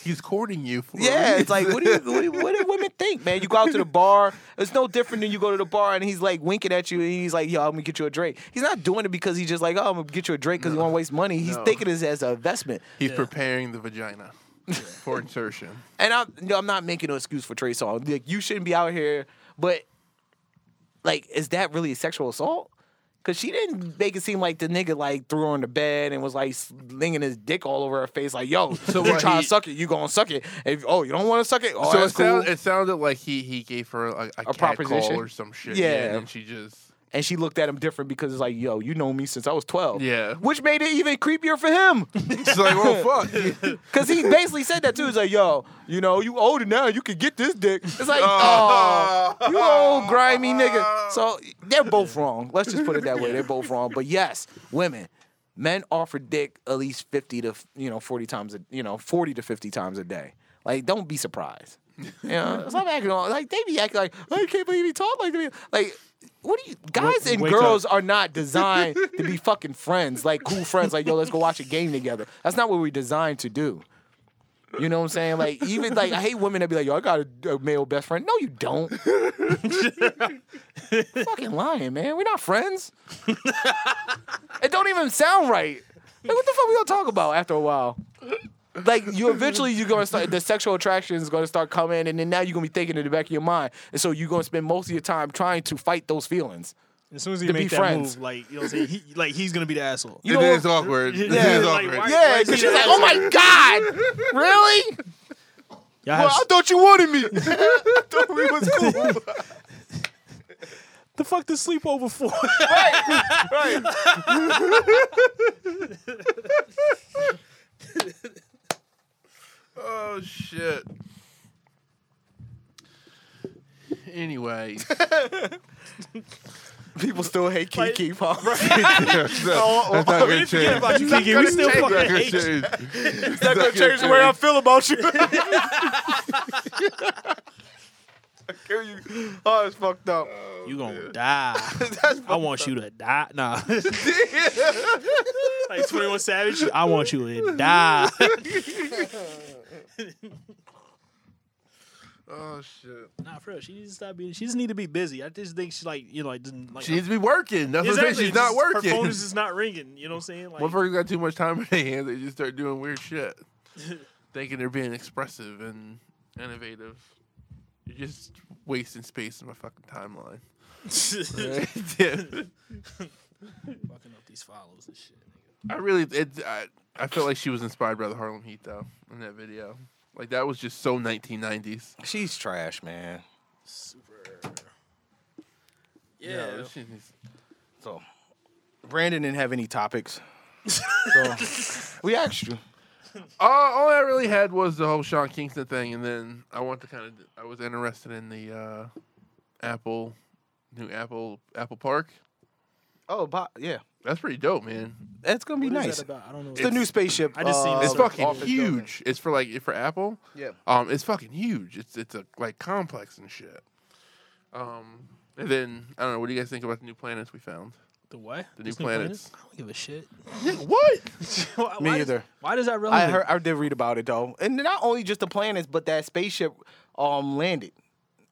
[SPEAKER 2] he's courting you for a
[SPEAKER 1] Yeah,
[SPEAKER 2] reason.
[SPEAKER 1] it's like what do you what do, what do women think, man? You go out to the bar. It's no different than you go to the bar and he's like winking at you and he's like, "Yo, I'm gonna get you a drink." He's not doing it because he's just like, "Oh, I'm gonna get you a drink because he want to waste money." He's
[SPEAKER 2] No.
[SPEAKER 1] thinking this as an investment.
[SPEAKER 2] he's preparing the vagina for insertion.
[SPEAKER 1] And I'm no, I'm not making no excuse for Trey Songz. Like you shouldn't be out here, but like, is that really sexual assault? Cause she didn't make it seem like the nigga like threw her on the bed and was like slinging his dick all over her face, like, "Yo, so you
[SPEAKER 2] what,
[SPEAKER 1] trying
[SPEAKER 2] he-
[SPEAKER 1] to suck it? You gonna suck it? If oh, you don't want to suck it, oh,
[SPEAKER 2] so it,
[SPEAKER 1] that's cool."
[SPEAKER 2] sound, it sounded like he he gave her a, a, cat
[SPEAKER 1] proposition?
[SPEAKER 2] call or some shit.
[SPEAKER 1] Yeah.
[SPEAKER 2] and she just
[SPEAKER 1] and she looked at him different because it's like, yo, you know me since I was 12.
[SPEAKER 2] Yeah.
[SPEAKER 1] Which made it even creepier for him.
[SPEAKER 2] she's like, oh fuck.
[SPEAKER 1] Because he basically said that too. He's like, yo, you know, you older now, you could get this dick. It's like, oh,
[SPEAKER 2] Oh.
[SPEAKER 1] you old grimy nigga. So they're both wrong. Let's just put it that way. They're both wrong. But yes, women, men offer dick at least 50 to, you know, 40 times, a, you know, 40 to 50 times a day. Like, don't be surprised. You know, some acting on- like they be acting like I can't believe he talked like me. Like, what do you guys and
[SPEAKER 4] wake
[SPEAKER 1] girls are not designed to be fucking friends, like cool friends. Like, yo, let's go watch a game together. That's not what we're designed to do. You know what I'm saying? Like, even like I hate women that be like, yo, I got a, a male best friend. No, you don't. fucking lying, man. We're not friends. it don't even sound right. Like, what the fuck we gonna talk about after a while? like you eventually you're gonna start the sexual attraction is gonna start coming and then now you're gonna be thinking in the back of your mind and so you're gonna spend most of your time trying to fight those feelings
[SPEAKER 4] As soon as he
[SPEAKER 1] To be
[SPEAKER 4] make that
[SPEAKER 1] friends.
[SPEAKER 4] move, like you know, what I'm saying? he, like he's gonna be the asshole.
[SPEAKER 1] you
[SPEAKER 2] it
[SPEAKER 1] know
[SPEAKER 2] is awkward. It
[SPEAKER 4] Yeah,
[SPEAKER 2] is
[SPEAKER 4] like,
[SPEAKER 2] awkward.
[SPEAKER 4] why-
[SPEAKER 1] yeah
[SPEAKER 4] Right,
[SPEAKER 1] because
[SPEAKER 4] right,
[SPEAKER 1] she's
[SPEAKER 4] yeah.
[SPEAKER 1] like oh my god really
[SPEAKER 4] Y'all
[SPEAKER 1] well
[SPEAKER 4] have,
[SPEAKER 1] i thought you wanted me i thought we was cool
[SPEAKER 4] the fuck the sleepover for?
[SPEAKER 2] Oh shit. Anyways,
[SPEAKER 1] people still hate kiki pop
[SPEAKER 2] that's not that's not gonna
[SPEAKER 4] Forget
[SPEAKER 2] change.
[SPEAKER 4] about you, Kiki. We still
[SPEAKER 2] That's
[SPEAKER 4] fucking
[SPEAKER 2] not gonna
[SPEAKER 4] hate you.
[SPEAKER 2] change. That's not
[SPEAKER 1] gonna
[SPEAKER 2] gonna
[SPEAKER 1] change the way I feel about you. I kill you. Oh, it's fucked up.
[SPEAKER 4] You gonna die. I want you to die. Nah. like Twenty One Savage. I want you to die.
[SPEAKER 2] Oh shit.
[SPEAKER 4] nah, for real. She needs to stop being. She just need to be busy. I just think she like you know like doesn't like.
[SPEAKER 2] She needs to be working. That's what I'm
[SPEAKER 4] Exactly,
[SPEAKER 2] saying. She's not
[SPEAKER 4] just- Her
[SPEAKER 2] working.
[SPEAKER 4] phone is just not ringing. You know what I'm saying? Like,
[SPEAKER 2] Motherfuckers got too much time on their hands. They just start doing weird shit, thinking they're being expressive and innovative. You're just wasting space in my fucking timeline. Dude,
[SPEAKER 4] fucking up these follows and shit.
[SPEAKER 2] I really, it, I, I felt like she was inspired by the Harlem Heat though in that video. Like that was just so 1990s.
[SPEAKER 1] She's trash, man.
[SPEAKER 4] Super.
[SPEAKER 2] Yeah,
[SPEAKER 4] Yeah.
[SPEAKER 2] this shit is-
[SPEAKER 1] So, Brandon didn't have any topics. So, we asked you.
[SPEAKER 2] all, all I really had was the whole Sean Kingston thing, and then I want to kind of, I was interested in the uh, Apple, new Apple Apple Park.
[SPEAKER 1] Oh, but, yeah.
[SPEAKER 2] That's pretty dope, man.
[SPEAKER 1] That's going to be
[SPEAKER 4] What is
[SPEAKER 1] nice.
[SPEAKER 4] that about? I don't know.
[SPEAKER 1] It's the new spaceship.
[SPEAKER 4] I just seen
[SPEAKER 1] uh,
[SPEAKER 2] It's
[SPEAKER 4] the
[SPEAKER 2] fucking
[SPEAKER 1] office
[SPEAKER 2] huge.
[SPEAKER 1] building.
[SPEAKER 2] It's for like for Apple.
[SPEAKER 1] Yeah.
[SPEAKER 2] Um, it's fucking huge. It's it's a like complex and shit. Um, and then I don't know. What do you guys think about the new planets we found?
[SPEAKER 4] The what?
[SPEAKER 2] The new
[SPEAKER 4] These
[SPEAKER 2] planets.
[SPEAKER 4] I don't give a shit.
[SPEAKER 2] what?
[SPEAKER 4] why,
[SPEAKER 1] Me
[SPEAKER 4] why
[SPEAKER 1] either.
[SPEAKER 4] Does, why does that really?
[SPEAKER 1] I heard, I did read about it though, and not only just the planets, but that spaceship um landed.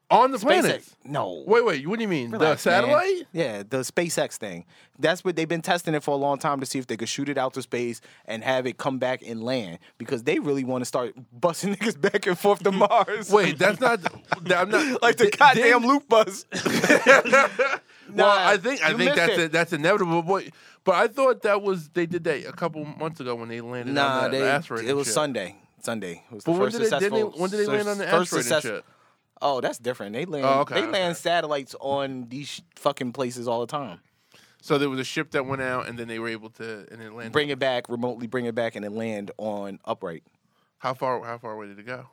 [SPEAKER 2] on the planet.
[SPEAKER 1] SpaceX. No.
[SPEAKER 2] Wait, wait. What do you mean? the
[SPEAKER 1] Relax, man.
[SPEAKER 2] satellite?
[SPEAKER 1] Yeah, the SpaceX thing. That's what they've been testing it for a long time to see if they could shoot it out to space and have it come back and land because they really want to start busting niggas back and forth to Mars.
[SPEAKER 2] Wait, that's not. that- I'm not
[SPEAKER 1] like the
[SPEAKER 2] Did-
[SPEAKER 1] goddamn
[SPEAKER 2] didn't-
[SPEAKER 1] loop bus.
[SPEAKER 2] well,
[SPEAKER 1] Nah,
[SPEAKER 2] I think I
[SPEAKER 1] you
[SPEAKER 2] think
[SPEAKER 1] missed
[SPEAKER 2] that's
[SPEAKER 1] it.
[SPEAKER 2] it. that's inevitable. But but I thought that was they did that a couple months ago when they landed on
[SPEAKER 1] nah,
[SPEAKER 2] that
[SPEAKER 1] they,
[SPEAKER 2] asteroid. and
[SPEAKER 1] it was
[SPEAKER 2] shit.
[SPEAKER 1] Sunday. Sunday was the
[SPEAKER 2] But when
[SPEAKER 1] first
[SPEAKER 2] did they, didn't
[SPEAKER 1] successful.
[SPEAKER 2] they when did they land on the
[SPEAKER 1] first
[SPEAKER 2] asteroid and
[SPEAKER 1] success-
[SPEAKER 2] shit?
[SPEAKER 1] Oh, that's different. They land.
[SPEAKER 2] Oh, okay,
[SPEAKER 1] they
[SPEAKER 2] okay.
[SPEAKER 1] land satellites on these sh- fucking places all the time.
[SPEAKER 2] So there was a ship that went out and then they were able to and it landed.
[SPEAKER 1] Bring it back remotely. Bring it back and then land on upright.
[SPEAKER 2] how far how far away did it go?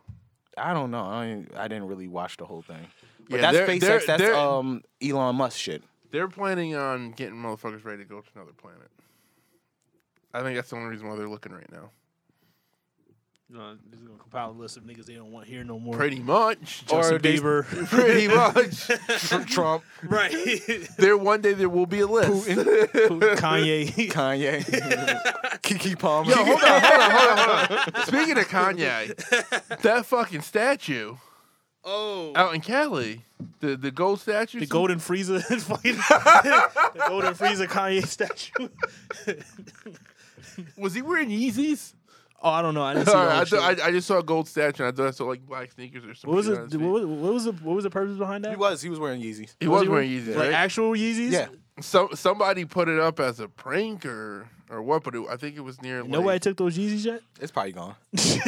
[SPEAKER 1] I don't know. I didn't, I didn't really watch the whole thing. But
[SPEAKER 2] Yeah,
[SPEAKER 1] that's
[SPEAKER 2] they're-
[SPEAKER 1] SpaceX.
[SPEAKER 2] they're-
[SPEAKER 1] that's
[SPEAKER 2] they're-
[SPEAKER 1] um Elon Musk shit.
[SPEAKER 2] They're planning on getting motherfuckers ready to go to another planet. I think that's the only reason why they're looking right now.
[SPEAKER 4] Uh, they're gonna compile a list of niggas they don't want here no more.
[SPEAKER 2] Pretty much.
[SPEAKER 4] Justin
[SPEAKER 2] Or they-
[SPEAKER 4] Bieber,
[SPEAKER 2] pretty much.
[SPEAKER 1] Trump,
[SPEAKER 4] right?
[SPEAKER 2] there one day there will be a list.
[SPEAKER 4] Kanye.
[SPEAKER 1] Kanye, Kiki Palmer.
[SPEAKER 2] Yo, hold on, hold on, hold on, hold on. Speaking of Kanye, that fucking statue
[SPEAKER 4] oh,
[SPEAKER 2] out in Cali, the the gold statue,
[SPEAKER 4] the golden freezer. fucking- the golden freezer Kanye statue.
[SPEAKER 2] was he wearing Yeezys?
[SPEAKER 4] Oh, I don't know. I didn't see
[SPEAKER 2] Sorry,
[SPEAKER 4] that
[SPEAKER 2] I,
[SPEAKER 4] shit.
[SPEAKER 2] thought- I, I just saw a gold statue. and I thought I saw like black sneakers or something.
[SPEAKER 4] What was it? What was, what was the what was the purpose behind that?
[SPEAKER 1] He was. He was wearing Yeezys.
[SPEAKER 2] He was wearing Yeezys,
[SPEAKER 4] Like
[SPEAKER 2] right?
[SPEAKER 4] actual Yeezys?
[SPEAKER 1] Yeah.
[SPEAKER 2] So somebody put it up as a prank or or what? But it, I think it was near.
[SPEAKER 4] Nobody
[SPEAKER 2] like,
[SPEAKER 4] took those Yeezys yet.
[SPEAKER 1] It's probably gone. if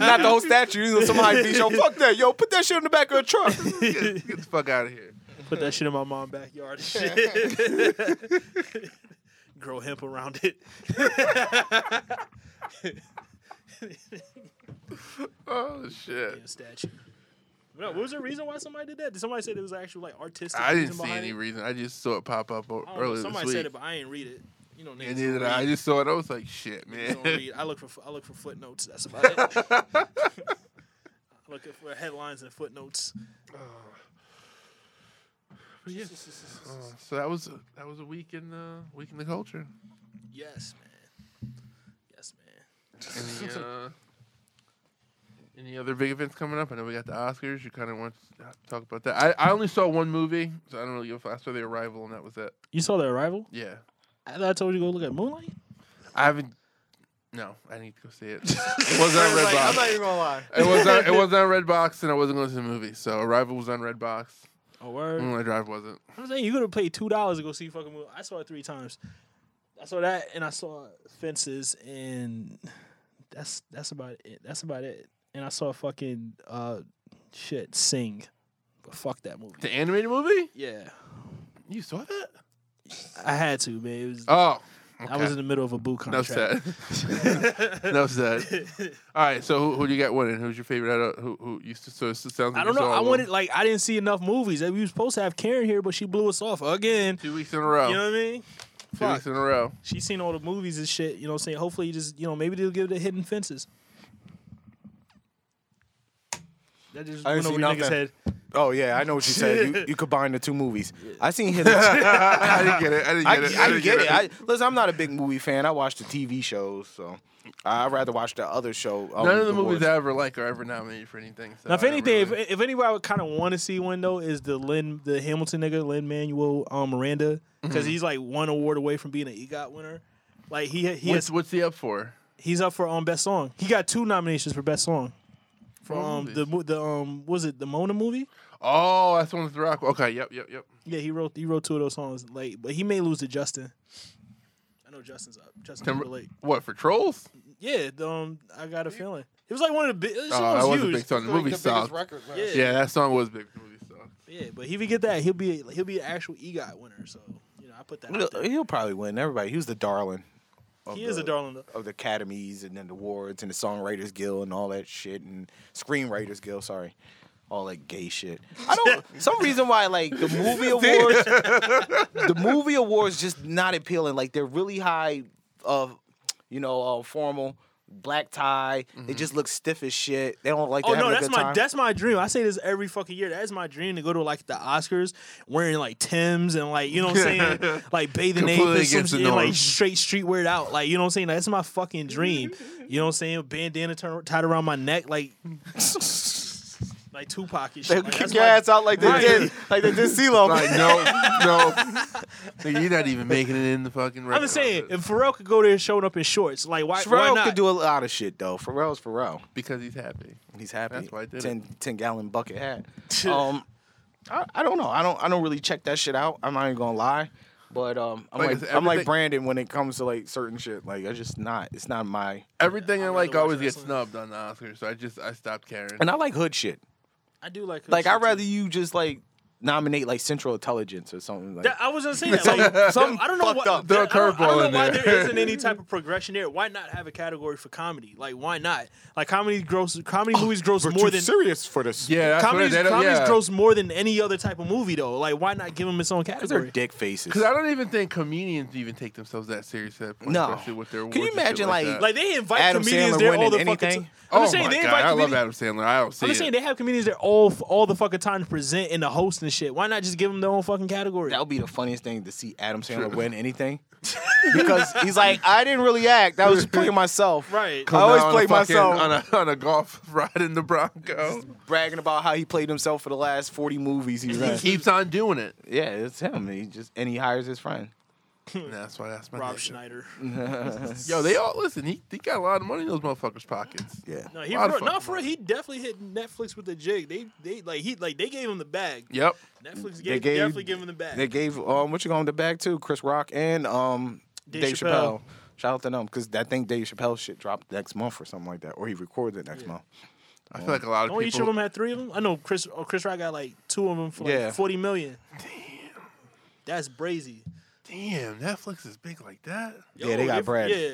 [SPEAKER 1] not the whole statue, somebody be yo, fuck that, yo, put that shit in the back of the truck.
[SPEAKER 2] get, get the fuck out of here.
[SPEAKER 4] Put that shit in my mom's backyard. and Shit. Grow hemp around it.
[SPEAKER 2] Oh shit!
[SPEAKER 4] Damn statue. No, what was the reason why somebody did that? Did somebody say it was actual like artistic?
[SPEAKER 2] I didn't
[SPEAKER 4] reason
[SPEAKER 2] see
[SPEAKER 4] behind
[SPEAKER 2] any
[SPEAKER 4] it?
[SPEAKER 2] reason. I just saw it pop up o-
[SPEAKER 4] I don't know,
[SPEAKER 2] earlier this
[SPEAKER 4] Somebody
[SPEAKER 2] week.
[SPEAKER 4] said it, but I ain't read it. You know,
[SPEAKER 2] and
[SPEAKER 4] niggas
[SPEAKER 2] then
[SPEAKER 4] don't
[SPEAKER 2] I
[SPEAKER 4] read.
[SPEAKER 2] just saw it. I was like, shit,
[SPEAKER 4] Niggas don't
[SPEAKER 2] man.
[SPEAKER 4] read. I look for I look for footnotes. That's about it. I look for headlines and footnotes.
[SPEAKER 2] Uh, so that was that was a week in the week in the culture.
[SPEAKER 4] Yes, man. Yes, man.
[SPEAKER 2] Any, uh, any other big events coming up? I know we got the Oscars. You kind of want to talk about that. I, I only saw one movie, so I don't really give a fuck. I saw The Arrival, and that was it.
[SPEAKER 4] You saw the arrival?
[SPEAKER 2] Yeah,
[SPEAKER 4] I thought I told you to go look at Moonlight.
[SPEAKER 2] I haven't. No, I need to go see it. It wasn't on Redbox.
[SPEAKER 1] even gonna lie.
[SPEAKER 2] it was on, it was on Redbox, and I wasn't going to the movie. So Arrival was on Redbox.
[SPEAKER 4] Oh word.
[SPEAKER 2] Moonlight Drive wasn't.
[SPEAKER 4] I'm saying you could have paid two dollars to go see fucking movie. I saw it three times. I saw that and I saw Fences and that's that's about it. That's about it. And I saw fucking uh shit sing. But fuck that movie.
[SPEAKER 2] The animated movie?
[SPEAKER 4] Yeah.
[SPEAKER 2] You saw that?
[SPEAKER 4] I had to, man. It was
[SPEAKER 2] Oh, okay.
[SPEAKER 4] I was in the middle of a boot
[SPEAKER 2] Enough
[SPEAKER 4] contract.
[SPEAKER 2] said. Enough said. All right, so who, who do you got winning? Who's your favorite? Out of, who who used to? So it sounds. Like
[SPEAKER 4] I
[SPEAKER 2] you
[SPEAKER 4] don't know.
[SPEAKER 2] saw
[SPEAKER 4] I
[SPEAKER 2] all of
[SPEAKER 4] wanted
[SPEAKER 2] them
[SPEAKER 4] like I didn't see enough movies. We were supposed to have Karen here, but she blew us off again.
[SPEAKER 2] two weeks in a row.
[SPEAKER 4] You know what I mean?
[SPEAKER 2] two
[SPEAKER 4] fuck.
[SPEAKER 2] weeks in a row.
[SPEAKER 4] She's seen all the movies and shit. You know what I'm saying? Hopefully, you just, you know, maybe they'll give the hidden fences. That just
[SPEAKER 1] I ain't
[SPEAKER 4] went over
[SPEAKER 1] seen
[SPEAKER 4] your nigga's
[SPEAKER 1] nothing.
[SPEAKER 4] head.
[SPEAKER 1] Oh yeah, I know what you said. You, you combine the two movies. I seen hidden. I,
[SPEAKER 2] I didn't get it. I didn't get
[SPEAKER 1] I
[SPEAKER 2] it.
[SPEAKER 1] get, it. I, listen, I'm not a big movie fan. I watch the TV shows, so I- I'd rather watch the other show. um,
[SPEAKER 2] None of the
[SPEAKER 1] awards.
[SPEAKER 2] movies I ever like are ever nominated for anything. So
[SPEAKER 4] Now, if
[SPEAKER 2] I don't
[SPEAKER 4] anything, if,
[SPEAKER 2] really-
[SPEAKER 4] if anybody would kind of want to see one though, is the Lin, the Hamilton nigga, Lin Manuel um, Miranda,
[SPEAKER 1] Mm-hmm.
[SPEAKER 4] because he's like one award away from being an E EGOT winner. Like he he
[SPEAKER 2] what's
[SPEAKER 4] has,
[SPEAKER 2] what's he up for?
[SPEAKER 4] he's up for um best song. He got two nominations for best song.
[SPEAKER 2] For
[SPEAKER 4] Um,
[SPEAKER 2] movies?
[SPEAKER 4] the mo- the um was it the Mona movie?
[SPEAKER 2] oh, that's the one with the Rock. Okay, yep, yep, yep.
[SPEAKER 4] Yeah, he wrote he wrote two of those songs late, but he may lose to Justin. I know Justin's up. Justin
[SPEAKER 2] Tim-
[SPEAKER 4] Timberlake.
[SPEAKER 2] What for Trolls?
[SPEAKER 4] Yeah, the, um, I got a feeling it was like one of the big.
[SPEAKER 2] Oh,
[SPEAKER 4] This was
[SPEAKER 2] that was a
[SPEAKER 4] huge.
[SPEAKER 2] big song. The movie sucked.
[SPEAKER 4] Yeah, yeah,
[SPEAKER 2] Yeah, that song was big. The movie sucked.
[SPEAKER 4] But if he get that, he'll be he'll be an actual EGOT winner. So you know, I put that. Out
[SPEAKER 1] He'll,
[SPEAKER 4] there.
[SPEAKER 1] he'll probably win. Everybody, he was the darling. of
[SPEAKER 4] He is a
[SPEAKER 1] the-
[SPEAKER 4] darling. Though.
[SPEAKER 1] of the academies and then the awards and the songwriters guild and all that shit and screenwriters guild sorry all that gay shit i don't some reason why like the movie awards the movie awards just not appealing like they're really high uh you know uh, formal black tie they just look stiff as shit they don't like
[SPEAKER 4] Mm-hmm. Oh
[SPEAKER 1] they're
[SPEAKER 4] no,
[SPEAKER 1] having a
[SPEAKER 4] that's
[SPEAKER 1] good
[SPEAKER 4] my
[SPEAKER 1] time.
[SPEAKER 4] that's my dream. I say this every fucking year. That is my dream to go to like the Oscars wearing like Tims and like you know what I'm saying, like bathing ape
[SPEAKER 2] Completely
[SPEAKER 4] and some
[SPEAKER 2] against the
[SPEAKER 4] shit, and,
[SPEAKER 2] norm.
[SPEAKER 4] like straight streetwear out. Like you know what I'm saying. Like, that's my fucking dream. You know what I'm saying? Bandana turn, tied around my neck, like like Tupac and
[SPEAKER 1] They
[SPEAKER 4] shit. Like,
[SPEAKER 1] kick
[SPEAKER 4] that's
[SPEAKER 1] your
[SPEAKER 4] my-
[SPEAKER 1] ass out like they
[SPEAKER 4] Right.
[SPEAKER 1] did, like they did CeeLo.
[SPEAKER 2] Like no, no, Nigga, you're not even making it in the fucking.
[SPEAKER 4] I'm just saying, if Pharrell could go there showing up in shorts, like why? why
[SPEAKER 1] Pharrell
[SPEAKER 4] not?
[SPEAKER 1] could do a lot of shit though. Pharrell's Pharrell.
[SPEAKER 2] because he's happy.
[SPEAKER 1] He's happy.
[SPEAKER 2] That's why I did it.
[SPEAKER 1] 10, 10 gallon bucket hat. um, I, I don't know. I don't. I don't really check that shit out. I'm not even gonna lie. But um, I'm
[SPEAKER 2] Like,
[SPEAKER 1] like,
[SPEAKER 2] it's
[SPEAKER 1] I'm like
[SPEAKER 2] everything-
[SPEAKER 1] Brandon when it comes to like certain shit. Like I just not. It's not my.
[SPEAKER 2] Everything I
[SPEAKER 4] I'd
[SPEAKER 2] like
[SPEAKER 4] rather watch
[SPEAKER 2] always gets
[SPEAKER 4] wrestling.
[SPEAKER 2] snubbed on the Oscars, so I just I stopped caring.
[SPEAKER 1] And I like hood shit.
[SPEAKER 4] I do like
[SPEAKER 1] Like I would rather you just like nominate like Central Intelligence or something. Like,
[SPEAKER 4] That,
[SPEAKER 2] uh,
[SPEAKER 4] I was gonna say that. Like,
[SPEAKER 1] something
[SPEAKER 4] I don't know
[SPEAKER 1] fucked
[SPEAKER 4] what.
[SPEAKER 1] up.
[SPEAKER 4] that-
[SPEAKER 2] Throw a
[SPEAKER 4] I don't, I
[SPEAKER 2] curveball
[SPEAKER 4] don't know
[SPEAKER 2] in
[SPEAKER 4] why
[SPEAKER 2] there.
[SPEAKER 4] there isn't any type of progression there. Why not have a category for comedy? Like, why not? Like, comedy gross. Comedy
[SPEAKER 2] Oh,
[SPEAKER 4] movies gross more than
[SPEAKER 1] serious for this.
[SPEAKER 2] yeah, that's what I-
[SPEAKER 4] comedies.
[SPEAKER 2] they don't-
[SPEAKER 4] Comedies
[SPEAKER 2] yeah.
[SPEAKER 4] gross more than any other type of movie though. Like, why not give them its own
[SPEAKER 1] Because they're
[SPEAKER 4] category?
[SPEAKER 1] dick faces.
[SPEAKER 2] Because I don't even think comedians even take themselves that serious at that point.
[SPEAKER 1] No.
[SPEAKER 2] especially with their
[SPEAKER 1] Can you
[SPEAKER 2] awards and shit
[SPEAKER 1] imagine, like-
[SPEAKER 2] that.
[SPEAKER 4] Like, they invite
[SPEAKER 1] Adam
[SPEAKER 4] comedians
[SPEAKER 1] Sandler
[SPEAKER 4] there all the
[SPEAKER 1] winning
[SPEAKER 4] fucking.
[SPEAKER 1] anything?
[SPEAKER 4] time. I'm
[SPEAKER 2] oh
[SPEAKER 4] just saying
[SPEAKER 2] my
[SPEAKER 4] they
[SPEAKER 2] god,
[SPEAKER 4] invite
[SPEAKER 2] I love
[SPEAKER 4] comedians.
[SPEAKER 2] Adam Sandler. I don't see it.
[SPEAKER 4] I'm just saying they have comedians there all all the fucking time to present and the host and shit. Why not just give them their own fucking category?
[SPEAKER 1] That would be the funniest thing to see Adam Sandler win anything. because he's like, I didn't really act. I was just playing myself.
[SPEAKER 4] Right.
[SPEAKER 1] I
[SPEAKER 2] Come
[SPEAKER 1] always
[SPEAKER 2] out on
[SPEAKER 1] play
[SPEAKER 2] a fucking-
[SPEAKER 1] myself.
[SPEAKER 2] on a, on a golf ride in the Bronco.
[SPEAKER 1] bragging about how he played himself for the last 40 movies he's
[SPEAKER 2] He
[SPEAKER 1] in.
[SPEAKER 2] keeps on doing it.
[SPEAKER 1] yeah, it's him. He just and he hires his friend.
[SPEAKER 2] And that's why that's my
[SPEAKER 4] Rob
[SPEAKER 2] nigga.
[SPEAKER 4] Schneider.
[SPEAKER 2] Yo, they all listen. He, he got a lot of money in those motherfuckers' pockets.
[SPEAKER 1] Yeah.
[SPEAKER 4] No, he
[SPEAKER 2] Lot of
[SPEAKER 4] wrote, no
[SPEAKER 2] fucking
[SPEAKER 4] for real, he definitely hit Netflix with the jig. They they like he like they gave him the bag.
[SPEAKER 2] Yep.
[SPEAKER 4] Netflix
[SPEAKER 1] They
[SPEAKER 4] gave,
[SPEAKER 1] gave-
[SPEAKER 4] definitely gave him the bag.
[SPEAKER 1] They gave um what you going to back to Chris Rock and um Dave,
[SPEAKER 4] Dave
[SPEAKER 1] Chappelle.
[SPEAKER 4] Chappelle.
[SPEAKER 1] Shout out to them because I think Dave Chappelle shit dropped next month or something like that, or he recorded it next month.
[SPEAKER 2] I feel like a lot of
[SPEAKER 4] Don't each of
[SPEAKER 2] people.
[SPEAKER 4] them had three of them. I know Chris oh, Chris Rock got like two of them for like
[SPEAKER 1] Yeah.
[SPEAKER 4] forty million. Damn, that's brazy.
[SPEAKER 2] Damn, Netflix is big like that.
[SPEAKER 1] Yeah, they got bread.
[SPEAKER 4] Yeah,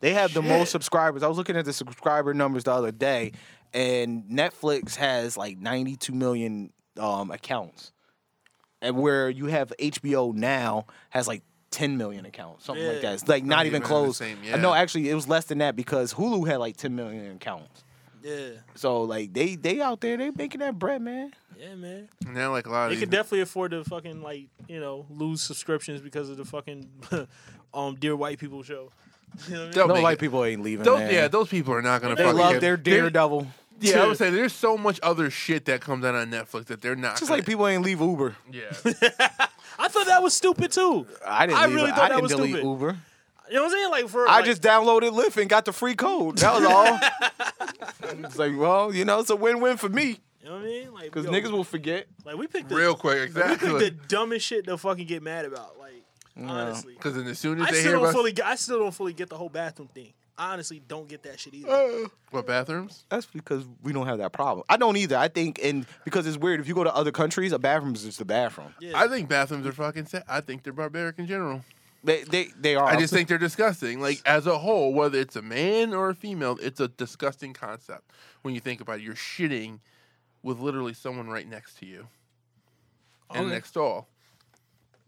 [SPEAKER 1] They have the most subscribers. I was looking at the subscriber numbers the other day, and Netflix has like 92 million um, accounts, and where you have HBO now has like 10 million accounts, something like
[SPEAKER 4] Yeah.
[SPEAKER 1] that. It's like not, even
[SPEAKER 2] even the
[SPEAKER 1] close.
[SPEAKER 2] same,
[SPEAKER 1] Uh, No,
[SPEAKER 2] yeah.
[SPEAKER 1] actually, it was less than that because Hulu had like 10 million accounts.
[SPEAKER 4] yeah,
[SPEAKER 1] So like they they out there, they making that bread, man.
[SPEAKER 4] yeah, man.
[SPEAKER 2] And now, like a lot of
[SPEAKER 4] They
[SPEAKER 2] these,
[SPEAKER 4] could definitely afford to fucking like you know lose subscriptions because of the fucking um dear white people show. You know what I mean?
[SPEAKER 2] They'll
[SPEAKER 1] No
[SPEAKER 2] make
[SPEAKER 1] white
[SPEAKER 2] it.
[SPEAKER 1] people ain't leaving.
[SPEAKER 2] Those,
[SPEAKER 1] man.
[SPEAKER 2] yeah, those people are not gonna.
[SPEAKER 1] they
[SPEAKER 2] fucking
[SPEAKER 1] love
[SPEAKER 2] care.
[SPEAKER 1] their
[SPEAKER 2] They're-
[SPEAKER 1] daredevil.
[SPEAKER 2] Yeah, I would say there's so much other shit that comes out on Netflix that they're not.
[SPEAKER 1] Just
[SPEAKER 2] gonna-
[SPEAKER 1] like people ain't leave Uber.
[SPEAKER 2] Yeah.
[SPEAKER 4] I thought that was stupid too.
[SPEAKER 1] I didn't.
[SPEAKER 4] I
[SPEAKER 1] leave,
[SPEAKER 4] really
[SPEAKER 1] I
[SPEAKER 4] thought that
[SPEAKER 1] didn't
[SPEAKER 4] was
[SPEAKER 1] delete
[SPEAKER 4] stupid.
[SPEAKER 1] Uber.
[SPEAKER 4] You know what I'm saying? Like for
[SPEAKER 1] I
[SPEAKER 4] like,
[SPEAKER 1] just downloaded Lyft and got the free code. That was all. it's like, well, you know, it's a win-win for me
[SPEAKER 4] you know what I mean? Like
[SPEAKER 1] because
[SPEAKER 4] yo,
[SPEAKER 1] niggas will forget.
[SPEAKER 4] like we picked the,
[SPEAKER 2] Real quick,
[SPEAKER 4] we picked the
[SPEAKER 2] exactly.
[SPEAKER 4] dumbest shit to fucking get mad about. Like honestly,
[SPEAKER 2] Because then as soon as
[SPEAKER 4] I
[SPEAKER 2] they
[SPEAKER 4] still
[SPEAKER 2] hear
[SPEAKER 4] don't
[SPEAKER 2] about
[SPEAKER 4] fully. Get, I still don't fully get the whole bathroom thing. I honestly don't get that shit either.
[SPEAKER 2] Uh, what bathrooms,
[SPEAKER 1] That's because we don't have that problem. I don't either. I think, and because it's weird, if you go to other countries, a bathroom is just a bathroom.
[SPEAKER 4] yeah.
[SPEAKER 2] I think bathrooms are fucking. Sa- I think they're barbaric in general.
[SPEAKER 1] They, they, they are.
[SPEAKER 2] I just think they're disgusting. Like as a whole, whether it's a man or a female, it's a disgusting concept when you think about it. You're shitting with literally someone right next to you and
[SPEAKER 4] Okay.
[SPEAKER 2] next stall.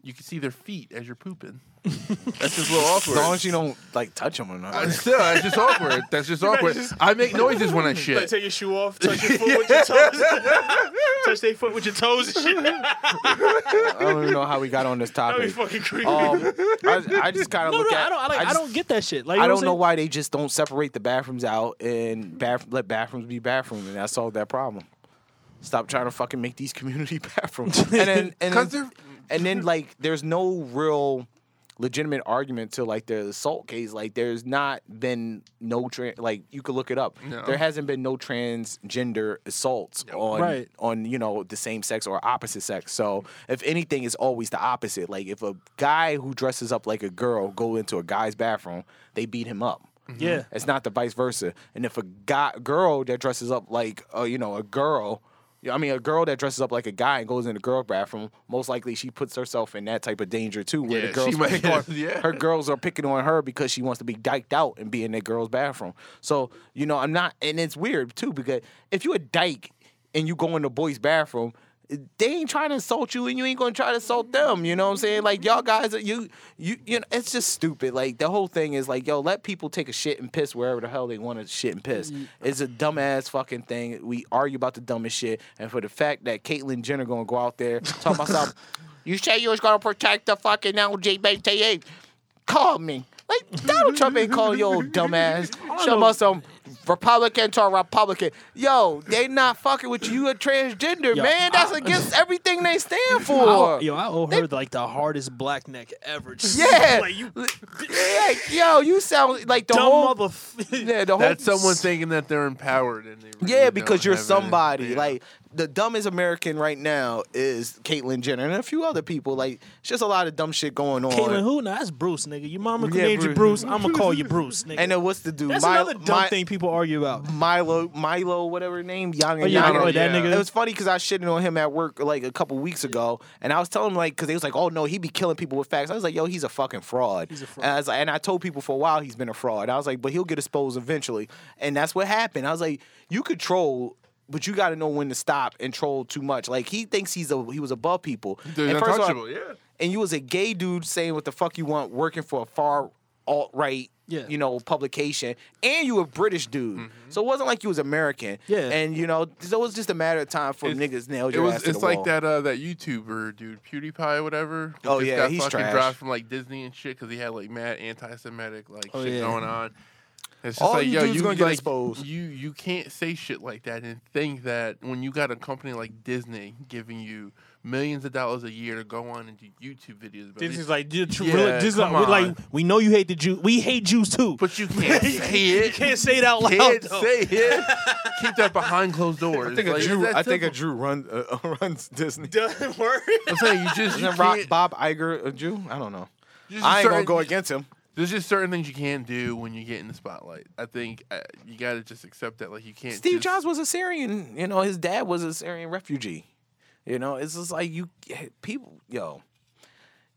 [SPEAKER 2] You can see their feet as you're pooping. That's just a little
[SPEAKER 1] as
[SPEAKER 2] awkward.
[SPEAKER 1] long as you don't like touch them or
[SPEAKER 2] Uh,
[SPEAKER 1] not.
[SPEAKER 2] Still, that's just awkward. That's just awkward. I make noises when I
[SPEAKER 4] Like
[SPEAKER 2] shit.
[SPEAKER 4] take your shoe off, touch your foot with your toes, touch their foot with your toes and shit. That
[SPEAKER 1] I don't even know how we got on this
[SPEAKER 4] would
[SPEAKER 1] topic.
[SPEAKER 4] be fucking creepy.
[SPEAKER 1] Um, I, I just kind of
[SPEAKER 4] no,
[SPEAKER 1] look
[SPEAKER 4] no,
[SPEAKER 1] at.
[SPEAKER 4] I don't. I, like, I,
[SPEAKER 1] just-
[SPEAKER 4] don't get that shit. Like
[SPEAKER 1] I
[SPEAKER 4] you
[SPEAKER 1] don't
[SPEAKER 4] what
[SPEAKER 1] know
[SPEAKER 4] I'm
[SPEAKER 1] why they just don't separate the bathrooms out and bath- let bathrooms be bathrooms, and that solved that problem. Stop trying to fucking make these community bathrooms. And then, and
[SPEAKER 2] 'Cause
[SPEAKER 1] then,
[SPEAKER 2] they're-
[SPEAKER 1] and then like, there's no real legitimate argument to like the assault case. Like, there's not been no trans. Like, you could look it up.
[SPEAKER 2] No.
[SPEAKER 1] There hasn't been no transgender assaults on
[SPEAKER 4] Right.
[SPEAKER 1] on you know the same sex or opposite sex. So if anything, it's always the opposite. Like if a guy who dresses up like a girl go into a guy's bathroom, they beat him up.
[SPEAKER 4] Yeah.
[SPEAKER 1] It's not the vice versa. And if a guy girl that dresses up like uh, you know a girl. I mean, a girl that dresses up like a guy and goes in the girl bathroom, most likely she puts herself in that type of danger too, where
[SPEAKER 2] Yeah,
[SPEAKER 1] the girls
[SPEAKER 2] she might-
[SPEAKER 1] pick on-
[SPEAKER 2] yeah.
[SPEAKER 1] her girls are picking on her because she wants to be dyked out and be in that girl's bathroom. So, you know, I'm not, and it's weird too because if you a dyke and you go in the boys' bathroom, they ain't trying to insult you and you ain't gonna try to insult them. You know what I'm saying? Like, y'all guys, are- you, you, you know, it's just stupid. Like, the whole thing is like, yo, let people take a shit and piss wherever the hell they want to shit and piss. It's a dumbass fucking thing. We argue about the dumbest shit. And for the fact that Caitlyn Jenner gonna go out there, talking about something, you say you was gonna protect the fucking LGBTA call me. Like Donald Trump ain't call your dumbass. Show
[SPEAKER 4] know.
[SPEAKER 1] us some Republican to a Republican. Yo, they not fucking with you. You a transgender,
[SPEAKER 4] Yo,
[SPEAKER 1] man. That's
[SPEAKER 4] I-
[SPEAKER 1] against everything they stand
[SPEAKER 4] I
[SPEAKER 1] for.
[SPEAKER 4] owe- yo, I owe her like the hardest black neck ever. Just,
[SPEAKER 1] Yeah.
[SPEAKER 4] like you
[SPEAKER 1] Yeah, yo, you sound like the
[SPEAKER 4] dumb
[SPEAKER 1] whole.
[SPEAKER 4] mother.
[SPEAKER 1] Yeah, the whole
[SPEAKER 2] That's someone thinking that they're empowered and they really
[SPEAKER 1] Yeah, because
[SPEAKER 2] don't
[SPEAKER 1] you're
[SPEAKER 2] have it.
[SPEAKER 1] somebody.
[SPEAKER 2] Yeah.
[SPEAKER 1] Like the dumbest American right now is Caitlyn Jenner and a few other people. Like it's just a lot of dumb shit going on.
[SPEAKER 4] Caitlin, who? Nah, that's Bruce, nigga. Your mama can
[SPEAKER 1] Yeah,
[SPEAKER 4] name you
[SPEAKER 1] Bruce.
[SPEAKER 4] Bruce. I'm gonna call you Bruce, nigga.
[SPEAKER 1] And then what's the dude?
[SPEAKER 4] that's
[SPEAKER 1] Mi-
[SPEAKER 4] another dumb
[SPEAKER 1] Mi-
[SPEAKER 4] thing people argue about.
[SPEAKER 1] Milo, Milo, whatever his name, Young
[SPEAKER 4] Oh,
[SPEAKER 1] and
[SPEAKER 4] yeah,
[SPEAKER 1] Young.
[SPEAKER 4] oh,
[SPEAKER 2] know,
[SPEAKER 4] that
[SPEAKER 2] yeah.
[SPEAKER 4] nigga.
[SPEAKER 1] It was funny because I shitted on him at work like a couple weeks ago, and I was telling him like because they was like, "Oh no, he be killing people with facts." I was like, "Yo, he's a fucking fraud."
[SPEAKER 4] He's a fraud.
[SPEAKER 1] And I, was like, and I told people for a while he's been a fraud. I was like, "But he'll get exposed eventually," and that's what happened. I was like, "You could troll." But you got to know when to stop and troll too much. Like he thinks he's a he was above people.
[SPEAKER 2] They're
[SPEAKER 1] and first of all-
[SPEAKER 2] untouchable, yeah.
[SPEAKER 1] and you was a gay dude saying what the fuck you want, working for a far alt right,
[SPEAKER 4] Yeah.
[SPEAKER 1] you know, publication, and you a British dude,
[SPEAKER 2] Mm-hmm.
[SPEAKER 1] so it wasn't like you was American,
[SPEAKER 4] Yeah.
[SPEAKER 1] And you know, so it was just a matter of time for niggas nailed
[SPEAKER 2] It
[SPEAKER 1] your
[SPEAKER 2] was.
[SPEAKER 1] ass to
[SPEAKER 2] It's
[SPEAKER 1] the
[SPEAKER 2] like
[SPEAKER 1] wall.
[SPEAKER 2] that. Uh, that YouTuber dude, PewDiePie, or whatever. who
[SPEAKER 1] Oh,
[SPEAKER 2] just
[SPEAKER 1] yeah,
[SPEAKER 2] got
[SPEAKER 1] he's
[SPEAKER 2] fucking
[SPEAKER 1] trash.
[SPEAKER 2] dropped from like Disney and shit because he had like mad anti-Semitic like
[SPEAKER 4] Oh,
[SPEAKER 2] shit
[SPEAKER 4] yeah.
[SPEAKER 2] going on. It's just
[SPEAKER 1] All
[SPEAKER 2] like,
[SPEAKER 1] you
[SPEAKER 2] yo,
[SPEAKER 1] dudes
[SPEAKER 2] you
[SPEAKER 1] gonna get
[SPEAKER 2] like,
[SPEAKER 1] exposed.
[SPEAKER 2] You you can't say shit like that and think that when you got a company like Disney giving you millions of dollars a year to go on and do YouTube videos. About
[SPEAKER 4] This
[SPEAKER 2] it,
[SPEAKER 4] is like, this is
[SPEAKER 2] Yeah,
[SPEAKER 4] really- this is like,
[SPEAKER 2] come
[SPEAKER 4] we- like
[SPEAKER 2] on.
[SPEAKER 4] we know you hate the Jew. We hate Jews too.
[SPEAKER 2] but you can't say
[SPEAKER 4] you
[SPEAKER 2] it.
[SPEAKER 4] can't say it out loud.
[SPEAKER 2] Can't
[SPEAKER 4] though.
[SPEAKER 2] say it. Keep that behind closed doors.
[SPEAKER 3] I think
[SPEAKER 2] Like,
[SPEAKER 3] a
[SPEAKER 2] it's
[SPEAKER 3] Jew.
[SPEAKER 2] that
[SPEAKER 3] I think a
[SPEAKER 2] simple.
[SPEAKER 3] Jew run, uh, runs Disney.
[SPEAKER 4] Doesn't work.
[SPEAKER 2] I'm saying you just you
[SPEAKER 1] Isn't Rob,
[SPEAKER 2] can't-
[SPEAKER 1] Bob Iger a Jew? I don't know.
[SPEAKER 2] there's just
[SPEAKER 1] I ain't gonna
[SPEAKER 2] certain-
[SPEAKER 1] go against him.
[SPEAKER 2] There's just certain things you can't do when you get in the spotlight. I think uh, you got to just accept that. Like you can't.
[SPEAKER 1] Steve
[SPEAKER 2] just-
[SPEAKER 1] Jobs was a Syrian. You know, his dad was a Syrian refugee. You know, it's just like you people, yo.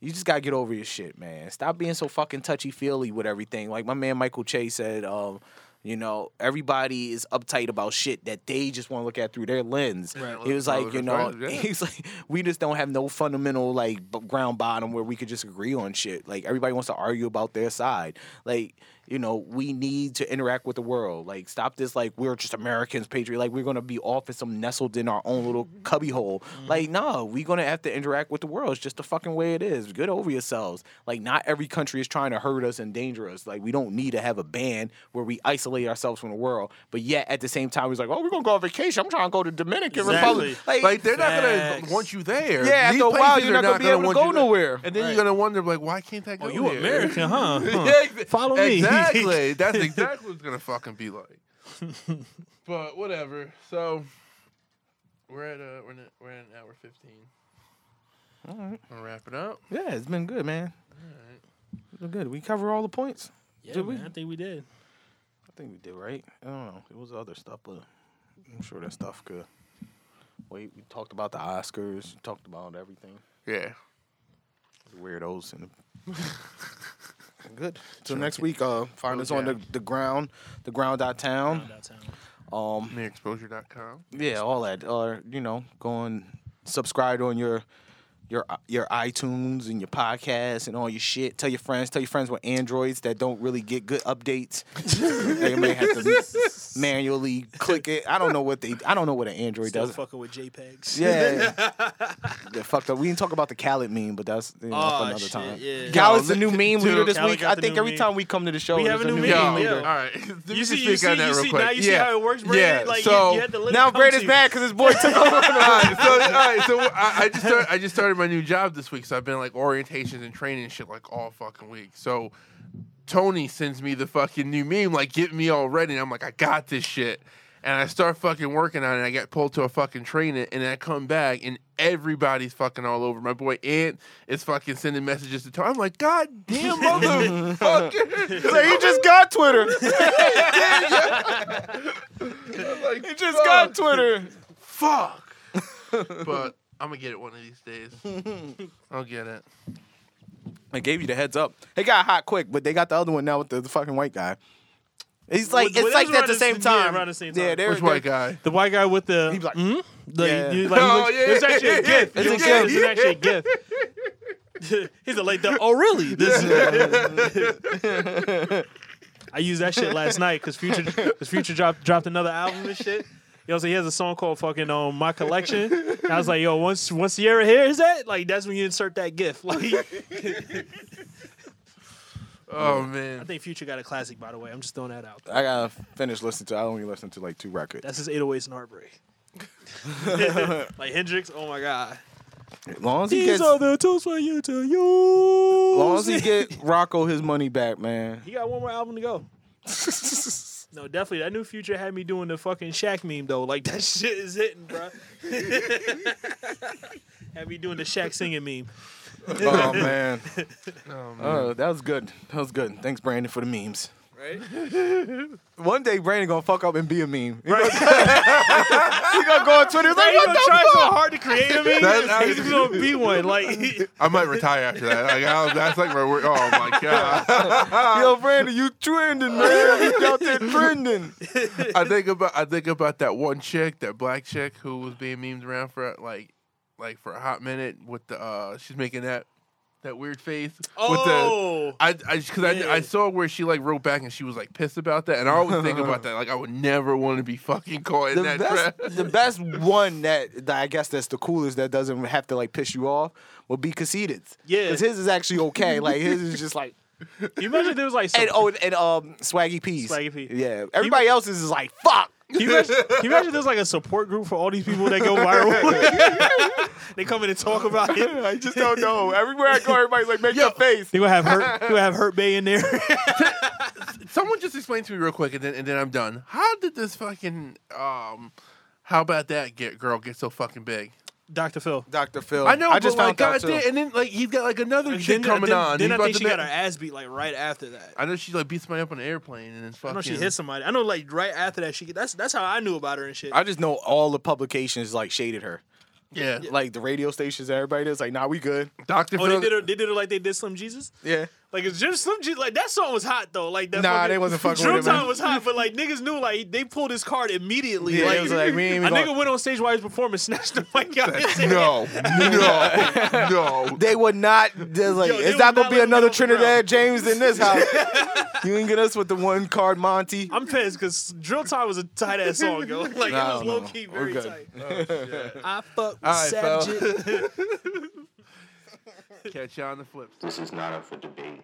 [SPEAKER 1] You just gotta get over your shit, man. Stop being so fucking touchy feely with everything. Like my man Michael Che said, um, you know, everybody is uptight about shit that they just want to look at through their lens.
[SPEAKER 2] Right.
[SPEAKER 1] He was like, you know,
[SPEAKER 2] Right, yeah.
[SPEAKER 1] he's like, we just don't have no fundamental like b- ground bottom where we could just agree on shit. Like everybody wants to argue about their side. Like you know, we need to interact with the world. Like stop this. Like we're just Americans, patriot. Like we're gonna be off in some nestled in our own little cubbyhole. Like no, we're gonna have to interact with the world. It's just the fucking way it is. Get over yourselves. Like not every country is trying to hurt us and danger us. Like we don't need to have a ban where we isolate ourselves from the world. But yet at the same time, he's like, oh, we're gonna go on vacation. I'm trying to go to Dominican
[SPEAKER 4] Exactly.
[SPEAKER 1] Republic. Like,
[SPEAKER 2] Like they're not
[SPEAKER 4] Facts.
[SPEAKER 2] gonna want you there.
[SPEAKER 1] Yeah, after
[SPEAKER 2] These
[SPEAKER 1] a while,
[SPEAKER 2] places
[SPEAKER 1] you're
[SPEAKER 2] are
[SPEAKER 1] not gonna be able to
[SPEAKER 2] want
[SPEAKER 1] go
[SPEAKER 2] you there.
[SPEAKER 1] nowhere.
[SPEAKER 2] And then
[SPEAKER 4] Right.
[SPEAKER 2] you're gonna wonder like, why can't that go?
[SPEAKER 4] Oh, you
[SPEAKER 2] there?
[SPEAKER 4] American, huh? Huh.
[SPEAKER 2] Yeah, ex-
[SPEAKER 4] Follow me.
[SPEAKER 2] Exactly. That's exactly what it's gonna fucking be like. but whatever. So we're at uh we're in, we're at an hour fifteen. All right. I'll wrap it up.
[SPEAKER 1] Yeah, it's been good, man. It's been good. We cover all the points.
[SPEAKER 4] Yeah,
[SPEAKER 1] Did we?
[SPEAKER 4] man, I think we did.
[SPEAKER 1] I think we did, right? I don't know. It was other stuff, but I'm sure that stuff good. We we talked about the Oscars. Talked about everything.
[SPEAKER 2] Yeah.
[SPEAKER 1] The weirdos and the- good. Till next week. Uh, find us on the the ground, the ground dot town.
[SPEAKER 4] Downtown.
[SPEAKER 1] Um,
[SPEAKER 2] Nearexposure.com.
[SPEAKER 1] yeah, all that. Or you know, go and subscribe on your. Your, your iTunes and your podcasts and all your shit. Tell your friends. Tell your friends with Androids that don't really get good updates. they may have to manually click it. I don't know what they. I don't know what an Android
[SPEAKER 4] Still
[SPEAKER 1] does.
[SPEAKER 4] fucking with JPEGs.
[SPEAKER 1] Yeah, they fucked up. We didn't talk about the Khaled meme, but that's you know,
[SPEAKER 4] Oh,
[SPEAKER 1] for another
[SPEAKER 4] shit,
[SPEAKER 1] time.
[SPEAKER 4] yeah.
[SPEAKER 1] Khaled's the new
[SPEAKER 2] Yo,
[SPEAKER 1] meme
[SPEAKER 2] dude,
[SPEAKER 1] leader this
[SPEAKER 4] Khaled
[SPEAKER 1] week.
[SPEAKER 4] got
[SPEAKER 1] I
[SPEAKER 4] the
[SPEAKER 1] think
[SPEAKER 4] new
[SPEAKER 1] every
[SPEAKER 4] meme.
[SPEAKER 1] time we come to the show,
[SPEAKER 4] We
[SPEAKER 1] there's
[SPEAKER 4] have a new
[SPEAKER 2] Yo,
[SPEAKER 4] meme,
[SPEAKER 1] meme
[SPEAKER 4] yo.
[SPEAKER 1] leader.
[SPEAKER 2] all right. Let me
[SPEAKER 4] You
[SPEAKER 2] just
[SPEAKER 4] see, you
[SPEAKER 2] speak on
[SPEAKER 4] see,
[SPEAKER 2] that
[SPEAKER 4] you
[SPEAKER 2] real
[SPEAKER 4] see
[SPEAKER 2] quick.
[SPEAKER 4] now you see
[SPEAKER 2] Yeah.
[SPEAKER 4] how it works, Brandon?
[SPEAKER 2] Yeah.
[SPEAKER 4] Like,
[SPEAKER 2] so
[SPEAKER 4] you, you had to let
[SPEAKER 1] Now
[SPEAKER 4] it come
[SPEAKER 1] great
[SPEAKER 4] to
[SPEAKER 1] is
[SPEAKER 4] you.
[SPEAKER 1] bad because his boy took over.
[SPEAKER 2] all right, so, all right, so I, I just started, I just started my new job this week, so I've been like orientations and training and shit like all fucking week. So Tony sends me the fucking new meme, like get me all ready. And I'm like, I got this shit, and I start fucking working on it. And I get pulled to a fucking training, and I come back, and everybody's fucking all over. My boy Ant is fucking sending messages to Tony. I'm like, God damn, motherfucker!
[SPEAKER 1] so he just got Twitter.
[SPEAKER 2] like,
[SPEAKER 1] He just got Twitter.
[SPEAKER 2] fuck. but I'm gonna get it one of these days. I'll get it.
[SPEAKER 1] I gave you the heads up. They got hot quick, but they got the other one now with the, the fucking white guy. He's like,
[SPEAKER 4] Well,
[SPEAKER 1] it's
[SPEAKER 4] well,
[SPEAKER 1] like
[SPEAKER 4] that was
[SPEAKER 1] that at the
[SPEAKER 4] around the
[SPEAKER 1] same
[SPEAKER 4] s- yeah,
[SPEAKER 1] time.
[SPEAKER 4] around the same
[SPEAKER 1] Yeah,
[SPEAKER 4] time.
[SPEAKER 1] they're,
[SPEAKER 2] Which white guy?
[SPEAKER 4] The white guy with the.
[SPEAKER 1] He's like,
[SPEAKER 4] "Hmm?" Like,
[SPEAKER 1] Yeah.
[SPEAKER 4] you- like, he
[SPEAKER 2] Oh,
[SPEAKER 4] looks-
[SPEAKER 2] yeah,
[SPEAKER 4] It's actually a
[SPEAKER 2] yeah, yeah,
[SPEAKER 4] gift. It's,
[SPEAKER 1] yeah,
[SPEAKER 4] a gift.
[SPEAKER 1] yeah.
[SPEAKER 4] it's actually a gift. He's a late. Oh, really? This I used that shit last night because Future, cause Future dropped dropped another album and shit. You know, so he has a song called "Fucking um, My Collection." And I was like, "Yo, once once Sierra hears that, like that's when you insert that GIF." Like,
[SPEAKER 2] Oh man.
[SPEAKER 4] I think Future got a classic, by the way. I'm just throwing that out. there.
[SPEAKER 1] I gotta finish listening to. I only listen to like two records.
[SPEAKER 4] That's his 808s and Heartbreak. like Hendrix, oh my god.
[SPEAKER 1] As long as he gets, as
[SPEAKER 4] the tools for you to use.
[SPEAKER 1] long as he get Rocco his money back, man.
[SPEAKER 4] He got one more album to go. No, definitely. That new Future had me doing the fucking Shaq meme though. Like that shit is hitting, bro. had me doing the Shaq singing meme.
[SPEAKER 1] oh man,
[SPEAKER 2] Oh, man.
[SPEAKER 1] oh that was good. That was good. Thanks, Brandon, for the memes.
[SPEAKER 4] Right?
[SPEAKER 1] One day, Brandon gonna fuck up and be a meme. He gonna, he gonna go on Twitter. He's like,
[SPEAKER 4] Like,
[SPEAKER 1] what
[SPEAKER 4] you
[SPEAKER 1] the
[SPEAKER 4] gonna try so hard to create a meme?
[SPEAKER 2] That's-
[SPEAKER 4] He's gonna be one. Like
[SPEAKER 2] I might retire after that. Like, I, that's like my. wor- Oh my god.
[SPEAKER 1] Yo, Brandon, you trending, man. You out there trending.
[SPEAKER 2] I think about I think about that one chick, that black chick who was being memed around for like, like for a hot minute with the. uh She's making that that weird face with the.
[SPEAKER 4] oh,
[SPEAKER 2] I I because I, I
[SPEAKER 4] Yeah.
[SPEAKER 2] saw where she like wrote back and she was like pissed about that and I always think about that like I would never want to be fucking caught in
[SPEAKER 1] The
[SPEAKER 2] that
[SPEAKER 1] best,
[SPEAKER 2] trap.
[SPEAKER 1] the best one that, that I guess that's the coolest that doesn't have to like piss you off would be Casitas.
[SPEAKER 4] Yeah.
[SPEAKER 1] because his is actually okay. Like his is just like
[SPEAKER 4] you imagine there was like some
[SPEAKER 1] and oh and, and um Swaggy P's.
[SPEAKER 4] Swaggy P.
[SPEAKER 1] Yeah, everybody else's is like fuck.
[SPEAKER 4] Can you, imagine, can you imagine there's like a support group for all these people that go viral? they come in and talk about it.
[SPEAKER 1] I just don't know. Everywhere I go, everybody's like make your face.
[SPEAKER 4] They gonna have hurt. They gonna have hurt Bay in there.
[SPEAKER 2] Someone just explain to me real quick and then and then I'm done. How did this fucking um, how about that get girl get so fucking big?
[SPEAKER 4] Dr. Phil.
[SPEAKER 1] Dr. Phil.
[SPEAKER 2] I know,
[SPEAKER 1] I just
[SPEAKER 2] but
[SPEAKER 1] found out
[SPEAKER 2] like, God
[SPEAKER 1] too.
[SPEAKER 2] damn, and then like he's got like another
[SPEAKER 4] And
[SPEAKER 2] shit
[SPEAKER 4] then- uh,
[SPEAKER 2] coming
[SPEAKER 4] then-
[SPEAKER 2] on.
[SPEAKER 4] Then
[SPEAKER 2] He's
[SPEAKER 4] I
[SPEAKER 2] about
[SPEAKER 4] think
[SPEAKER 2] to
[SPEAKER 4] she
[SPEAKER 2] ma-
[SPEAKER 4] got her ass beat like right after that.
[SPEAKER 2] I know she like beats somebody up on the airplane and then fucking.
[SPEAKER 4] I know she hit somebody. I know like right after that she. get- That's that's how I knew about her and shit.
[SPEAKER 1] I just know all the publications like shaded her.
[SPEAKER 2] Yeah,
[SPEAKER 1] Like the radio stations, everybody that's like, nah, we good.
[SPEAKER 2] Doctor
[SPEAKER 4] oh,
[SPEAKER 2] Phil.
[SPEAKER 4] they did her. They did her like they did Slim Jesus.
[SPEAKER 1] Yeah.
[SPEAKER 4] Like it's just Slim Jesus. Like that song was hot though. Like that.
[SPEAKER 1] Nah,
[SPEAKER 4] fucking,
[SPEAKER 1] they wasn't fucking with it,
[SPEAKER 4] Drill
[SPEAKER 1] man.
[SPEAKER 4] Time was hot, but like niggas knew like they pulled his card immediately.
[SPEAKER 1] Yeah,
[SPEAKER 4] like,
[SPEAKER 1] it was like, we ain't even
[SPEAKER 4] a
[SPEAKER 1] gonna-
[SPEAKER 4] nigga went on stage while he was performing, snatched the mic out. and said,
[SPEAKER 2] no, no, no.
[SPEAKER 1] They would not. There's like,
[SPEAKER 4] Yo, they
[SPEAKER 1] it's not
[SPEAKER 4] would
[SPEAKER 1] gonna
[SPEAKER 4] not
[SPEAKER 1] be
[SPEAKER 4] let me
[SPEAKER 1] another
[SPEAKER 4] off the ground.
[SPEAKER 1] Trinidad James in this house. you ain't get us with the one card Monty.
[SPEAKER 4] I'm pissed because Drill Time was a tight ass song, yo. Like
[SPEAKER 1] Nah,
[SPEAKER 4] it was
[SPEAKER 1] no,
[SPEAKER 4] low key,
[SPEAKER 1] we're
[SPEAKER 4] very
[SPEAKER 1] good.
[SPEAKER 4] tight. I fuck with
[SPEAKER 2] right, fella.
[SPEAKER 4] Savage.
[SPEAKER 2] Catch you on the flip.
[SPEAKER 5] This is not up for debate.